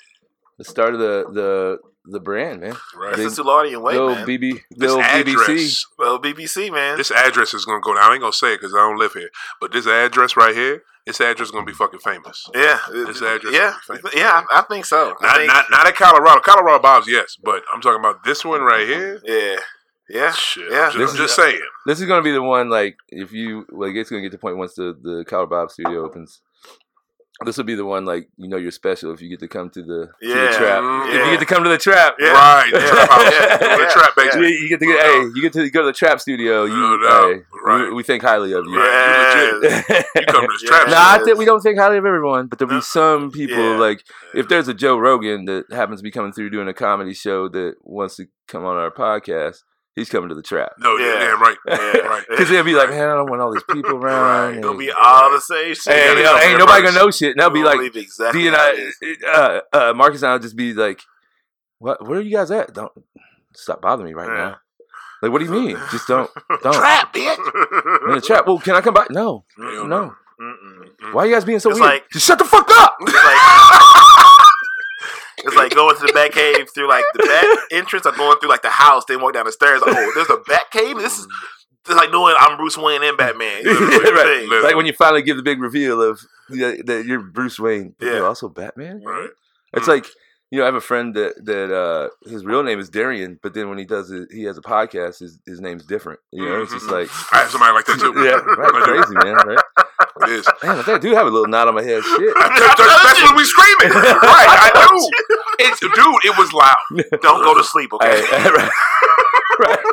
Speaker 5: the start of the the the brand, man.
Speaker 4: right?
Speaker 5: This
Speaker 1: That's the Sulardian way,
Speaker 5: the old
Speaker 1: man.
Speaker 5: BB, the
Speaker 4: This
Speaker 5: old BBC.
Speaker 4: address.
Speaker 1: well, BBC, man.
Speaker 4: This address is gonna go down. I ain't gonna say it because I don't live here. But this address right here, this address is gonna be fucking famous.
Speaker 1: yeah,
Speaker 4: This address
Speaker 1: yeah,
Speaker 4: will be famous.
Speaker 1: yeah. I, I think so. I
Speaker 4: Not
Speaker 1: think,
Speaker 4: not not at Colorado. Colorado Bob's, yes, but I'm talking about this one right here.
Speaker 1: yeah, yeah.
Speaker 4: Shit,
Speaker 1: Yeah.
Speaker 4: I'm just,
Speaker 5: This
Speaker 4: I'm
Speaker 5: is-
Speaker 4: just saying.
Speaker 5: This is gonna be the one. Like, if you like, it's gonna get to the point once the the Collar Bob Studio opens. This will be the one, like you know, you're special if you get to come to the, to
Speaker 1: Yeah. Mm-hmm.
Speaker 5: the trap. If
Speaker 4: Mm-hmm.
Speaker 1: Yeah.
Speaker 5: you get to come to the trap,
Speaker 1: Yeah.
Speaker 4: Right,
Speaker 5: Yeah.
Speaker 4: the trap house, the
Speaker 1: Yeah.
Speaker 4: trap
Speaker 1: Yeah.
Speaker 5: You,
Speaker 4: basement.
Speaker 5: you get to get,
Speaker 4: No
Speaker 5: hey,
Speaker 4: doubt.
Speaker 5: you get to go to the trap studio. You,
Speaker 4: No doubt.
Speaker 5: hey,
Speaker 4: Right.
Speaker 5: we, we think highly of you.
Speaker 4: Right, you legit.
Speaker 1: Yes.
Speaker 4: You come to this
Speaker 1: Yeah.
Speaker 4: trap.
Speaker 5: Nah, I think we don't think highly of everyone, but there'll
Speaker 1: No.
Speaker 5: be some people
Speaker 1: Yeah.
Speaker 5: like
Speaker 4: shit.
Speaker 5: if there's a Joe Rogan that happens to be coming through doing a comedy show that wants to come on our podcast, he's coming to the trap
Speaker 4: no, yeah.
Speaker 1: Yeah.
Speaker 4: damn right.
Speaker 1: Yeah.
Speaker 4: Right.
Speaker 5: because he'll be like, man, I don't want all these people around.
Speaker 1: It's gonna
Speaker 5: and-
Speaker 1: be all the same shit.
Speaker 5: Hey,
Speaker 4: Yeah,
Speaker 5: yo,
Speaker 4: yeah,
Speaker 5: ain't nobody gonna know shit. And they'll be like,
Speaker 1: exactly
Speaker 5: D and
Speaker 1: how it is.
Speaker 5: I, uh, uh, Marcus and I'll just be like, "What? Where are you guys at? Don't stop bothering me right
Speaker 1: Yeah.
Speaker 5: now. Like, what do you mean? Just don't, don't.
Speaker 1: trap, bitch.
Speaker 5: In the trap. Well, can I come by? No,
Speaker 4: Hell
Speaker 5: no.
Speaker 1: Mm-mm.
Speaker 4: Mm.
Speaker 5: Why are you guys being so
Speaker 1: mm-hmm. It's
Speaker 5: weird?
Speaker 1: like-
Speaker 5: Just shut the fuck up.
Speaker 1: It's like it's like going to the back cave through like the back entrance or going through like the house, then walk down the stairs. Like, oh, there's a back cave. This is it's like knowing I'm Bruce Wayne and Batman. You know what I'm
Speaker 5: right.
Speaker 1: saying?
Speaker 5: Like when you finally give the big reveal of yeah, that you're Bruce Wayne, but
Speaker 1: Yeah. Mm-hmm.
Speaker 5: you're also Batman.
Speaker 4: Right.
Speaker 5: It's like you know, I have a friend that that uh, his real name is Darian, but then when he does it, he has a podcast. His his name's different. You know, it's just like
Speaker 1: Mm-hmm.
Speaker 4: I have somebody like that too.
Speaker 5: yeah, right,
Speaker 4: I do.
Speaker 5: crazy man, right?
Speaker 4: It is. That-
Speaker 5: Damn, I think I do have a little knot on my head. Shit,
Speaker 4: that- that's when we screaming. Right. I do. It's, dude, it was loud.
Speaker 1: Don't go to sleep,
Speaker 5: I,
Speaker 1: okay?
Speaker 5: right, right.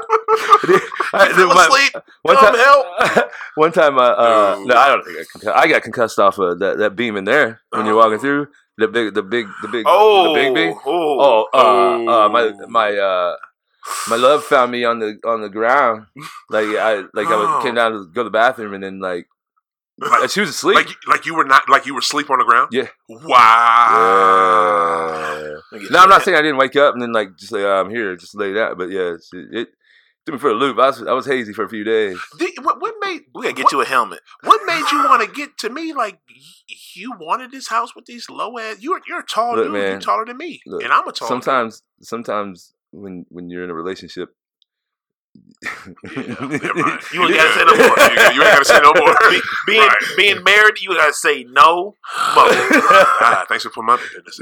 Speaker 5: I-
Speaker 1: Fell
Speaker 5: my-
Speaker 1: asleep.
Speaker 5: one
Speaker 1: Come Oh.
Speaker 5: time, one time, uh, uh, no, I don't think I concussed. I got concussed off of that, that beam in there when you're walking through the big, the big, the big,
Speaker 1: Oh,
Speaker 5: the big beam.
Speaker 1: oh,
Speaker 5: Oh, uh, uh, my my uh, my love found me on the on the ground. Like I like I
Speaker 1: Oh.
Speaker 5: was- came down to go to the bathroom and then like and
Speaker 4: Like,
Speaker 5: she was asleep.
Speaker 4: like, like you were not like you were asleep on the ground.
Speaker 5: Yeah.
Speaker 4: Wow.
Speaker 5: Yeah. No, I'm not saying I didn't wake up and then like just like oh, I'm here, just lay down. But yeah, it's- it, it threw me for a loop. I was I was hazy for a few days.
Speaker 4: Did- what, what made
Speaker 1: We gotta get
Speaker 4: what,
Speaker 1: you a helmet.
Speaker 4: What made you want to get to me? Like y- you wanted this house with these low ass. You're you're a tall
Speaker 5: Look,
Speaker 4: dude. You're
Speaker 5: man.
Speaker 4: taller than me,
Speaker 5: Look,
Speaker 4: and I'm a tall.
Speaker 5: sometimes sometimes when when you're in a relationship
Speaker 4: Dude. Yeah, never mind.
Speaker 1: You ain't gotta say no more.
Speaker 4: You, you ain't gotta say no more.
Speaker 1: Be- being
Speaker 4: Right.
Speaker 1: being married, you gotta say no. Mo.
Speaker 4: ah, thanks for putting my business.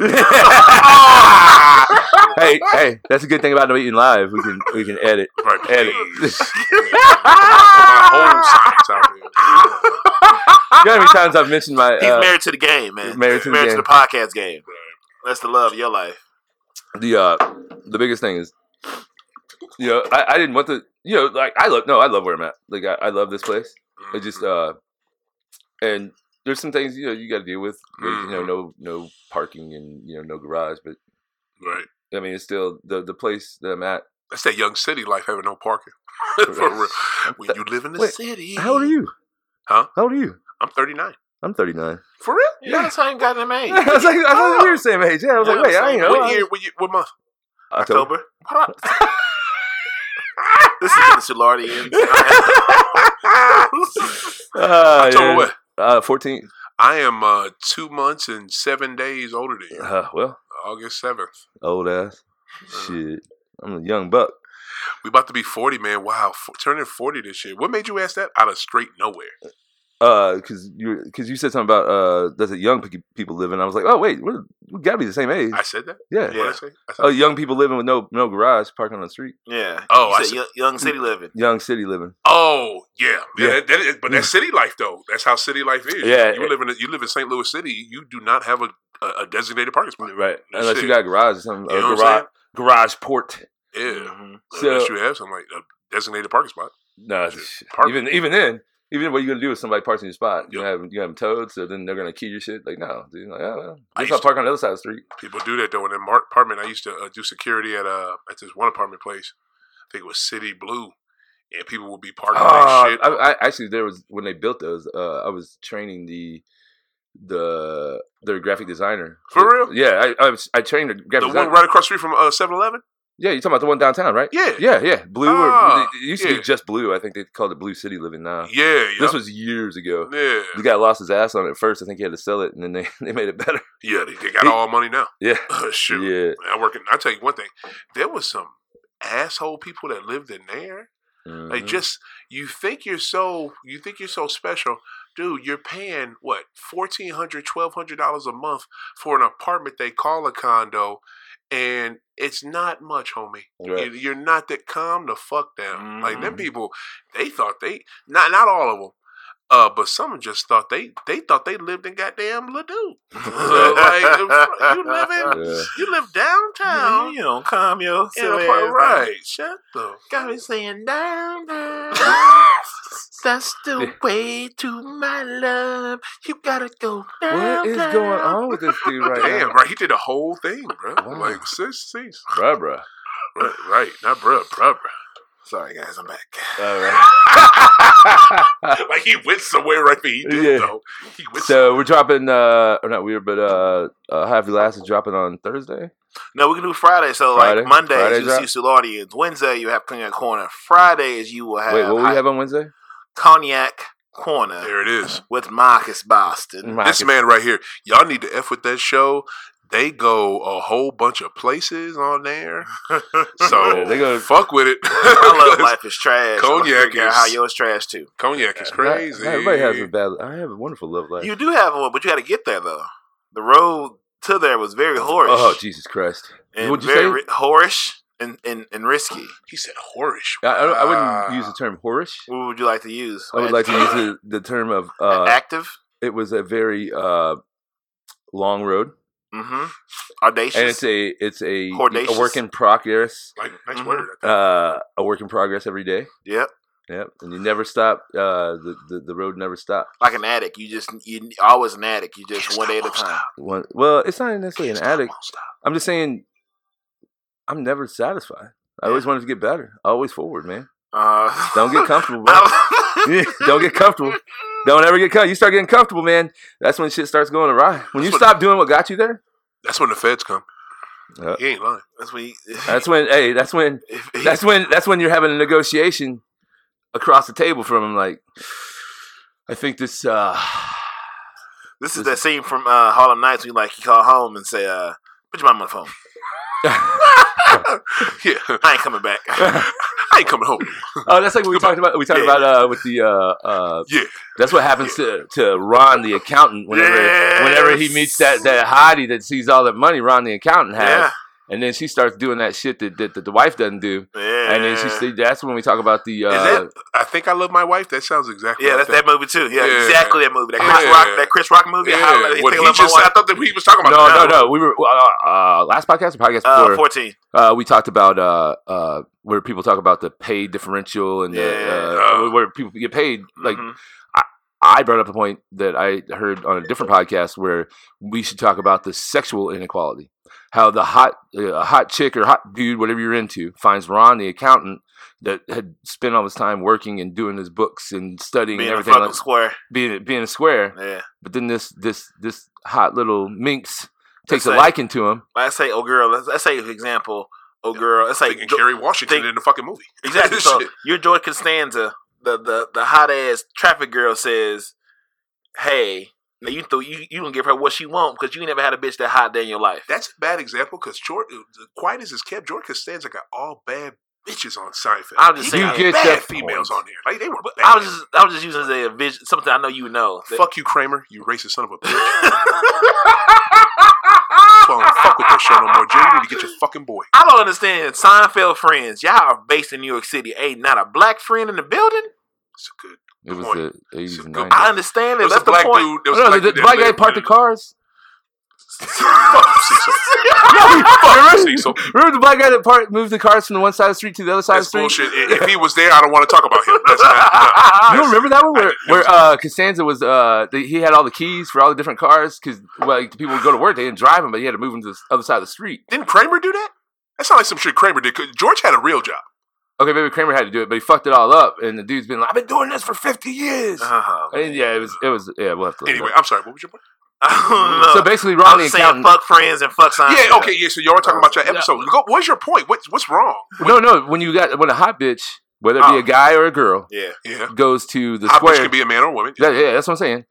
Speaker 5: hey, hey, that's a good thing about no eating live. We can we can edit.
Speaker 4: Right,
Speaker 5: Edit.
Speaker 4: please. my whole science out here.
Speaker 5: You know how many times I've mentioned my
Speaker 1: He's
Speaker 5: uh,
Speaker 1: married to the game, man.
Speaker 5: married to the game.
Speaker 1: podcast game. That's the love of your life.
Speaker 5: the uh the biggest thing is you know I, I didn't want to you know like I love no I love where I'm at like I, I love this place it just uh and there's some things you know you got to deal with There's, you know no
Speaker 4: Mm-hmm.
Speaker 5: no parking and you know no garage but
Speaker 4: right.
Speaker 5: I mean it's still the the place that I'm at
Speaker 4: That's that young city life having no parking. For real. When you live in the
Speaker 5: Wait,
Speaker 4: city.
Speaker 5: how old are you
Speaker 4: Huh?
Speaker 5: how old are you
Speaker 4: I'm 39.
Speaker 5: I'm 39
Speaker 4: For real?
Speaker 1: You yeah. guys ain't got them age.
Speaker 5: I was like I thought you were the same age yeah I was
Speaker 1: Yeah,
Speaker 5: like wait I ain't know
Speaker 4: What
Speaker 5: I
Speaker 4: year?
Speaker 5: was-
Speaker 4: What, year, what month?
Speaker 1: October. this is the Solardians.
Speaker 5: uh,
Speaker 4: October
Speaker 5: yeah.
Speaker 4: what?
Speaker 5: uh 14
Speaker 4: I am uh, two months and seven days older than you.
Speaker 5: uh, well
Speaker 4: August 7th.
Speaker 5: old ass
Speaker 4: Mm.
Speaker 5: shit I'm a young buck
Speaker 4: We about to be 40, man. Wow. F- turning 40 this year. What made you ask that? Out of straight nowhere.
Speaker 5: because Uh, you because you said something about uh does it young pe- people live in? I was like, oh wait, we're, we gotta be the same age.
Speaker 4: I said that?
Speaker 5: yeah.
Speaker 4: What did I say? I said,
Speaker 5: Oh, young people living with no no garage, parking on the street,
Speaker 1: yeah.
Speaker 4: Oh, I
Speaker 1: you
Speaker 4: see.
Speaker 1: said young, young city living.
Speaker 5: young city living.
Speaker 4: Oh yeah, yeah.
Speaker 5: Yeah. Mm.
Speaker 4: That, that is, but that's city life though. That's how city life is.
Speaker 5: Yeah. eh
Speaker 4: you live in a- you live in St. Louis City. You do not have a, a, a designated parking spot.
Speaker 5: Right.
Speaker 4: That
Speaker 5: Unless
Speaker 4: shit.
Speaker 5: you got a garage or something,
Speaker 4: You
Speaker 5: a
Speaker 4: know what I'm
Speaker 5: garage garage port.
Speaker 4: Yeah,
Speaker 1: Mhm.
Speaker 5: So
Speaker 4: unless you have some like a designated parking spot.
Speaker 5: no,
Speaker 4: Park.
Speaker 5: even even then. Even what you gonna do if somebody parks in your spot? You
Speaker 4: Yep.
Speaker 5: have you have them towed, so then they're gonna key your shit. Like no, dude. Like, oh, well,
Speaker 4: I
Speaker 5: I guess
Speaker 4: used
Speaker 5: I'll
Speaker 4: to-
Speaker 5: park on the other side of the street.
Speaker 4: People do that though. In an mar- apartment, I used to uh, do security at uh at this one apartment place. I think it was City Blue, and people would be parking
Speaker 5: Oh,
Speaker 4: like shit.
Speaker 5: I, I actually there was when they built those. Uh, I was training the the their graphic designer
Speaker 4: For real?
Speaker 5: Yeah, I I, was, I trained a
Speaker 4: the
Speaker 5: graphic
Speaker 4: one
Speaker 5: designer.
Speaker 4: right across the street from uh, 7-Eleven?
Speaker 5: yeah, you're talking about the one downtown, right?
Speaker 4: Yeah,
Speaker 5: yeah, yeah. Blue
Speaker 4: Ah,
Speaker 5: or it used to
Speaker 4: yeah.
Speaker 5: be just blue. I think they called it Blue City Living now.
Speaker 4: yeah. yeah.
Speaker 5: This was years ago.
Speaker 4: yeah,
Speaker 5: The guy lost his ass on it first. I think he had to sell it, and then they, they made it better.
Speaker 4: yeah. They, they got all our money now.
Speaker 5: Yeah,
Speaker 4: Shoot.
Speaker 5: yeah.
Speaker 4: I work in, I tell you one thing, there was some asshole people that lived in there. Like
Speaker 5: Mhm.
Speaker 4: just you think you're so you think you're so special. Dude, you're paying what, fourteen hundred, twelve hundred dollars a month for an apartment they call a condo and it's not much, homie.
Speaker 5: Right. Mm-hmm.
Speaker 4: You- You're not that calm the fuck down. Like them
Speaker 1: Mhm.
Speaker 4: people, they thought they not not all of them, uh, but some just thought they they thought they lived in goddamn Ladue. So, like, you live in
Speaker 5: Yeah.
Speaker 4: you live downtown.
Speaker 1: You don't come, yo.
Speaker 4: in a
Speaker 1: silly
Speaker 4: part,
Speaker 1: ass
Speaker 4: right. Shut the.
Speaker 1: Got me saying downtown. That's the way to my love. You gotta go downtown.
Speaker 5: What is going on with this dude right
Speaker 4: Damn,
Speaker 5: now,
Speaker 4: right. He did a whole thing, bro.
Speaker 5: Wow.
Speaker 4: Like, sis, sis.
Speaker 5: bruh, bruh?
Speaker 4: Right, right. Not, bro, bro,
Speaker 1: Sorry, guys, I'm back.
Speaker 5: All right.
Speaker 4: bro. Like, he went somewhere right there. He did,
Speaker 5: Yeah.
Speaker 4: though. He went
Speaker 5: So we're dropping, uh, or not weird, but uh, uh Happy Last is dropping on Thursday.
Speaker 1: No, we can do Friday. So
Speaker 5: Friday?
Speaker 1: like Mondays
Speaker 5: Friday
Speaker 1: you
Speaker 5: drop?
Speaker 1: see Solardians. Wednesday you have Clean Your Corner. Fridays you will have,
Speaker 5: Wait, what we
Speaker 1: hot
Speaker 5: have on Wednesday?
Speaker 1: cognac corner
Speaker 4: There it is.
Speaker 1: with Marcus Boston.
Speaker 5: Mm.
Speaker 4: This man right here, y'all need to f with that show. They go a whole bunch of places on there, so
Speaker 5: Yeah, they go-
Speaker 4: fuck with it.
Speaker 1: I love life is trash.
Speaker 4: Cognac
Speaker 1: Cognac is
Speaker 4: is-
Speaker 1: how yours trash too.
Speaker 4: Cognac is
Speaker 5: Not- not
Speaker 4: crazy.
Speaker 5: everybody has a bad. I have a wonderful love life.
Speaker 1: You do have one, but you got to get there though. The road to there was very horish
Speaker 5: oh Jesus Christ!
Speaker 1: and
Speaker 5: What'd you
Speaker 1: very
Speaker 5: say?
Speaker 1: ri- horish and, and and risky.
Speaker 4: he said horish.
Speaker 5: I, I, don't- I wouldn't
Speaker 4: Wow.
Speaker 5: use the term whorish.
Speaker 1: What would you like to use?
Speaker 5: Oh, I would like to use the, the term of uh,
Speaker 1: active.
Speaker 5: it was a very uh, long road,
Speaker 1: Mm-hmm.
Speaker 5: and
Speaker 1: Audacious.
Speaker 5: it's a it's a,
Speaker 1: Hordacious.
Speaker 5: a work in progress.
Speaker 4: Like, nice
Speaker 1: Mhm.
Speaker 4: word.
Speaker 5: Uh, a work in progress every day.
Speaker 1: yep.
Speaker 5: Yep, and you never stop. Uh, the, the the road never stops.
Speaker 1: Like an addict, you just you always an addict. You just
Speaker 4: Can't
Speaker 1: one day at a
Speaker 4: stop, won't
Speaker 1: time.
Speaker 4: stop.
Speaker 5: One, well, it's not necessarily an
Speaker 4: Can't stop,
Speaker 5: addict.
Speaker 4: won't stop.
Speaker 5: I'm just saying, I'm never satisfied. I always wanted to get better. Always forward, man.
Speaker 1: Uh,
Speaker 5: Don't get comfortable, bro.
Speaker 1: I
Speaker 5: Yeah, don't get comfortable. Don't ever get comfortable. You start getting comfortable, man. That's when shit starts going awry. When you
Speaker 4: That's what-
Speaker 5: stop doing what got you there,
Speaker 4: That's when the feds come.
Speaker 5: Yeah.
Speaker 4: He ain't lying.
Speaker 1: That's when. You,
Speaker 5: that's when. Hey, that's when.
Speaker 1: if-
Speaker 5: That's when. That's when you're having a negotiation across the table from him. Like, I think this. uh
Speaker 1: this is that scene from uh, Harlem Nights when you like you call home and say, uh, "Put your mom on the phone.
Speaker 5: oh,
Speaker 4: Yeah,
Speaker 1: I ain't coming back."
Speaker 4: I ain't coming home.
Speaker 5: Oh, that's like what we talked about. We talked
Speaker 1: Yeah.
Speaker 5: about uh, with the uh, uh,
Speaker 4: Yeah,
Speaker 5: That's what happens to, to Ron the accountant whenever
Speaker 1: Yes.
Speaker 5: whenever he meets that that Heidi that sees all that money Ron the accountant has,
Speaker 1: Yeah.
Speaker 5: and then she starts doing that shit that, that, that the wife doesn't do,
Speaker 1: Yeah.
Speaker 5: and then she see- that's when we talk about the uh,
Speaker 4: that- I think I love my wife. That sounds exactly.
Speaker 1: Yeah,
Speaker 4: like
Speaker 1: that's that movie too. Yeah,
Speaker 4: Yeah.
Speaker 1: exactly that movie. That Chris
Speaker 4: Yeah.
Speaker 1: Rock, that Chris Rock movie.
Speaker 4: Yeah,
Speaker 1: How, like,
Speaker 4: what
Speaker 1: Take
Speaker 4: he
Speaker 1: Love My
Speaker 4: just said, I
Speaker 1: Wife.
Speaker 4: thought that he was talking about.
Speaker 5: no no
Speaker 4: that.
Speaker 5: no we were uh, uh, last podcast or podcast
Speaker 1: Oh Uh,
Speaker 5: before
Speaker 1: Fourteen.
Speaker 5: uh, we talked about uh, uh, where people talk about the pay differential and
Speaker 1: Yeah.
Speaker 5: the, uh,
Speaker 4: Oh.
Speaker 5: where people get paid like
Speaker 4: Mm-hmm.
Speaker 1: Mhm.
Speaker 5: I brought up a point that I heard on a different podcast where we should talk about the sexual inequality. How the hot uh, hot chick or hot dude, whatever you're into, finds Ron the accountant that had spent all his time working and doing his books and studying
Speaker 1: being
Speaker 5: and
Speaker 1: a
Speaker 5: everything,
Speaker 1: fucking
Speaker 5: like,
Speaker 1: square.
Speaker 5: being being a square.
Speaker 1: Yeah,
Speaker 5: But then this this this hot little minx takes a
Speaker 1: That's it.
Speaker 5: liking to him.
Speaker 1: let's say oh girl. Let's, let's say for example, oh girl. Let's say
Speaker 4: Thinking
Speaker 1: Jo-
Speaker 4: Kerry Washington
Speaker 1: think-
Speaker 4: in the fucking movie.
Speaker 1: exactly. So
Speaker 4: Shit.
Speaker 1: your George Costanza, the the the hot ass traffic girl says, "Hey, now you th- you you gonna give her what she want because you ain't never had a bitch that hot day in your life."
Speaker 4: That's a bad example because quiet as is kept, Jordan Costanza got all bad bitches on Seinfeld.
Speaker 1: I'm just
Speaker 4: He
Speaker 1: saying-
Speaker 4: got
Speaker 5: You get
Speaker 4: bad
Speaker 5: that
Speaker 4: females
Speaker 5: point.
Speaker 4: on there. Like they were. Bad.
Speaker 1: I was just I was just using it as a vision, something I know you know. That-
Speaker 4: fuck you, Kramer. You racist son of a bitch. That's why I don't fuck with this show no more. Jay, you need to get your fucking boy.
Speaker 1: I don't understand Seinfeld friends. Y'all are based in New York City. Ain't not a black friend in the building.
Speaker 4: It's a good.
Speaker 5: It was
Speaker 4: Good
Speaker 5: the 80s and
Speaker 4: Good
Speaker 5: 90s.
Speaker 1: I understand
Speaker 4: There
Speaker 1: it.
Speaker 4: was
Speaker 1: That's
Speaker 4: a
Speaker 1: the
Speaker 4: black
Speaker 1: point.
Speaker 4: dude. There was
Speaker 5: Oh, no,
Speaker 4: a
Speaker 5: no,
Speaker 4: black
Speaker 5: the,
Speaker 4: dude
Speaker 5: the
Speaker 4: that
Speaker 5: black guy
Speaker 4: lived
Speaker 5: parked the
Speaker 4: in-
Speaker 5: cars.
Speaker 4: Fuck you, Cecil. Fuck you, Cecil.
Speaker 5: Remember the black guy that parked moved the cars from the one side of the street to the other side
Speaker 4: That's
Speaker 5: of the street.
Speaker 4: bullshit. If if he was there, I don't want to talk about him. That's not, no.
Speaker 5: You don't remember that one
Speaker 4: I
Speaker 5: where,
Speaker 4: didn't-
Speaker 5: where uh, Costanza was uh, the, he had all the keys for all the different cars because like the people would go to work they didn't drive him but he had to move them to the other side of the street.
Speaker 4: Didn't Kramer do that? That sounds like some shit Kramer did. 'cause George had a real job.
Speaker 5: Okay, maybe Kramer had to do it, but he fucked it all up, and the dude's been like, "I've been doing this for fifty years."
Speaker 1: Uh-huh.
Speaker 5: and yeah, it was it was yeah. We'll have to look it
Speaker 4: Anyway,
Speaker 5: up.
Speaker 4: I'm sorry. What was your point?
Speaker 1: I don't know.
Speaker 5: so basically,
Speaker 1: I'm
Speaker 5: Ronnie
Speaker 1: just saying
Speaker 5: accountant.
Speaker 1: fuck friends and fuck signs.
Speaker 4: Mm-hmm. Yeah, okay, yeah. So y'all were talking about your
Speaker 1: Uh,
Speaker 4: episode. Go, what's your point? What, what's wrong?
Speaker 5: No, no. When you got when a hot bitch, whether it be
Speaker 4: Oh.
Speaker 5: a guy or a girl,
Speaker 1: Yeah.
Speaker 4: Yeah,
Speaker 5: goes to the
Speaker 4: I
Speaker 5: square.
Speaker 4: bitch can be a man or a woman.
Speaker 5: That- yeah, that's what I'm saying.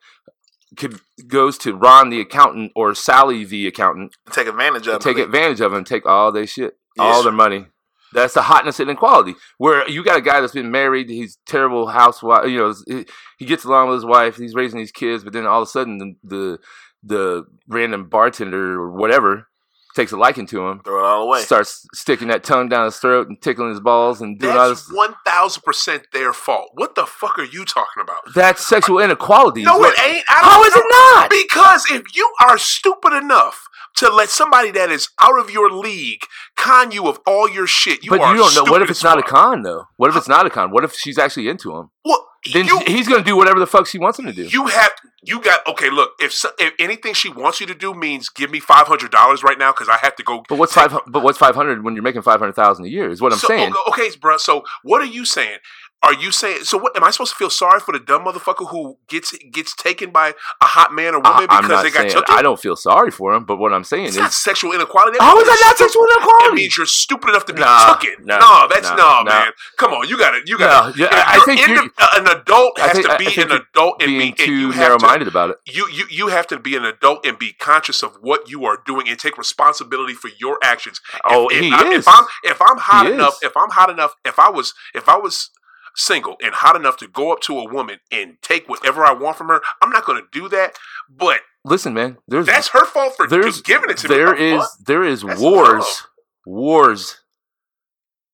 Speaker 5: Could, goes to Ron the accountant or Sally the accountant.
Speaker 1: Take advantage of
Speaker 5: take
Speaker 1: it.
Speaker 5: advantage of them, take all their shit,
Speaker 1: Yeah,
Speaker 5: all
Speaker 1: sure.
Speaker 5: their money. That's the hotness and inequality. Where you got a guy that's been married, he's terrible housewife. You know, he- he gets along with his wife, he's raising these kids, but then all of a sudden the the, the random bartender or whatever takes a liking to him,
Speaker 1: Throw it all away.
Speaker 5: starts sticking that tongue down his throat and tickling his balls and doing all
Speaker 4: That's
Speaker 5: this.
Speaker 4: one thousand percent their fault. What the fuck are you talking about?
Speaker 5: That's sexual inequality. is
Speaker 4: No,
Speaker 5: what-
Speaker 4: it ain't. I don't
Speaker 5: How is
Speaker 4: know.
Speaker 5: it not?
Speaker 4: Because if you are stupid enough to let somebody that is out of your league con you of all your shit, you
Speaker 5: but
Speaker 4: are
Speaker 5: you don't know. What
Speaker 4: stupid
Speaker 5: if it's
Speaker 4: as
Speaker 5: not a
Speaker 4: fuck.
Speaker 5: con though? What if it's not a con? What if she's actually into him?
Speaker 4: Well,
Speaker 5: Then
Speaker 4: you,
Speaker 5: she- he's gonna do whatever the fuck she wants him to do.
Speaker 4: You have you got okay. Look, if so, if anything she wants you to do means give me five hundred dollars right now because I have to go.
Speaker 5: But what's
Speaker 4: take-
Speaker 5: five? But what's five hundred when you're making five hundred thousand a year? Is what I'm
Speaker 4: so, oh,
Speaker 5: saying.
Speaker 4: Okay, bro. So what are you saying? Are you saying so? What am I supposed to feel sorry for the dumb motherfucker who gets gets taken by a hot man or woman
Speaker 5: I, am
Speaker 4: because
Speaker 5: not
Speaker 4: they got
Speaker 5: saying
Speaker 4: took?
Speaker 5: I don't feel sorry for him, but what I'm saying
Speaker 4: It's
Speaker 5: is,
Speaker 4: not sexual inequality. That
Speaker 5: how is
Speaker 4: means
Speaker 5: that not
Speaker 4: you're
Speaker 5: sexual
Speaker 4: stupid. That
Speaker 5: inequality?
Speaker 4: means you're stupid enough to be
Speaker 5: Nah,
Speaker 4: took it.
Speaker 5: nah,
Speaker 4: no, that's no,
Speaker 5: nah, nah.
Speaker 4: man. Come on, you got to You got
Speaker 5: no,
Speaker 4: to
Speaker 5: yeah, I I think you're
Speaker 4: an adult
Speaker 5: I
Speaker 4: has
Speaker 5: think- I
Speaker 4: to be
Speaker 5: think
Speaker 4: an
Speaker 5: you're
Speaker 4: adult and
Speaker 5: being
Speaker 4: be and you
Speaker 5: too
Speaker 4: have to
Speaker 5: narrow-minded about it.
Speaker 4: you, you you have to be an adult and be conscious of what you are doing and take responsibility for your actions. If-
Speaker 5: Oh,
Speaker 4: if,
Speaker 5: he
Speaker 4: I,
Speaker 5: is.
Speaker 4: If I'm if I'm hot
Speaker 5: He
Speaker 4: enough,
Speaker 5: is.
Speaker 4: if I'm hot enough, if I was if I was single and hot enough to go up to a woman and take whatever I want from her, I'm not going to do that. But
Speaker 5: Listen, man, there's
Speaker 4: that's her fault for
Speaker 5: there's
Speaker 4: just giving it to
Speaker 5: there
Speaker 4: me.
Speaker 5: is-
Speaker 4: What
Speaker 5: there is
Speaker 4: That's
Speaker 5: wars,
Speaker 4: love.
Speaker 5: wars,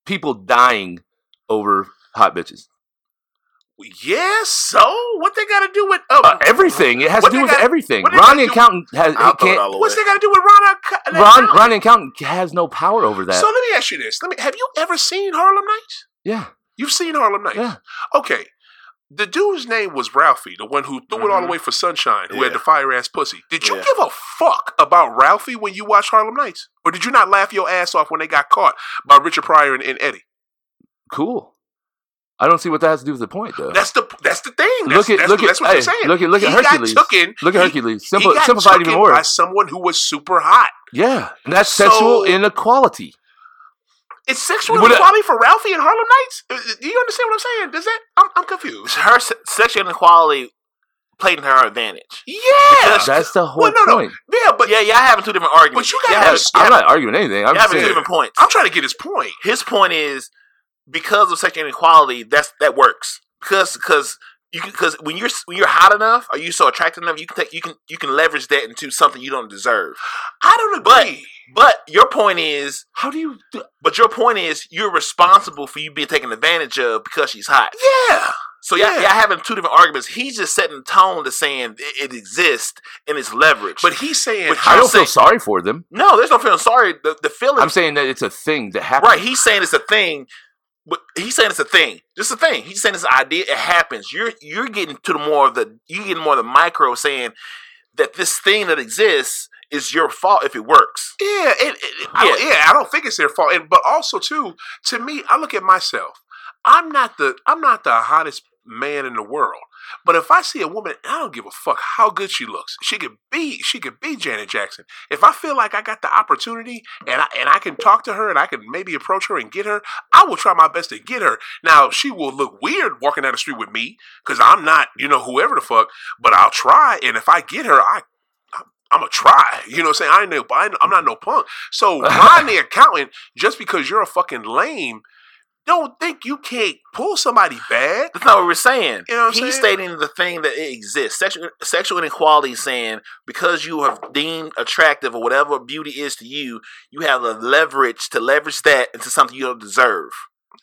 Speaker 5: people dying over hot bitches.
Speaker 4: the fuck? Yeah, so what they got to do with uh,
Speaker 5: Uh, everything it has
Speaker 4: what
Speaker 5: to do
Speaker 4: they
Speaker 5: with
Speaker 4: got-
Speaker 5: everything.
Speaker 4: what they gotta
Speaker 5: Ronnie and
Speaker 4: do-
Speaker 5: Counton has
Speaker 1: I'll
Speaker 5: it
Speaker 1: throw it
Speaker 5: can't.
Speaker 1: all
Speaker 4: What's they
Speaker 1: away.
Speaker 4: got to do with Ron? Al-
Speaker 5: Ron, Ronnie and Counton has no power over that.
Speaker 4: So let me ask you this. Let me. Have you ever seen Harlem Nights?
Speaker 5: yeah,
Speaker 4: You've seen Harlem Nights.
Speaker 5: yeah.
Speaker 4: Okay. The dude's name was Ralphie, the one who threw it all
Speaker 1: Mhm.
Speaker 4: away for Sunshine, who had
Speaker 1: Yeah.
Speaker 4: the fire ass pussy. Did you
Speaker 1: Yeah.
Speaker 4: give a fuck about Ralphie when you watched Harlem Nights? Or did you not laugh your ass off when they got caught by Richard Pryor and, and Eddie?
Speaker 5: Cool. I don't see what that has to do with the point, though.
Speaker 4: That's the that's the thing. That's,
Speaker 5: Look at-
Speaker 4: that's,
Speaker 5: look at-
Speaker 4: that's what
Speaker 5: hey,
Speaker 4: I'm saying.
Speaker 5: look at- look at
Speaker 4: He got
Speaker 5: Hercules.
Speaker 4: tooken-
Speaker 5: Look at
Speaker 4: he-
Speaker 5: Hercules.
Speaker 4: he
Speaker 5: Simple,
Speaker 4: got
Speaker 5: simplified even
Speaker 4: tooken
Speaker 5: more.
Speaker 4: By someone who was super hot.
Speaker 5: Yeah, and that's
Speaker 4: So-
Speaker 5: sexual inequality.
Speaker 4: It's sexual
Speaker 5: What a-
Speaker 4: inequality for Ralphie and Harlem Nights. Uh, uh, Do you understand what I'm saying? Does that? I'm, I'm confused.
Speaker 1: Her se- sexual inequality played in her advantage.
Speaker 4: Yeah.
Speaker 5: That's the whole
Speaker 4: Well, no, no.
Speaker 5: point.
Speaker 4: Yeah, but
Speaker 1: But yeah, y'all having two different arguments.
Speaker 4: But you gotta
Speaker 1: Y'all having-
Speaker 4: understand-
Speaker 5: I'm not arguing anything. I'm
Speaker 1: y'all
Speaker 5: just
Speaker 1: having two
Speaker 5: saying,
Speaker 1: different points.
Speaker 4: I'm trying to get his point.
Speaker 1: his point is because of sexual inequality, that's that works because because you because when you're when you're hot enough, or you so attractive enough, you can take you can you can leverage that into something you don't deserve.
Speaker 4: I don't
Speaker 1: But-
Speaker 4: agree.
Speaker 1: But your point is,
Speaker 5: how do you?
Speaker 1: but your point is, you're responsible for you being taken advantage of because she's hot.
Speaker 4: yeah.
Speaker 1: So y'all,
Speaker 4: Yeah.
Speaker 1: y'all having two different arguments. He's just setting the tone to saying it, it exists and it's leverage.
Speaker 4: But he's saying
Speaker 1: But
Speaker 5: I
Speaker 1: I'm
Speaker 5: don't feel
Speaker 1: saying-
Speaker 5: sorry for them.
Speaker 1: no, there's no feeling sorry. The, the feeling
Speaker 5: I'm saying that it's a thing that happens.
Speaker 1: Right, he's saying it's a thing, but he's saying it's a thing. Just a thing. He's saying it's an idea. It happens. You're you're getting to the more of the you are getting more of the micro saying that this thing that exists is your fault if it works.
Speaker 4: Yeah, it, it- I don't- yeah. I don't think it's their fault. And but also too, to me, I look at myself. I'm not the I'm not the hottest man in the world. But if I see a woman, I don't give a fuck how good she looks. She could be she could be Janet Jackson. If I feel like I got the opportunity and I and I can talk to her and I can maybe approach her and get her, I will try my best to get her. Now she will look weird walking down the street with me because I'm not you know whoever the fuck. But I'll try, and if I get her, I I'm gonna try. You know what I'm saying? I ain't no, I ain't- I'm not no punk. So Ron the accountant, just because you're a fucking lame, don't think you can't pull somebody bad.
Speaker 1: That's not what we're saying.
Speaker 4: You know what I'm
Speaker 1: he's
Speaker 4: saying?
Speaker 1: stating the thing that it exists. Sexual sexual inequality is saying because you have deemed attractive or whatever beauty is to you, you have the leverage to leverage that into something you don't deserve.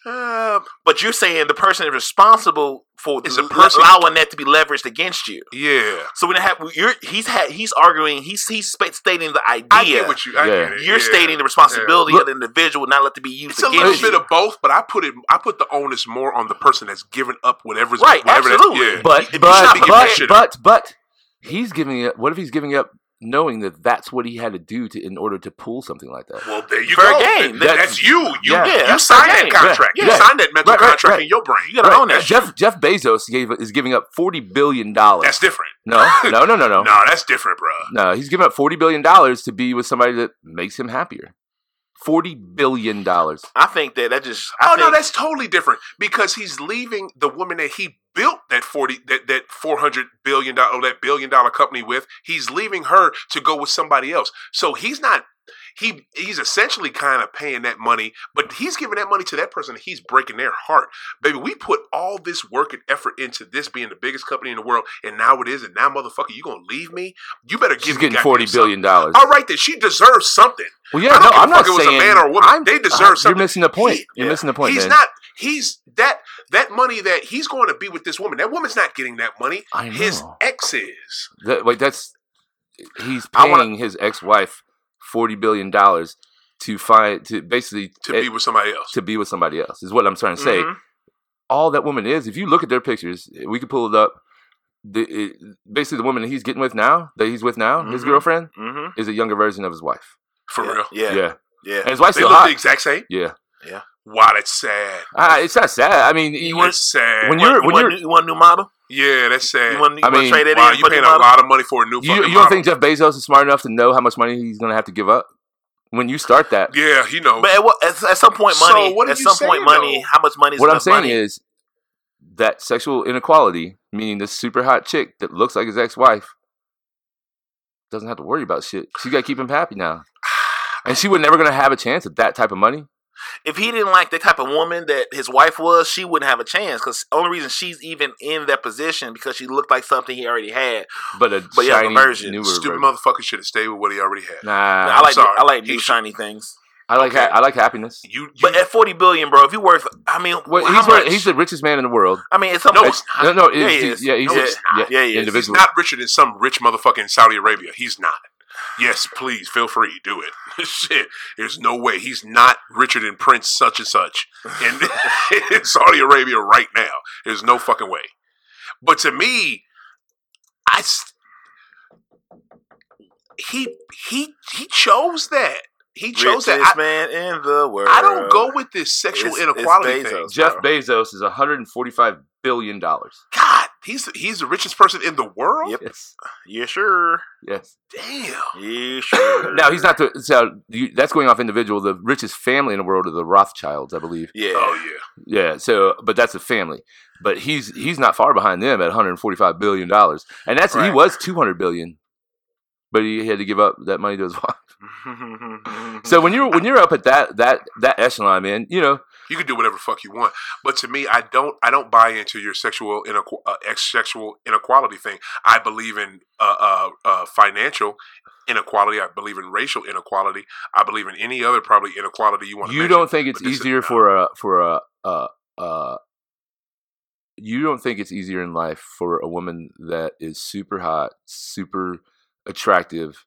Speaker 4: Uh,
Speaker 1: But you're saying the person is responsible for
Speaker 4: Is
Speaker 1: the
Speaker 4: a person-
Speaker 1: allowing that to be leveraged against you.
Speaker 4: yeah,
Speaker 1: So when it hap- you're he's ha- he's arguing he's he's sp- stating the idea.
Speaker 4: I get what you. I
Speaker 5: Yeah.
Speaker 4: get it.
Speaker 1: you're
Speaker 4: yeah.
Speaker 1: stating the responsibility
Speaker 5: Yeah.
Speaker 1: of the individual not let to be used
Speaker 4: It's a little
Speaker 1: against
Speaker 4: bit
Speaker 1: you.
Speaker 4: of both, but I put it. I put the onus more on the person that's given up whatever's
Speaker 1: Right,
Speaker 4: whatever that-
Speaker 1: absolutely.
Speaker 4: yeah.
Speaker 5: But
Speaker 4: If he's
Speaker 5: but
Speaker 4: not picking that
Speaker 5: but
Speaker 4: shit up.
Speaker 5: but but he's giving up. What if he's giving up knowing that that's what he had to do to in order to pull something like that?
Speaker 4: well, there you
Speaker 1: Fair
Speaker 4: go.
Speaker 1: game.
Speaker 4: That-
Speaker 5: That's-
Speaker 4: That's, you. You,
Speaker 5: yeah.
Speaker 1: Yeah,
Speaker 4: you
Speaker 1: that's
Speaker 4: signed that
Speaker 1: fair game.
Speaker 4: contract.
Speaker 5: Yeah.
Speaker 4: You
Speaker 5: Yeah.
Speaker 4: signed that mental
Speaker 5: Right, right,
Speaker 4: contract
Speaker 5: right.
Speaker 4: in your brain.
Speaker 1: You gotta own that. shit.
Speaker 5: Jeff Jeff Bezos gave, is giving up forty billion dollars.
Speaker 4: That's different.
Speaker 5: No, no, no, no, no,
Speaker 4: No, that's different, bruh.
Speaker 5: no. He's giving up forty billion dollars to be with somebody that makes him happier. Forty billion dollars.
Speaker 1: I think that that just. I
Speaker 4: Oh no,
Speaker 1: think-
Speaker 4: that's totally different because he's leaving the woman that he built that forty that that four hundred billion dollar oh, that billion dollar company with. He's leaving her to go with somebody else. So he's not. He he's essentially kind of paying that money, but he's giving that money to that person. and He's breaking their heart, baby. We put all this work and effort into this being the biggest company in the world, and now it is. And now, motherfucker, you gonna leave me? You better give
Speaker 5: She's
Speaker 4: me
Speaker 5: getting
Speaker 4: goddamn
Speaker 5: forty
Speaker 4: something.
Speaker 5: billion dollars.
Speaker 4: All right, then she deserves something.
Speaker 5: Well, yeah,
Speaker 4: I don't
Speaker 5: no,
Speaker 4: give a
Speaker 5: I'm not
Speaker 4: fuck if it was a
Speaker 5: saying
Speaker 4: man or a woman. They deserve
Speaker 5: You're
Speaker 4: something.
Speaker 5: missing the point.
Speaker 4: He-
Speaker 5: you're missing the point.
Speaker 4: He's
Speaker 5: man.
Speaker 4: not. He's that that money that he's going to be with this woman. That woman's not getting that money.
Speaker 5: I know.
Speaker 4: His ex is.
Speaker 5: That- like that's he's
Speaker 1: I
Speaker 5: paying
Speaker 1: wanna-
Speaker 5: his ex-wife forty billion dollars to find to basically
Speaker 4: To
Speaker 5: eh,
Speaker 4: be Mm-hmm. with somebody else.
Speaker 5: to be with somebody else is what I'm trying to say.
Speaker 1: Mhm.
Speaker 5: All that woman is, if you look at their pictures, we could pull it up. The, it, basically, the woman that he's getting with now, that he's with now, his
Speaker 1: Mhm.
Speaker 4: Mm-hmm.
Speaker 5: girlfriend
Speaker 1: Mhm.
Speaker 5: is a younger version of his wife.
Speaker 4: For
Speaker 1: yeah,
Speaker 4: real.
Speaker 1: Yeah,
Speaker 5: Yeah,
Speaker 1: yeah.
Speaker 5: and his wife's
Speaker 4: They
Speaker 5: still
Speaker 4: look the
Speaker 5: hot.
Speaker 4: exact same.
Speaker 5: Yeah,
Speaker 4: Wow, that's sad.
Speaker 5: Ah, it's not sad. I mean, you
Speaker 4: That's sad.
Speaker 5: when
Speaker 1: You
Speaker 5: you're
Speaker 1: want- you
Speaker 5: when
Speaker 1: want,
Speaker 5: you're
Speaker 1: new- you want a new model?
Speaker 4: yeah, that's sad.
Speaker 1: You want, you
Speaker 5: I
Speaker 1: want
Speaker 5: mean,
Speaker 1: to trade that
Speaker 4: wow,
Speaker 1: in?
Speaker 4: you're
Speaker 1: for a new
Speaker 4: paying a
Speaker 1: model?
Speaker 4: lot of money for a new.
Speaker 5: you,
Speaker 4: fucking
Speaker 5: you don't
Speaker 4: model.
Speaker 5: think Jeff Bezos is smart enough to know how much money he's going to have to give up when you start that?
Speaker 4: Yeah, he knows.
Speaker 1: But at, what, at, at some point,
Speaker 4: Oh. So,
Speaker 1: money.
Speaker 4: what are
Speaker 1: at
Speaker 4: you
Speaker 1: some point,
Speaker 4: saying,
Speaker 1: money.
Speaker 4: though?
Speaker 1: How much money is
Speaker 5: what I'm
Speaker 1: enough
Speaker 5: saying
Speaker 1: money?
Speaker 5: is that sexual inequality, meaning this super hot chick that looks like his ex-wife, doesn't have to worry about shit. She got to keep him happy now, and she was never going to have a chance at that type of money.
Speaker 1: if he didn't like the type of woman that his wife was, she wouldn't have a chance. Because only reason she's even in that position because she looked like something he already had.
Speaker 5: But a
Speaker 1: But yeah, the
Speaker 5: shiny,
Speaker 1: version.
Speaker 5: newer
Speaker 4: Stupid
Speaker 5: version.
Speaker 4: motherfucker should have stayed with what he already had.
Speaker 5: Nah,
Speaker 1: Now, I like
Speaker 4: sorry.
Speaker 1: I like
Speaker 4: He
Speaker 1: new
Speaker 4: should-
Speaker 1: shiny things.
Speaker 5: I like ha-
Speaker 4: okay.
Speaker 5: I like happiness.
Speaker 4: You, you
Speaker 1: But at forty billion, bro, if you worth, I mean,
Speaker 5: Well,
Speaker 1: how
Speaker 5: he's,
Speaker 1: much?
Speaker 5: one- he's the richest man in the world.
Speaker 1: I mean, at some
Speaker 4: No,
Speaker 1: point,
Speaker 4: it's
Speaker 5: No, no,
Speaker 1: Yeah, he
Speaker 5: he's,
Speaker 1: is.
Speaker 5: he's, yeah, he's,
Speaker 1: No,
Speaker 5: yeah,
Speaker 1: it's not. Yeah, he is.
Speaker 4: he's
Speaker 5: individual.
Speaker 4: not richer than some rich motherfucker in Saudi Arabia. He's not. Yes, please feel free, do it. Shit, there's no way he's not richer than Prince such and such in, in Saudi Arabia right now. There's no fucking way. But to me, I s- he he he chose that. He chose that.
Speaker 1: richest
Speaker 4: I,
Speaker 1: man in the world.
Speaker 4: I don't go with this sexual
Speaker 1: It's- it's
Speaker 4: inequality thing.
Speaker 1: Bezos.
Speaker 5: Jeff Bezos is 145 billion dollars.
Speaker 4: God, he's he's the richest person in the world.
Speaker 1: Yep.
Speaker 5: Yes,
Speaker 1: You sure?
Speaker 5: yes.
Speaker 4: Damn.
Speaker 1: You sure?
Speaker 5: Now he's not the so you, that's going off individual. The richest family in the world are the Rothschilds, I believe.
Speaker 1: Yeah.
Speaker 4: Oh yeah.
Speaker 5: Yeah. So, but that's a family. But he's he's not far behind them at 145 billion dollars, and that's he
Speaker 1: Right.
Speaker 5: was 200 billion, but he had to give up that money to his wife. So when you're when you're up at that that that echelon, man, you know,
Speaker 4: You can do whatever the fuck you want, but to me, I don't. I don't buy into your sexual inequ- uh, ex- sexual inequality thing. I believe in uh, uh, uh, financial inequality. I believe in racial inequality. I believe in any other probably inequality you want. to
Speaker 5: you don't think it's
Speaker 4: but this is
Speaker 5: easier
Speaker 4: not-
Speaker 5: for a for a uh uh you don't think it's easier in life for a woman that is super hot, super attractive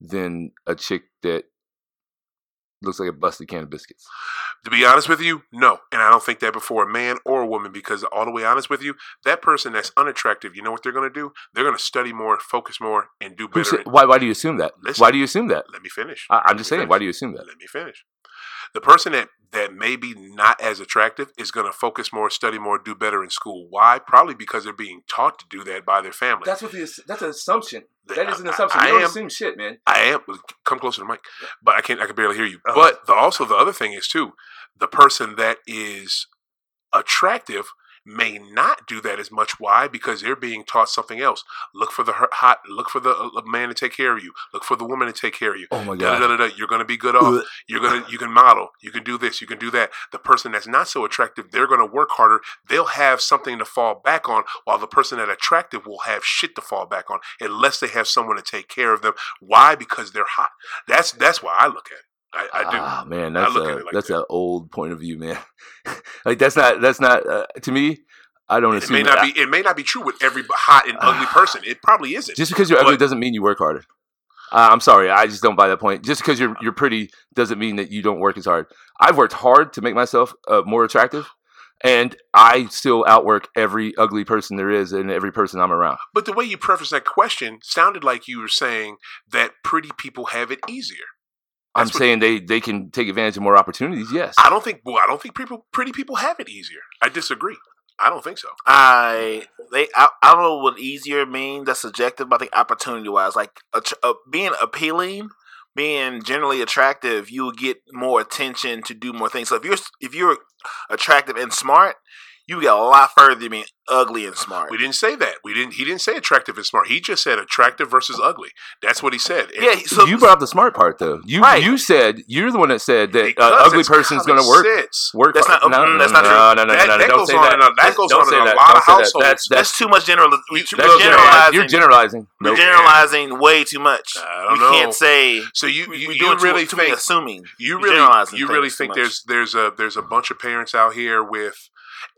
Speaker 5: than a chick that looks like a busted can of biscuits.
Speaker 4: To be honest with you, no. And I don't think that before a man or a woman, because all the way honest with you, that person that's unattractive, you know what they're going to do? They're going to study more, focus more, and do
Speaker 5: Who
Speaker 4: better.
Speaker 5: said, why why do you assume that?
Speaker 4: Listen.
Speaker 5: Why do you assume that?
Speaker 4: Let me finish.
Speaker 5: I, I'm
Speaker 4: Let
Speaker 5: just
Speaker 4: me
Speaker 5: saying,
Speaker 4: finish.
Speaker 5: why do you assume that?
Speaker 4: Let me finish. The person that that may be not as attractive is going to focus more, study more, do better in school. Why? Probably because they're being taught to do that by their family.
Speaker 5: what the that's an assumption.
Speaker 4: That is an assumption. You don't
Speaker 5: assume shit, man.
Speaker 4: I am come closer to the mic, but I can't. I can barely hear you. But the, also the other thing is too, the person that is attractive may not do that as much. Why? Because they're being taught something else. Look for the her- hot. Look for the uh, man to take care of you. Look for the woman to take care of you.
Speaker 5: Oh my
Speaker 4: Da, da,
Speaker 5: god.
Speaker 4: da, da, da. You're going to be good off. You're gonna you can model, you can do this, you can do that. The person that's not so attractive, they're gonna work harder. They'll have something to fall back on, while the person that attractive will have shit to fall back on, unless they have someone to take care of them. Why? Because they're hot. That's that's why I look at. It. I, I do.
Speaker 5: Ah, man, that's
Speaker 4: look at
Speaker 5: a
Speaker 4: it like
Speaker 5: that's
Speaker 4: that.
Speaker 5: an old point of view, man. like that's not that's not uh, to me. I don't
Speaker 4: it
Speaker 5: assume
Speaker 4: may not
Speaker 5: that.
Speaker 4: be. It may not be true with every hot and ugly person. It probably isn't.
Speaker 5: just because you're ugly
Speaker 4: But-
Speaker 5: doesn't mean you work harder. Uh, I'm sorry, I just don't buy that point. Just because
Speaker 4: Uh.
Speaker 5: you're you're pretty doesn't mean that you don't work as hard. I've worked hard to make myself uh, more attractive, and I still outwork every ugly person there is and every person I'm around.
Speaker 4: But the way you prefaced that question sounded like you were saying that pretty people have it easier.
Speaker 5: I'm
Speaker 4: That's what-
Speaker 5: saying they they can take advantage of more opportunities. Yes,
Speaker 4: I don't think. Well, I don't think people pretty people have it easier. I disagree. I don't think so.
Speaker 1: I they I, I don't know what easier means. That's subjective, but I think opportunity wise, like att- uh, being appealing, being generally attractive, you will get more attention to do more things. So if you're s- if you're attractive and smart, you get a lot further than being ugly and smart.
Speaker 4: We didn't say that. We didn't. He didn't say attractive and smart. He just said attractive versus ugly. That's what he said. And
Speaker 1: Yeah, so
Speaker 5: you brought up the smart part though. You
Speaker 1: Right.
Speaker 5: you said you're the one that said that an
Speaker 4: because
Speaker 5: uh, ugly
Speaker 4: it's
Speaker 5: person's going to
Speaker 4: common
Speaker 5: work.
Speaker 4: sense.
Speaker 5: Work
Speaker 1: That's
Speaker 5: hard.
Speaker 1: not-
Speaker 5: no,
Speaker 1: mm,
Speaker 5: no,
Speaker 1: that's
Speaker 5: no,
Speaker 1: not true.
Speaker 5: No, no, no,
Speaker 4: That-
Speaker 5: no,
Speaker 4: that
Speaker 5: don't
Speaker 4: goes
Speaker 5: say
Speaker 4: on
Speaker 5: that.
Speaker 4: in a- that goes
Speaker 5: don't
Speaker 4: on in
Speaker 5: say
Speaker 4: a
Speaker 5: that.
Speaker 4: lot
Speaker 5: Don't
Speaker 4: of
Speaker 5: say that.
Speaker 4: households.
Speaker 5: That's, that's,
Speaker 1: that's too much general.
Speaker 4: You-
Speaker 1: too
Speaker 5: that's
Speaker 1: much generalizing.
Speaker 5: You're generalizing.
Speaker 1: You're
Speaker 4: No.
Speaker 1: generalizing way too much.
Speaker 4: I don't
Speaker 1: you
Speaker 4: know.
Speaker 1: can't say
Speaker 4: So you
Speaker 1: we,
Speaker 4: you,
Speaker 1: we
Speaker 4: you
Speaker 1: doing
Speaker 4: really
Speaker 1: too, too many
Speaker 4: think
Speaker 1: assuming.
Speaker 4: you
Speaker 1: You're
Speaker 4: really
Speaker 1: generalizing
Speaker 4: you really
Speaker 1: things too
Speaker 4: think
Speaker 1: much.
Speaker 4: there's there's a there's a bunch of parents out here with.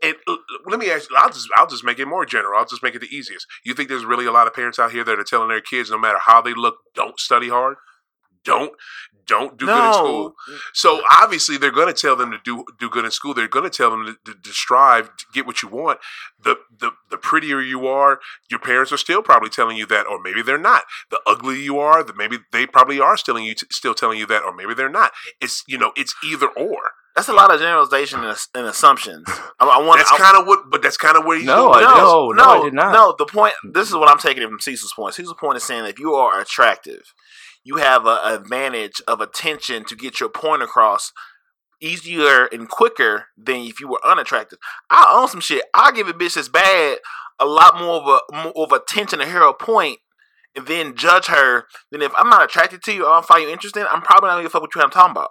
Speaker 4: And uh, let me ask. I'll just I'll just make it more general. I'll just make it the easiest. You think there's really a lot of parents out here that are telling their kids, no matter how they look, don't study hard, don't don't do good in school.
Speaker 1: no,
Speaker 4: So obviously they're going to tell them to do do good in school. They're going to tell them to, to, to strive to get what you want. The, the the prettier you are, your parents are still probably telling you that, or maybe they're not. The uglier you are, the, maybe they probably are still you still telling you that, or maybe they're not. It's you know it's either or.
Speaker 1: That's a lot of generalization and, ass- and assumptions. I, I want.
Speaker 4: That's
Speaker 1: I-
Speaker 4: kind of what, but that's kind of where you
Speaker 5: No, I-
Speaker 1: no, no,
Speaker 5: no,
Speaker 1: no,
Speaker 5: I did not.
Speaker 1: no, The point. This is what I'm taking it from Cecil's point. Cecil's point is saying if you are attractive, you have an advantage of attention to get your point across easier and quicker than if you were unattractive. I own some shit. I give a bitch that's bad a lot more of a more of attention to her a point and then judge her than if I'm not attracted to you or I don't find you interesting. I'm probably not gonna fuck with you. I'm talking about.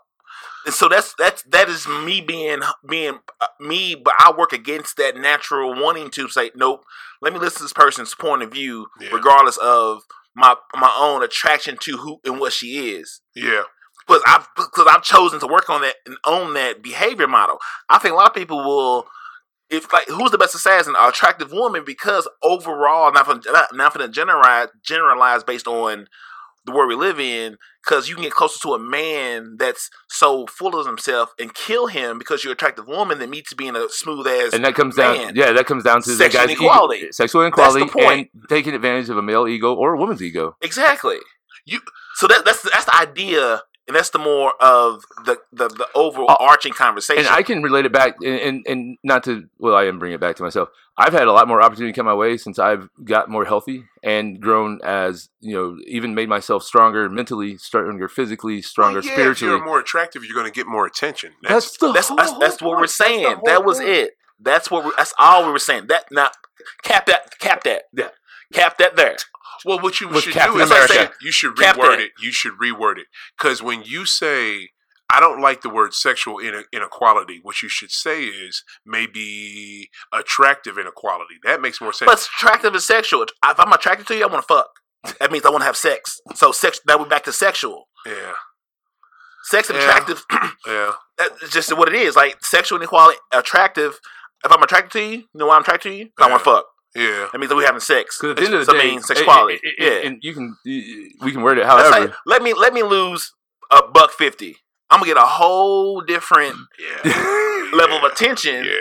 Speaker 1: And so that's that's that is me being being uh, me, but I work against that natural wanting to say nope. Let me listen to this person's point of view,
Speaker 4: Yeah.
Speaker 1: regardless of my my own attraction to who and what she is.
Speaker 4: Yeah,
Speaker 1: Because I've because I've chosen to work on that and own that behavior model. I think a lot of people will. If like who's the best assassin? An attractive woman because overall, not from not, not from generalize generalize based on the world we live in because you can get closer to a man that's so full of himself and kill him because you're an attractive woman that meets being a smooth ass.
Speaker 5: And that comes down,
Speaker 1: Man.
Speaker 5: yeah, that comes down to the
Speaker 1: Sexual
Speaker 5: guy's ego-
Speaker 1: inequality.
Speaker 5: sexual
Speaker 1: That's the
Speaker 5: inequality,
Speaker 1: point.
Speaker 5: and taking advantage of a male ego or a woman's ego.
Speaker 1: exactly.
Speaker 4: You-
Speaker 1: So that, that's that's the idea, and that's the more of the the, the overarching conversation.
Speaker 5: Uh, and I can relate it back, and, and and not to well, I am bringing it back to myself. I've had a lot more opportunity come my way since I've got more healthy and grown as you know, even made myself stronger mentally, stronger
Speaker 1: Oh,
Speaker 5: physically, stronger
Speaker 4: Well, yeah, If
Speaker 5: spiritually.
Speaker 4: you're more attractive, you're going to get more attention. That's,
Speaker 5: that's the
Speaker 1: that's
Speaker 5: whole,
Speaker 1: that's, that's what we're saying. That was it. That's what we, that's all we were saying. That now cap that cap that yeah cap that there.
Speaker 4: well, what you
Speaker 5: With
Speaker 4: should
Speaker 5: Captain
Speaker 4: do is
Speaker 1: America.
Speaker 4: say you should
Speaker 1: Captain.
Speaker 4: reword it. You should reword it because when you say I don't like the word sexual ine- inequality, what you should say is maybe attractive inequality. That makes more sense.
Speaker 1: But attractive is sexual. If I'm attracted to you, I want to fuck. That means I want to have sex. So sex that we're back to sexual.
Speaker 4: yeah,
Speaker 1: Sex and
Speaker 4: Yeah.
Speaker 1: attractive.
Speaker 4: yeah.
Speaker 1: that's just what it is. Like sexual inequality, attractive. If I'm attracted to you, you know why I'm attracted to you? 'Cause I want to fuck.
Speaker 4: Yeah,
Speaker 1: That means that we're having sex.
Speaker 5: Because at the end of the
Speaker 1: So I
Speaker 5: day,
Speaker 1: mean, sexuality.
Speaker 5: it- it-
Speaker 1: yeah.
Speaker 5: it- and you can we can word it
Speaker 1: That's
Speaker 5: however.
Speaker 1: like, let me let me lose a buck fifty. I'm gonna get a whole different
Speaker 4: yeah,
Speaker 1: level of attention.
Speaker 4: yeah.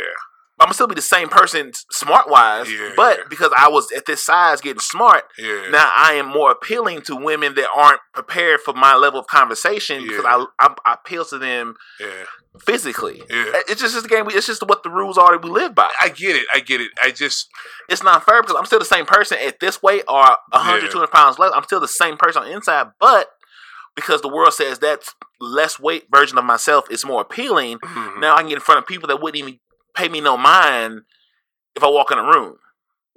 Speaker 1: I'm gonna still be the same person, smart wise,
Speaker 4: Yeah.
Speaker 1: but because I was at this size getting smart,
Speaker 4: Yeah.
Speaker 1: now I am more appealing to women that aren't prepared for my level of conversation because I, I I appeal to them
Speaker 4: yeah.
Speaker 1: physically.
Speaker 4: Yeah.
Speaker 1: It's just it's the game. we- It's just what the rules are that we live by.
Speaker 4: I get it. I get it. I just
Speaker 1: It's not fair because I'm still the same person at this weight or 100,
Speaker 4: Yeah.
Speaker 1: 200 pounds less. I'm still the same person on the inside, but because the world says that's less weight version of myself is more appealing,
Speaker 4: Mm.
Speaker 1: now I can get in front of people that wouldn't even pay me no mind if I walk in a room.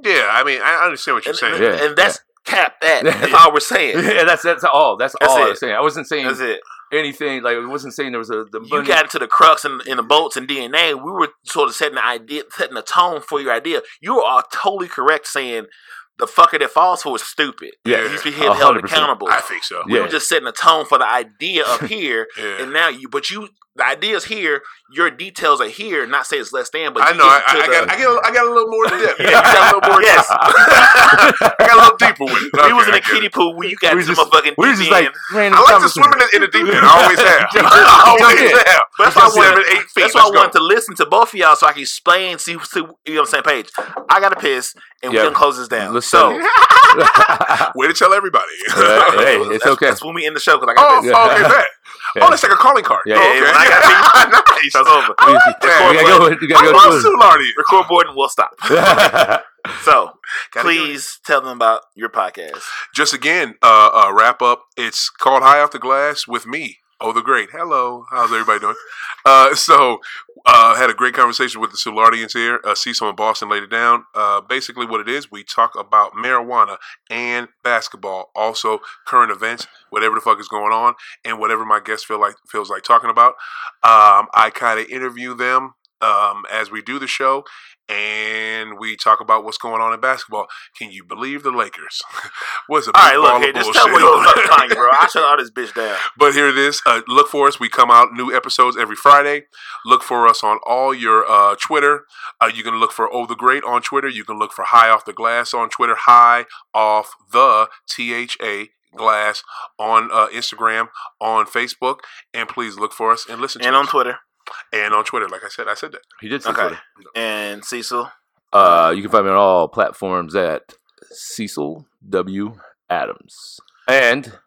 Speaker 4: yeah. I mean, I understand what you're
Speaker 1: And,
Speaker 4: saying.
Speaker 1: and-
Speaker 5: Yeah,
Speaker 1: and that's cap that.
Speaker 5: Yeah.
Speaker 1: That's all we're saying.
Speaker 5: yeah, that's that's all. That's,
Speaker 1: That's
Speaker 5: all I
Speaker 1: it.
Speaker 5: was saying. I wasn't saying
Speaker 1: That's it.
Speaker 5: anything. Like I wasn't saying there was a the
Speaker 1: You got into the crux and in, the bolts and DNA. We were sort of setting the idea, setting the tone for your idea. You are totally correct saying the fucker that falls for is stupid.
Speaker 5: Yeah,
Speaker 1: he's being
Speaker 5: a
Speaker 1: held
Speaker 5: hundred percent.
Speaker 1: accountable.
Speaker 4: I think so.
Speaker 1: We were
Speaker 5: Yeah.
Speaker 1: just setting a tone for the idea up here,
Speaker 4: Yeah.
Speaker 1: and now you. But you, the idea's here. Your details are here. Not say it's less than, but
Speaker 4: I
Speaker 1: you
Speaker 4: know. I,
Speaker 1: get
Speaker 4: I,
Speaker 1: to
Speaker 4: I
Speaker 1: the-
Speaker 4: got. I got. a- I got a little more depth.
Speaker 1: Yeah, you got a little more. Yes,
Speaker 4: I got a little deeper with it.
Speaker 1: we was
Speaker 4: Okay,
Speaker 1: in a
Speaker 4: I get
Speaker 1: kiddie
Speaker 4: it.
Speaker 1: pool. where you got
Speaker 5: We were
Speaker 1: this
Speaker 5: just-
Speaker 1: motherfucking.
Speaker 5: we were just
Speaker 1: deep
Speaker 5: like
Speaker 1: end.
Speaker 4: I
Speaker 5: random
Speaker 4: like to
Speaker 5: conversation.
Speaker 4: swim in the, in the deep end. I always have. I always have.
Speaker 1: But that's why
Speaker 4: Just
Speaker 1: I wanted.
Speaker 4: seven, eight feet.
Speaker 1: that's why I
Speaker 4: Let's go.
Speaker 1: wanted to listen to both of y'all so I can explain. See, see you know, on the same page. I got to piss, and
Speaker 5: Yeah.
Speaker 1: we're gonna close this down.
Speaker 5: Let's
Speaker 1: so
Speaker 5: settle.
Speaker 4: Way to tell everybody.
Speaker 5: Yeah, hey, it's
Speaker 1: that's,
Speaker 5: okay.
Speaker 1: That's when we end the show because
Speaker 4: Oh,
Speaker 1: I got to piss.
Speaker 5: Yeah.
Speaker 4: okay, that.
Speaker 5: Yeah.
Speaker 4: Oh, that's like a calling card.
Speaker 5: Yeah,
Speaker 4: Oh,
Speaker 5: yeah,
Speaker 4: okay.
Speaker 1: when I got
Speaker 4: nice.
Speaker 1: That's over.
Speaker 5: we,
Speaker 4: that.
Speaker 5: we gotta go. We gotta
Speaker 4: I
Speaker 5: go.
Speaker 4: love Sue Lardy.
Speaker 1: Record board and we'll stop. So
Speaker 4: Gotta do it.
Speaker 1: please tell them about your podcast.
Speaker 4: Just again, uh, uh, wrap up. It's called High Off the Glass with me. Oh, the great. Hello. How's everybody doing? Uh, so, uh, had a great conversation with the Sulardians here. Uh, Cecil in Boston laid it down. Uh, basically, what it is, we talk about marijuana and basketball, also current events, whatever the fuck is going on, and whatever my guest feel like feels like talking about. Um, I kind of interview them um, as we do the show, and we talk about what's going on in basketball. Can you believe the Lakers? what's a big
Speaker 1: All right,
Speaker 4: ball
Speaker 1: look,
Speaker 4: of
Speaker 1: here, just
Speaker 4: bullshit.
Speaker 1: tell me what the fuck, Kanye, bro. I shut all this bitch down.
Speaker 4: But here it is. Uh, look for us. We come out new episodes every Friday. Look for us on all your uh, Twitter. Uh, you can look for Oh the Great on Twitter. You can look for High Off the Glass on Twitter. High Off the T H A Glass on uh, Instagram, on Facebook, and please look for us and listen to
Speaker 1: And on
Speaker 4: us.
Speaker 1: Twitter.
Speaker 4: and on Twitter. Like I said, I said that.
Speaker 5: He did say
Speaker 1: Okay.
Speaker 5: Twitter.
Speaker 1: And Cecil.
Speaker 5: Uh, you can find me on all platforms at Cecil W. Adams and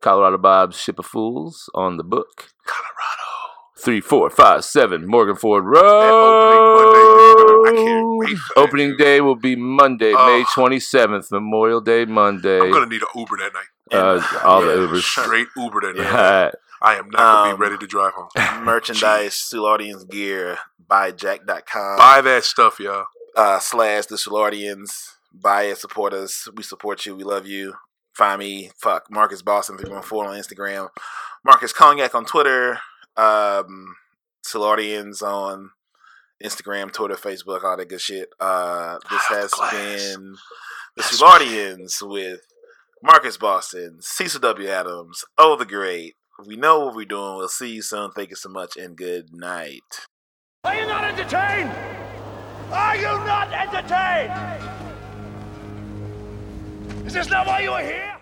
Speaker 5: Colorado Bob's Ship of Fools on the book.
Speaker 4: Colorado.
Speaker 5: three, four, five, seven, Morgan Ford Road.
Speaker 4: That opening Monday. I can't wait. For that,
Speaker 5: Opening
Speaker 4: dude.
Speaker 5: day will be Monday,
Speaker 4: Oh.
Speaker 5: May 27th, Memorial Day Monday.
Speaker 4: I'm gonna need an Uber that night.
Speaker 5: uh, all the
Speaker 4: Yeah,
Speaker 5: Ubers.
Speaker 4: Straight Uber that night.
Speaker 5: Yeah.
Speaker 4: I am not gonna
Speaker 1: Um,
Speaker 4: be ready to drive home.
Speaker 1: merchandise, Sulardians gear by Jack.com
Speaker 4: Buy that stuff, y'all.
Speaker 1: uh, slash the Sulardians. Buy it, support us. We support you. We love you. Find me, fuck Marcus Boston three one four on Instagram, Marcus Cognac on Twitter, um, Sulardians on Instagram, Twitter, Facebook, all that good shit. Uh, this
Speaker 4: Out of
Speaker 1: has
Speaker 4: class.
Speaker 1: been the
Speaker 4: That's
Speaker 1: Sulardians with Marcus Boston, Cecil W. Adams, Oh the Great. We know what we're doing. We'll see you soon. Thank you so much, and good night.
Speaker 6: Are you not entertained? Are you not entertained? Is this not why you are here?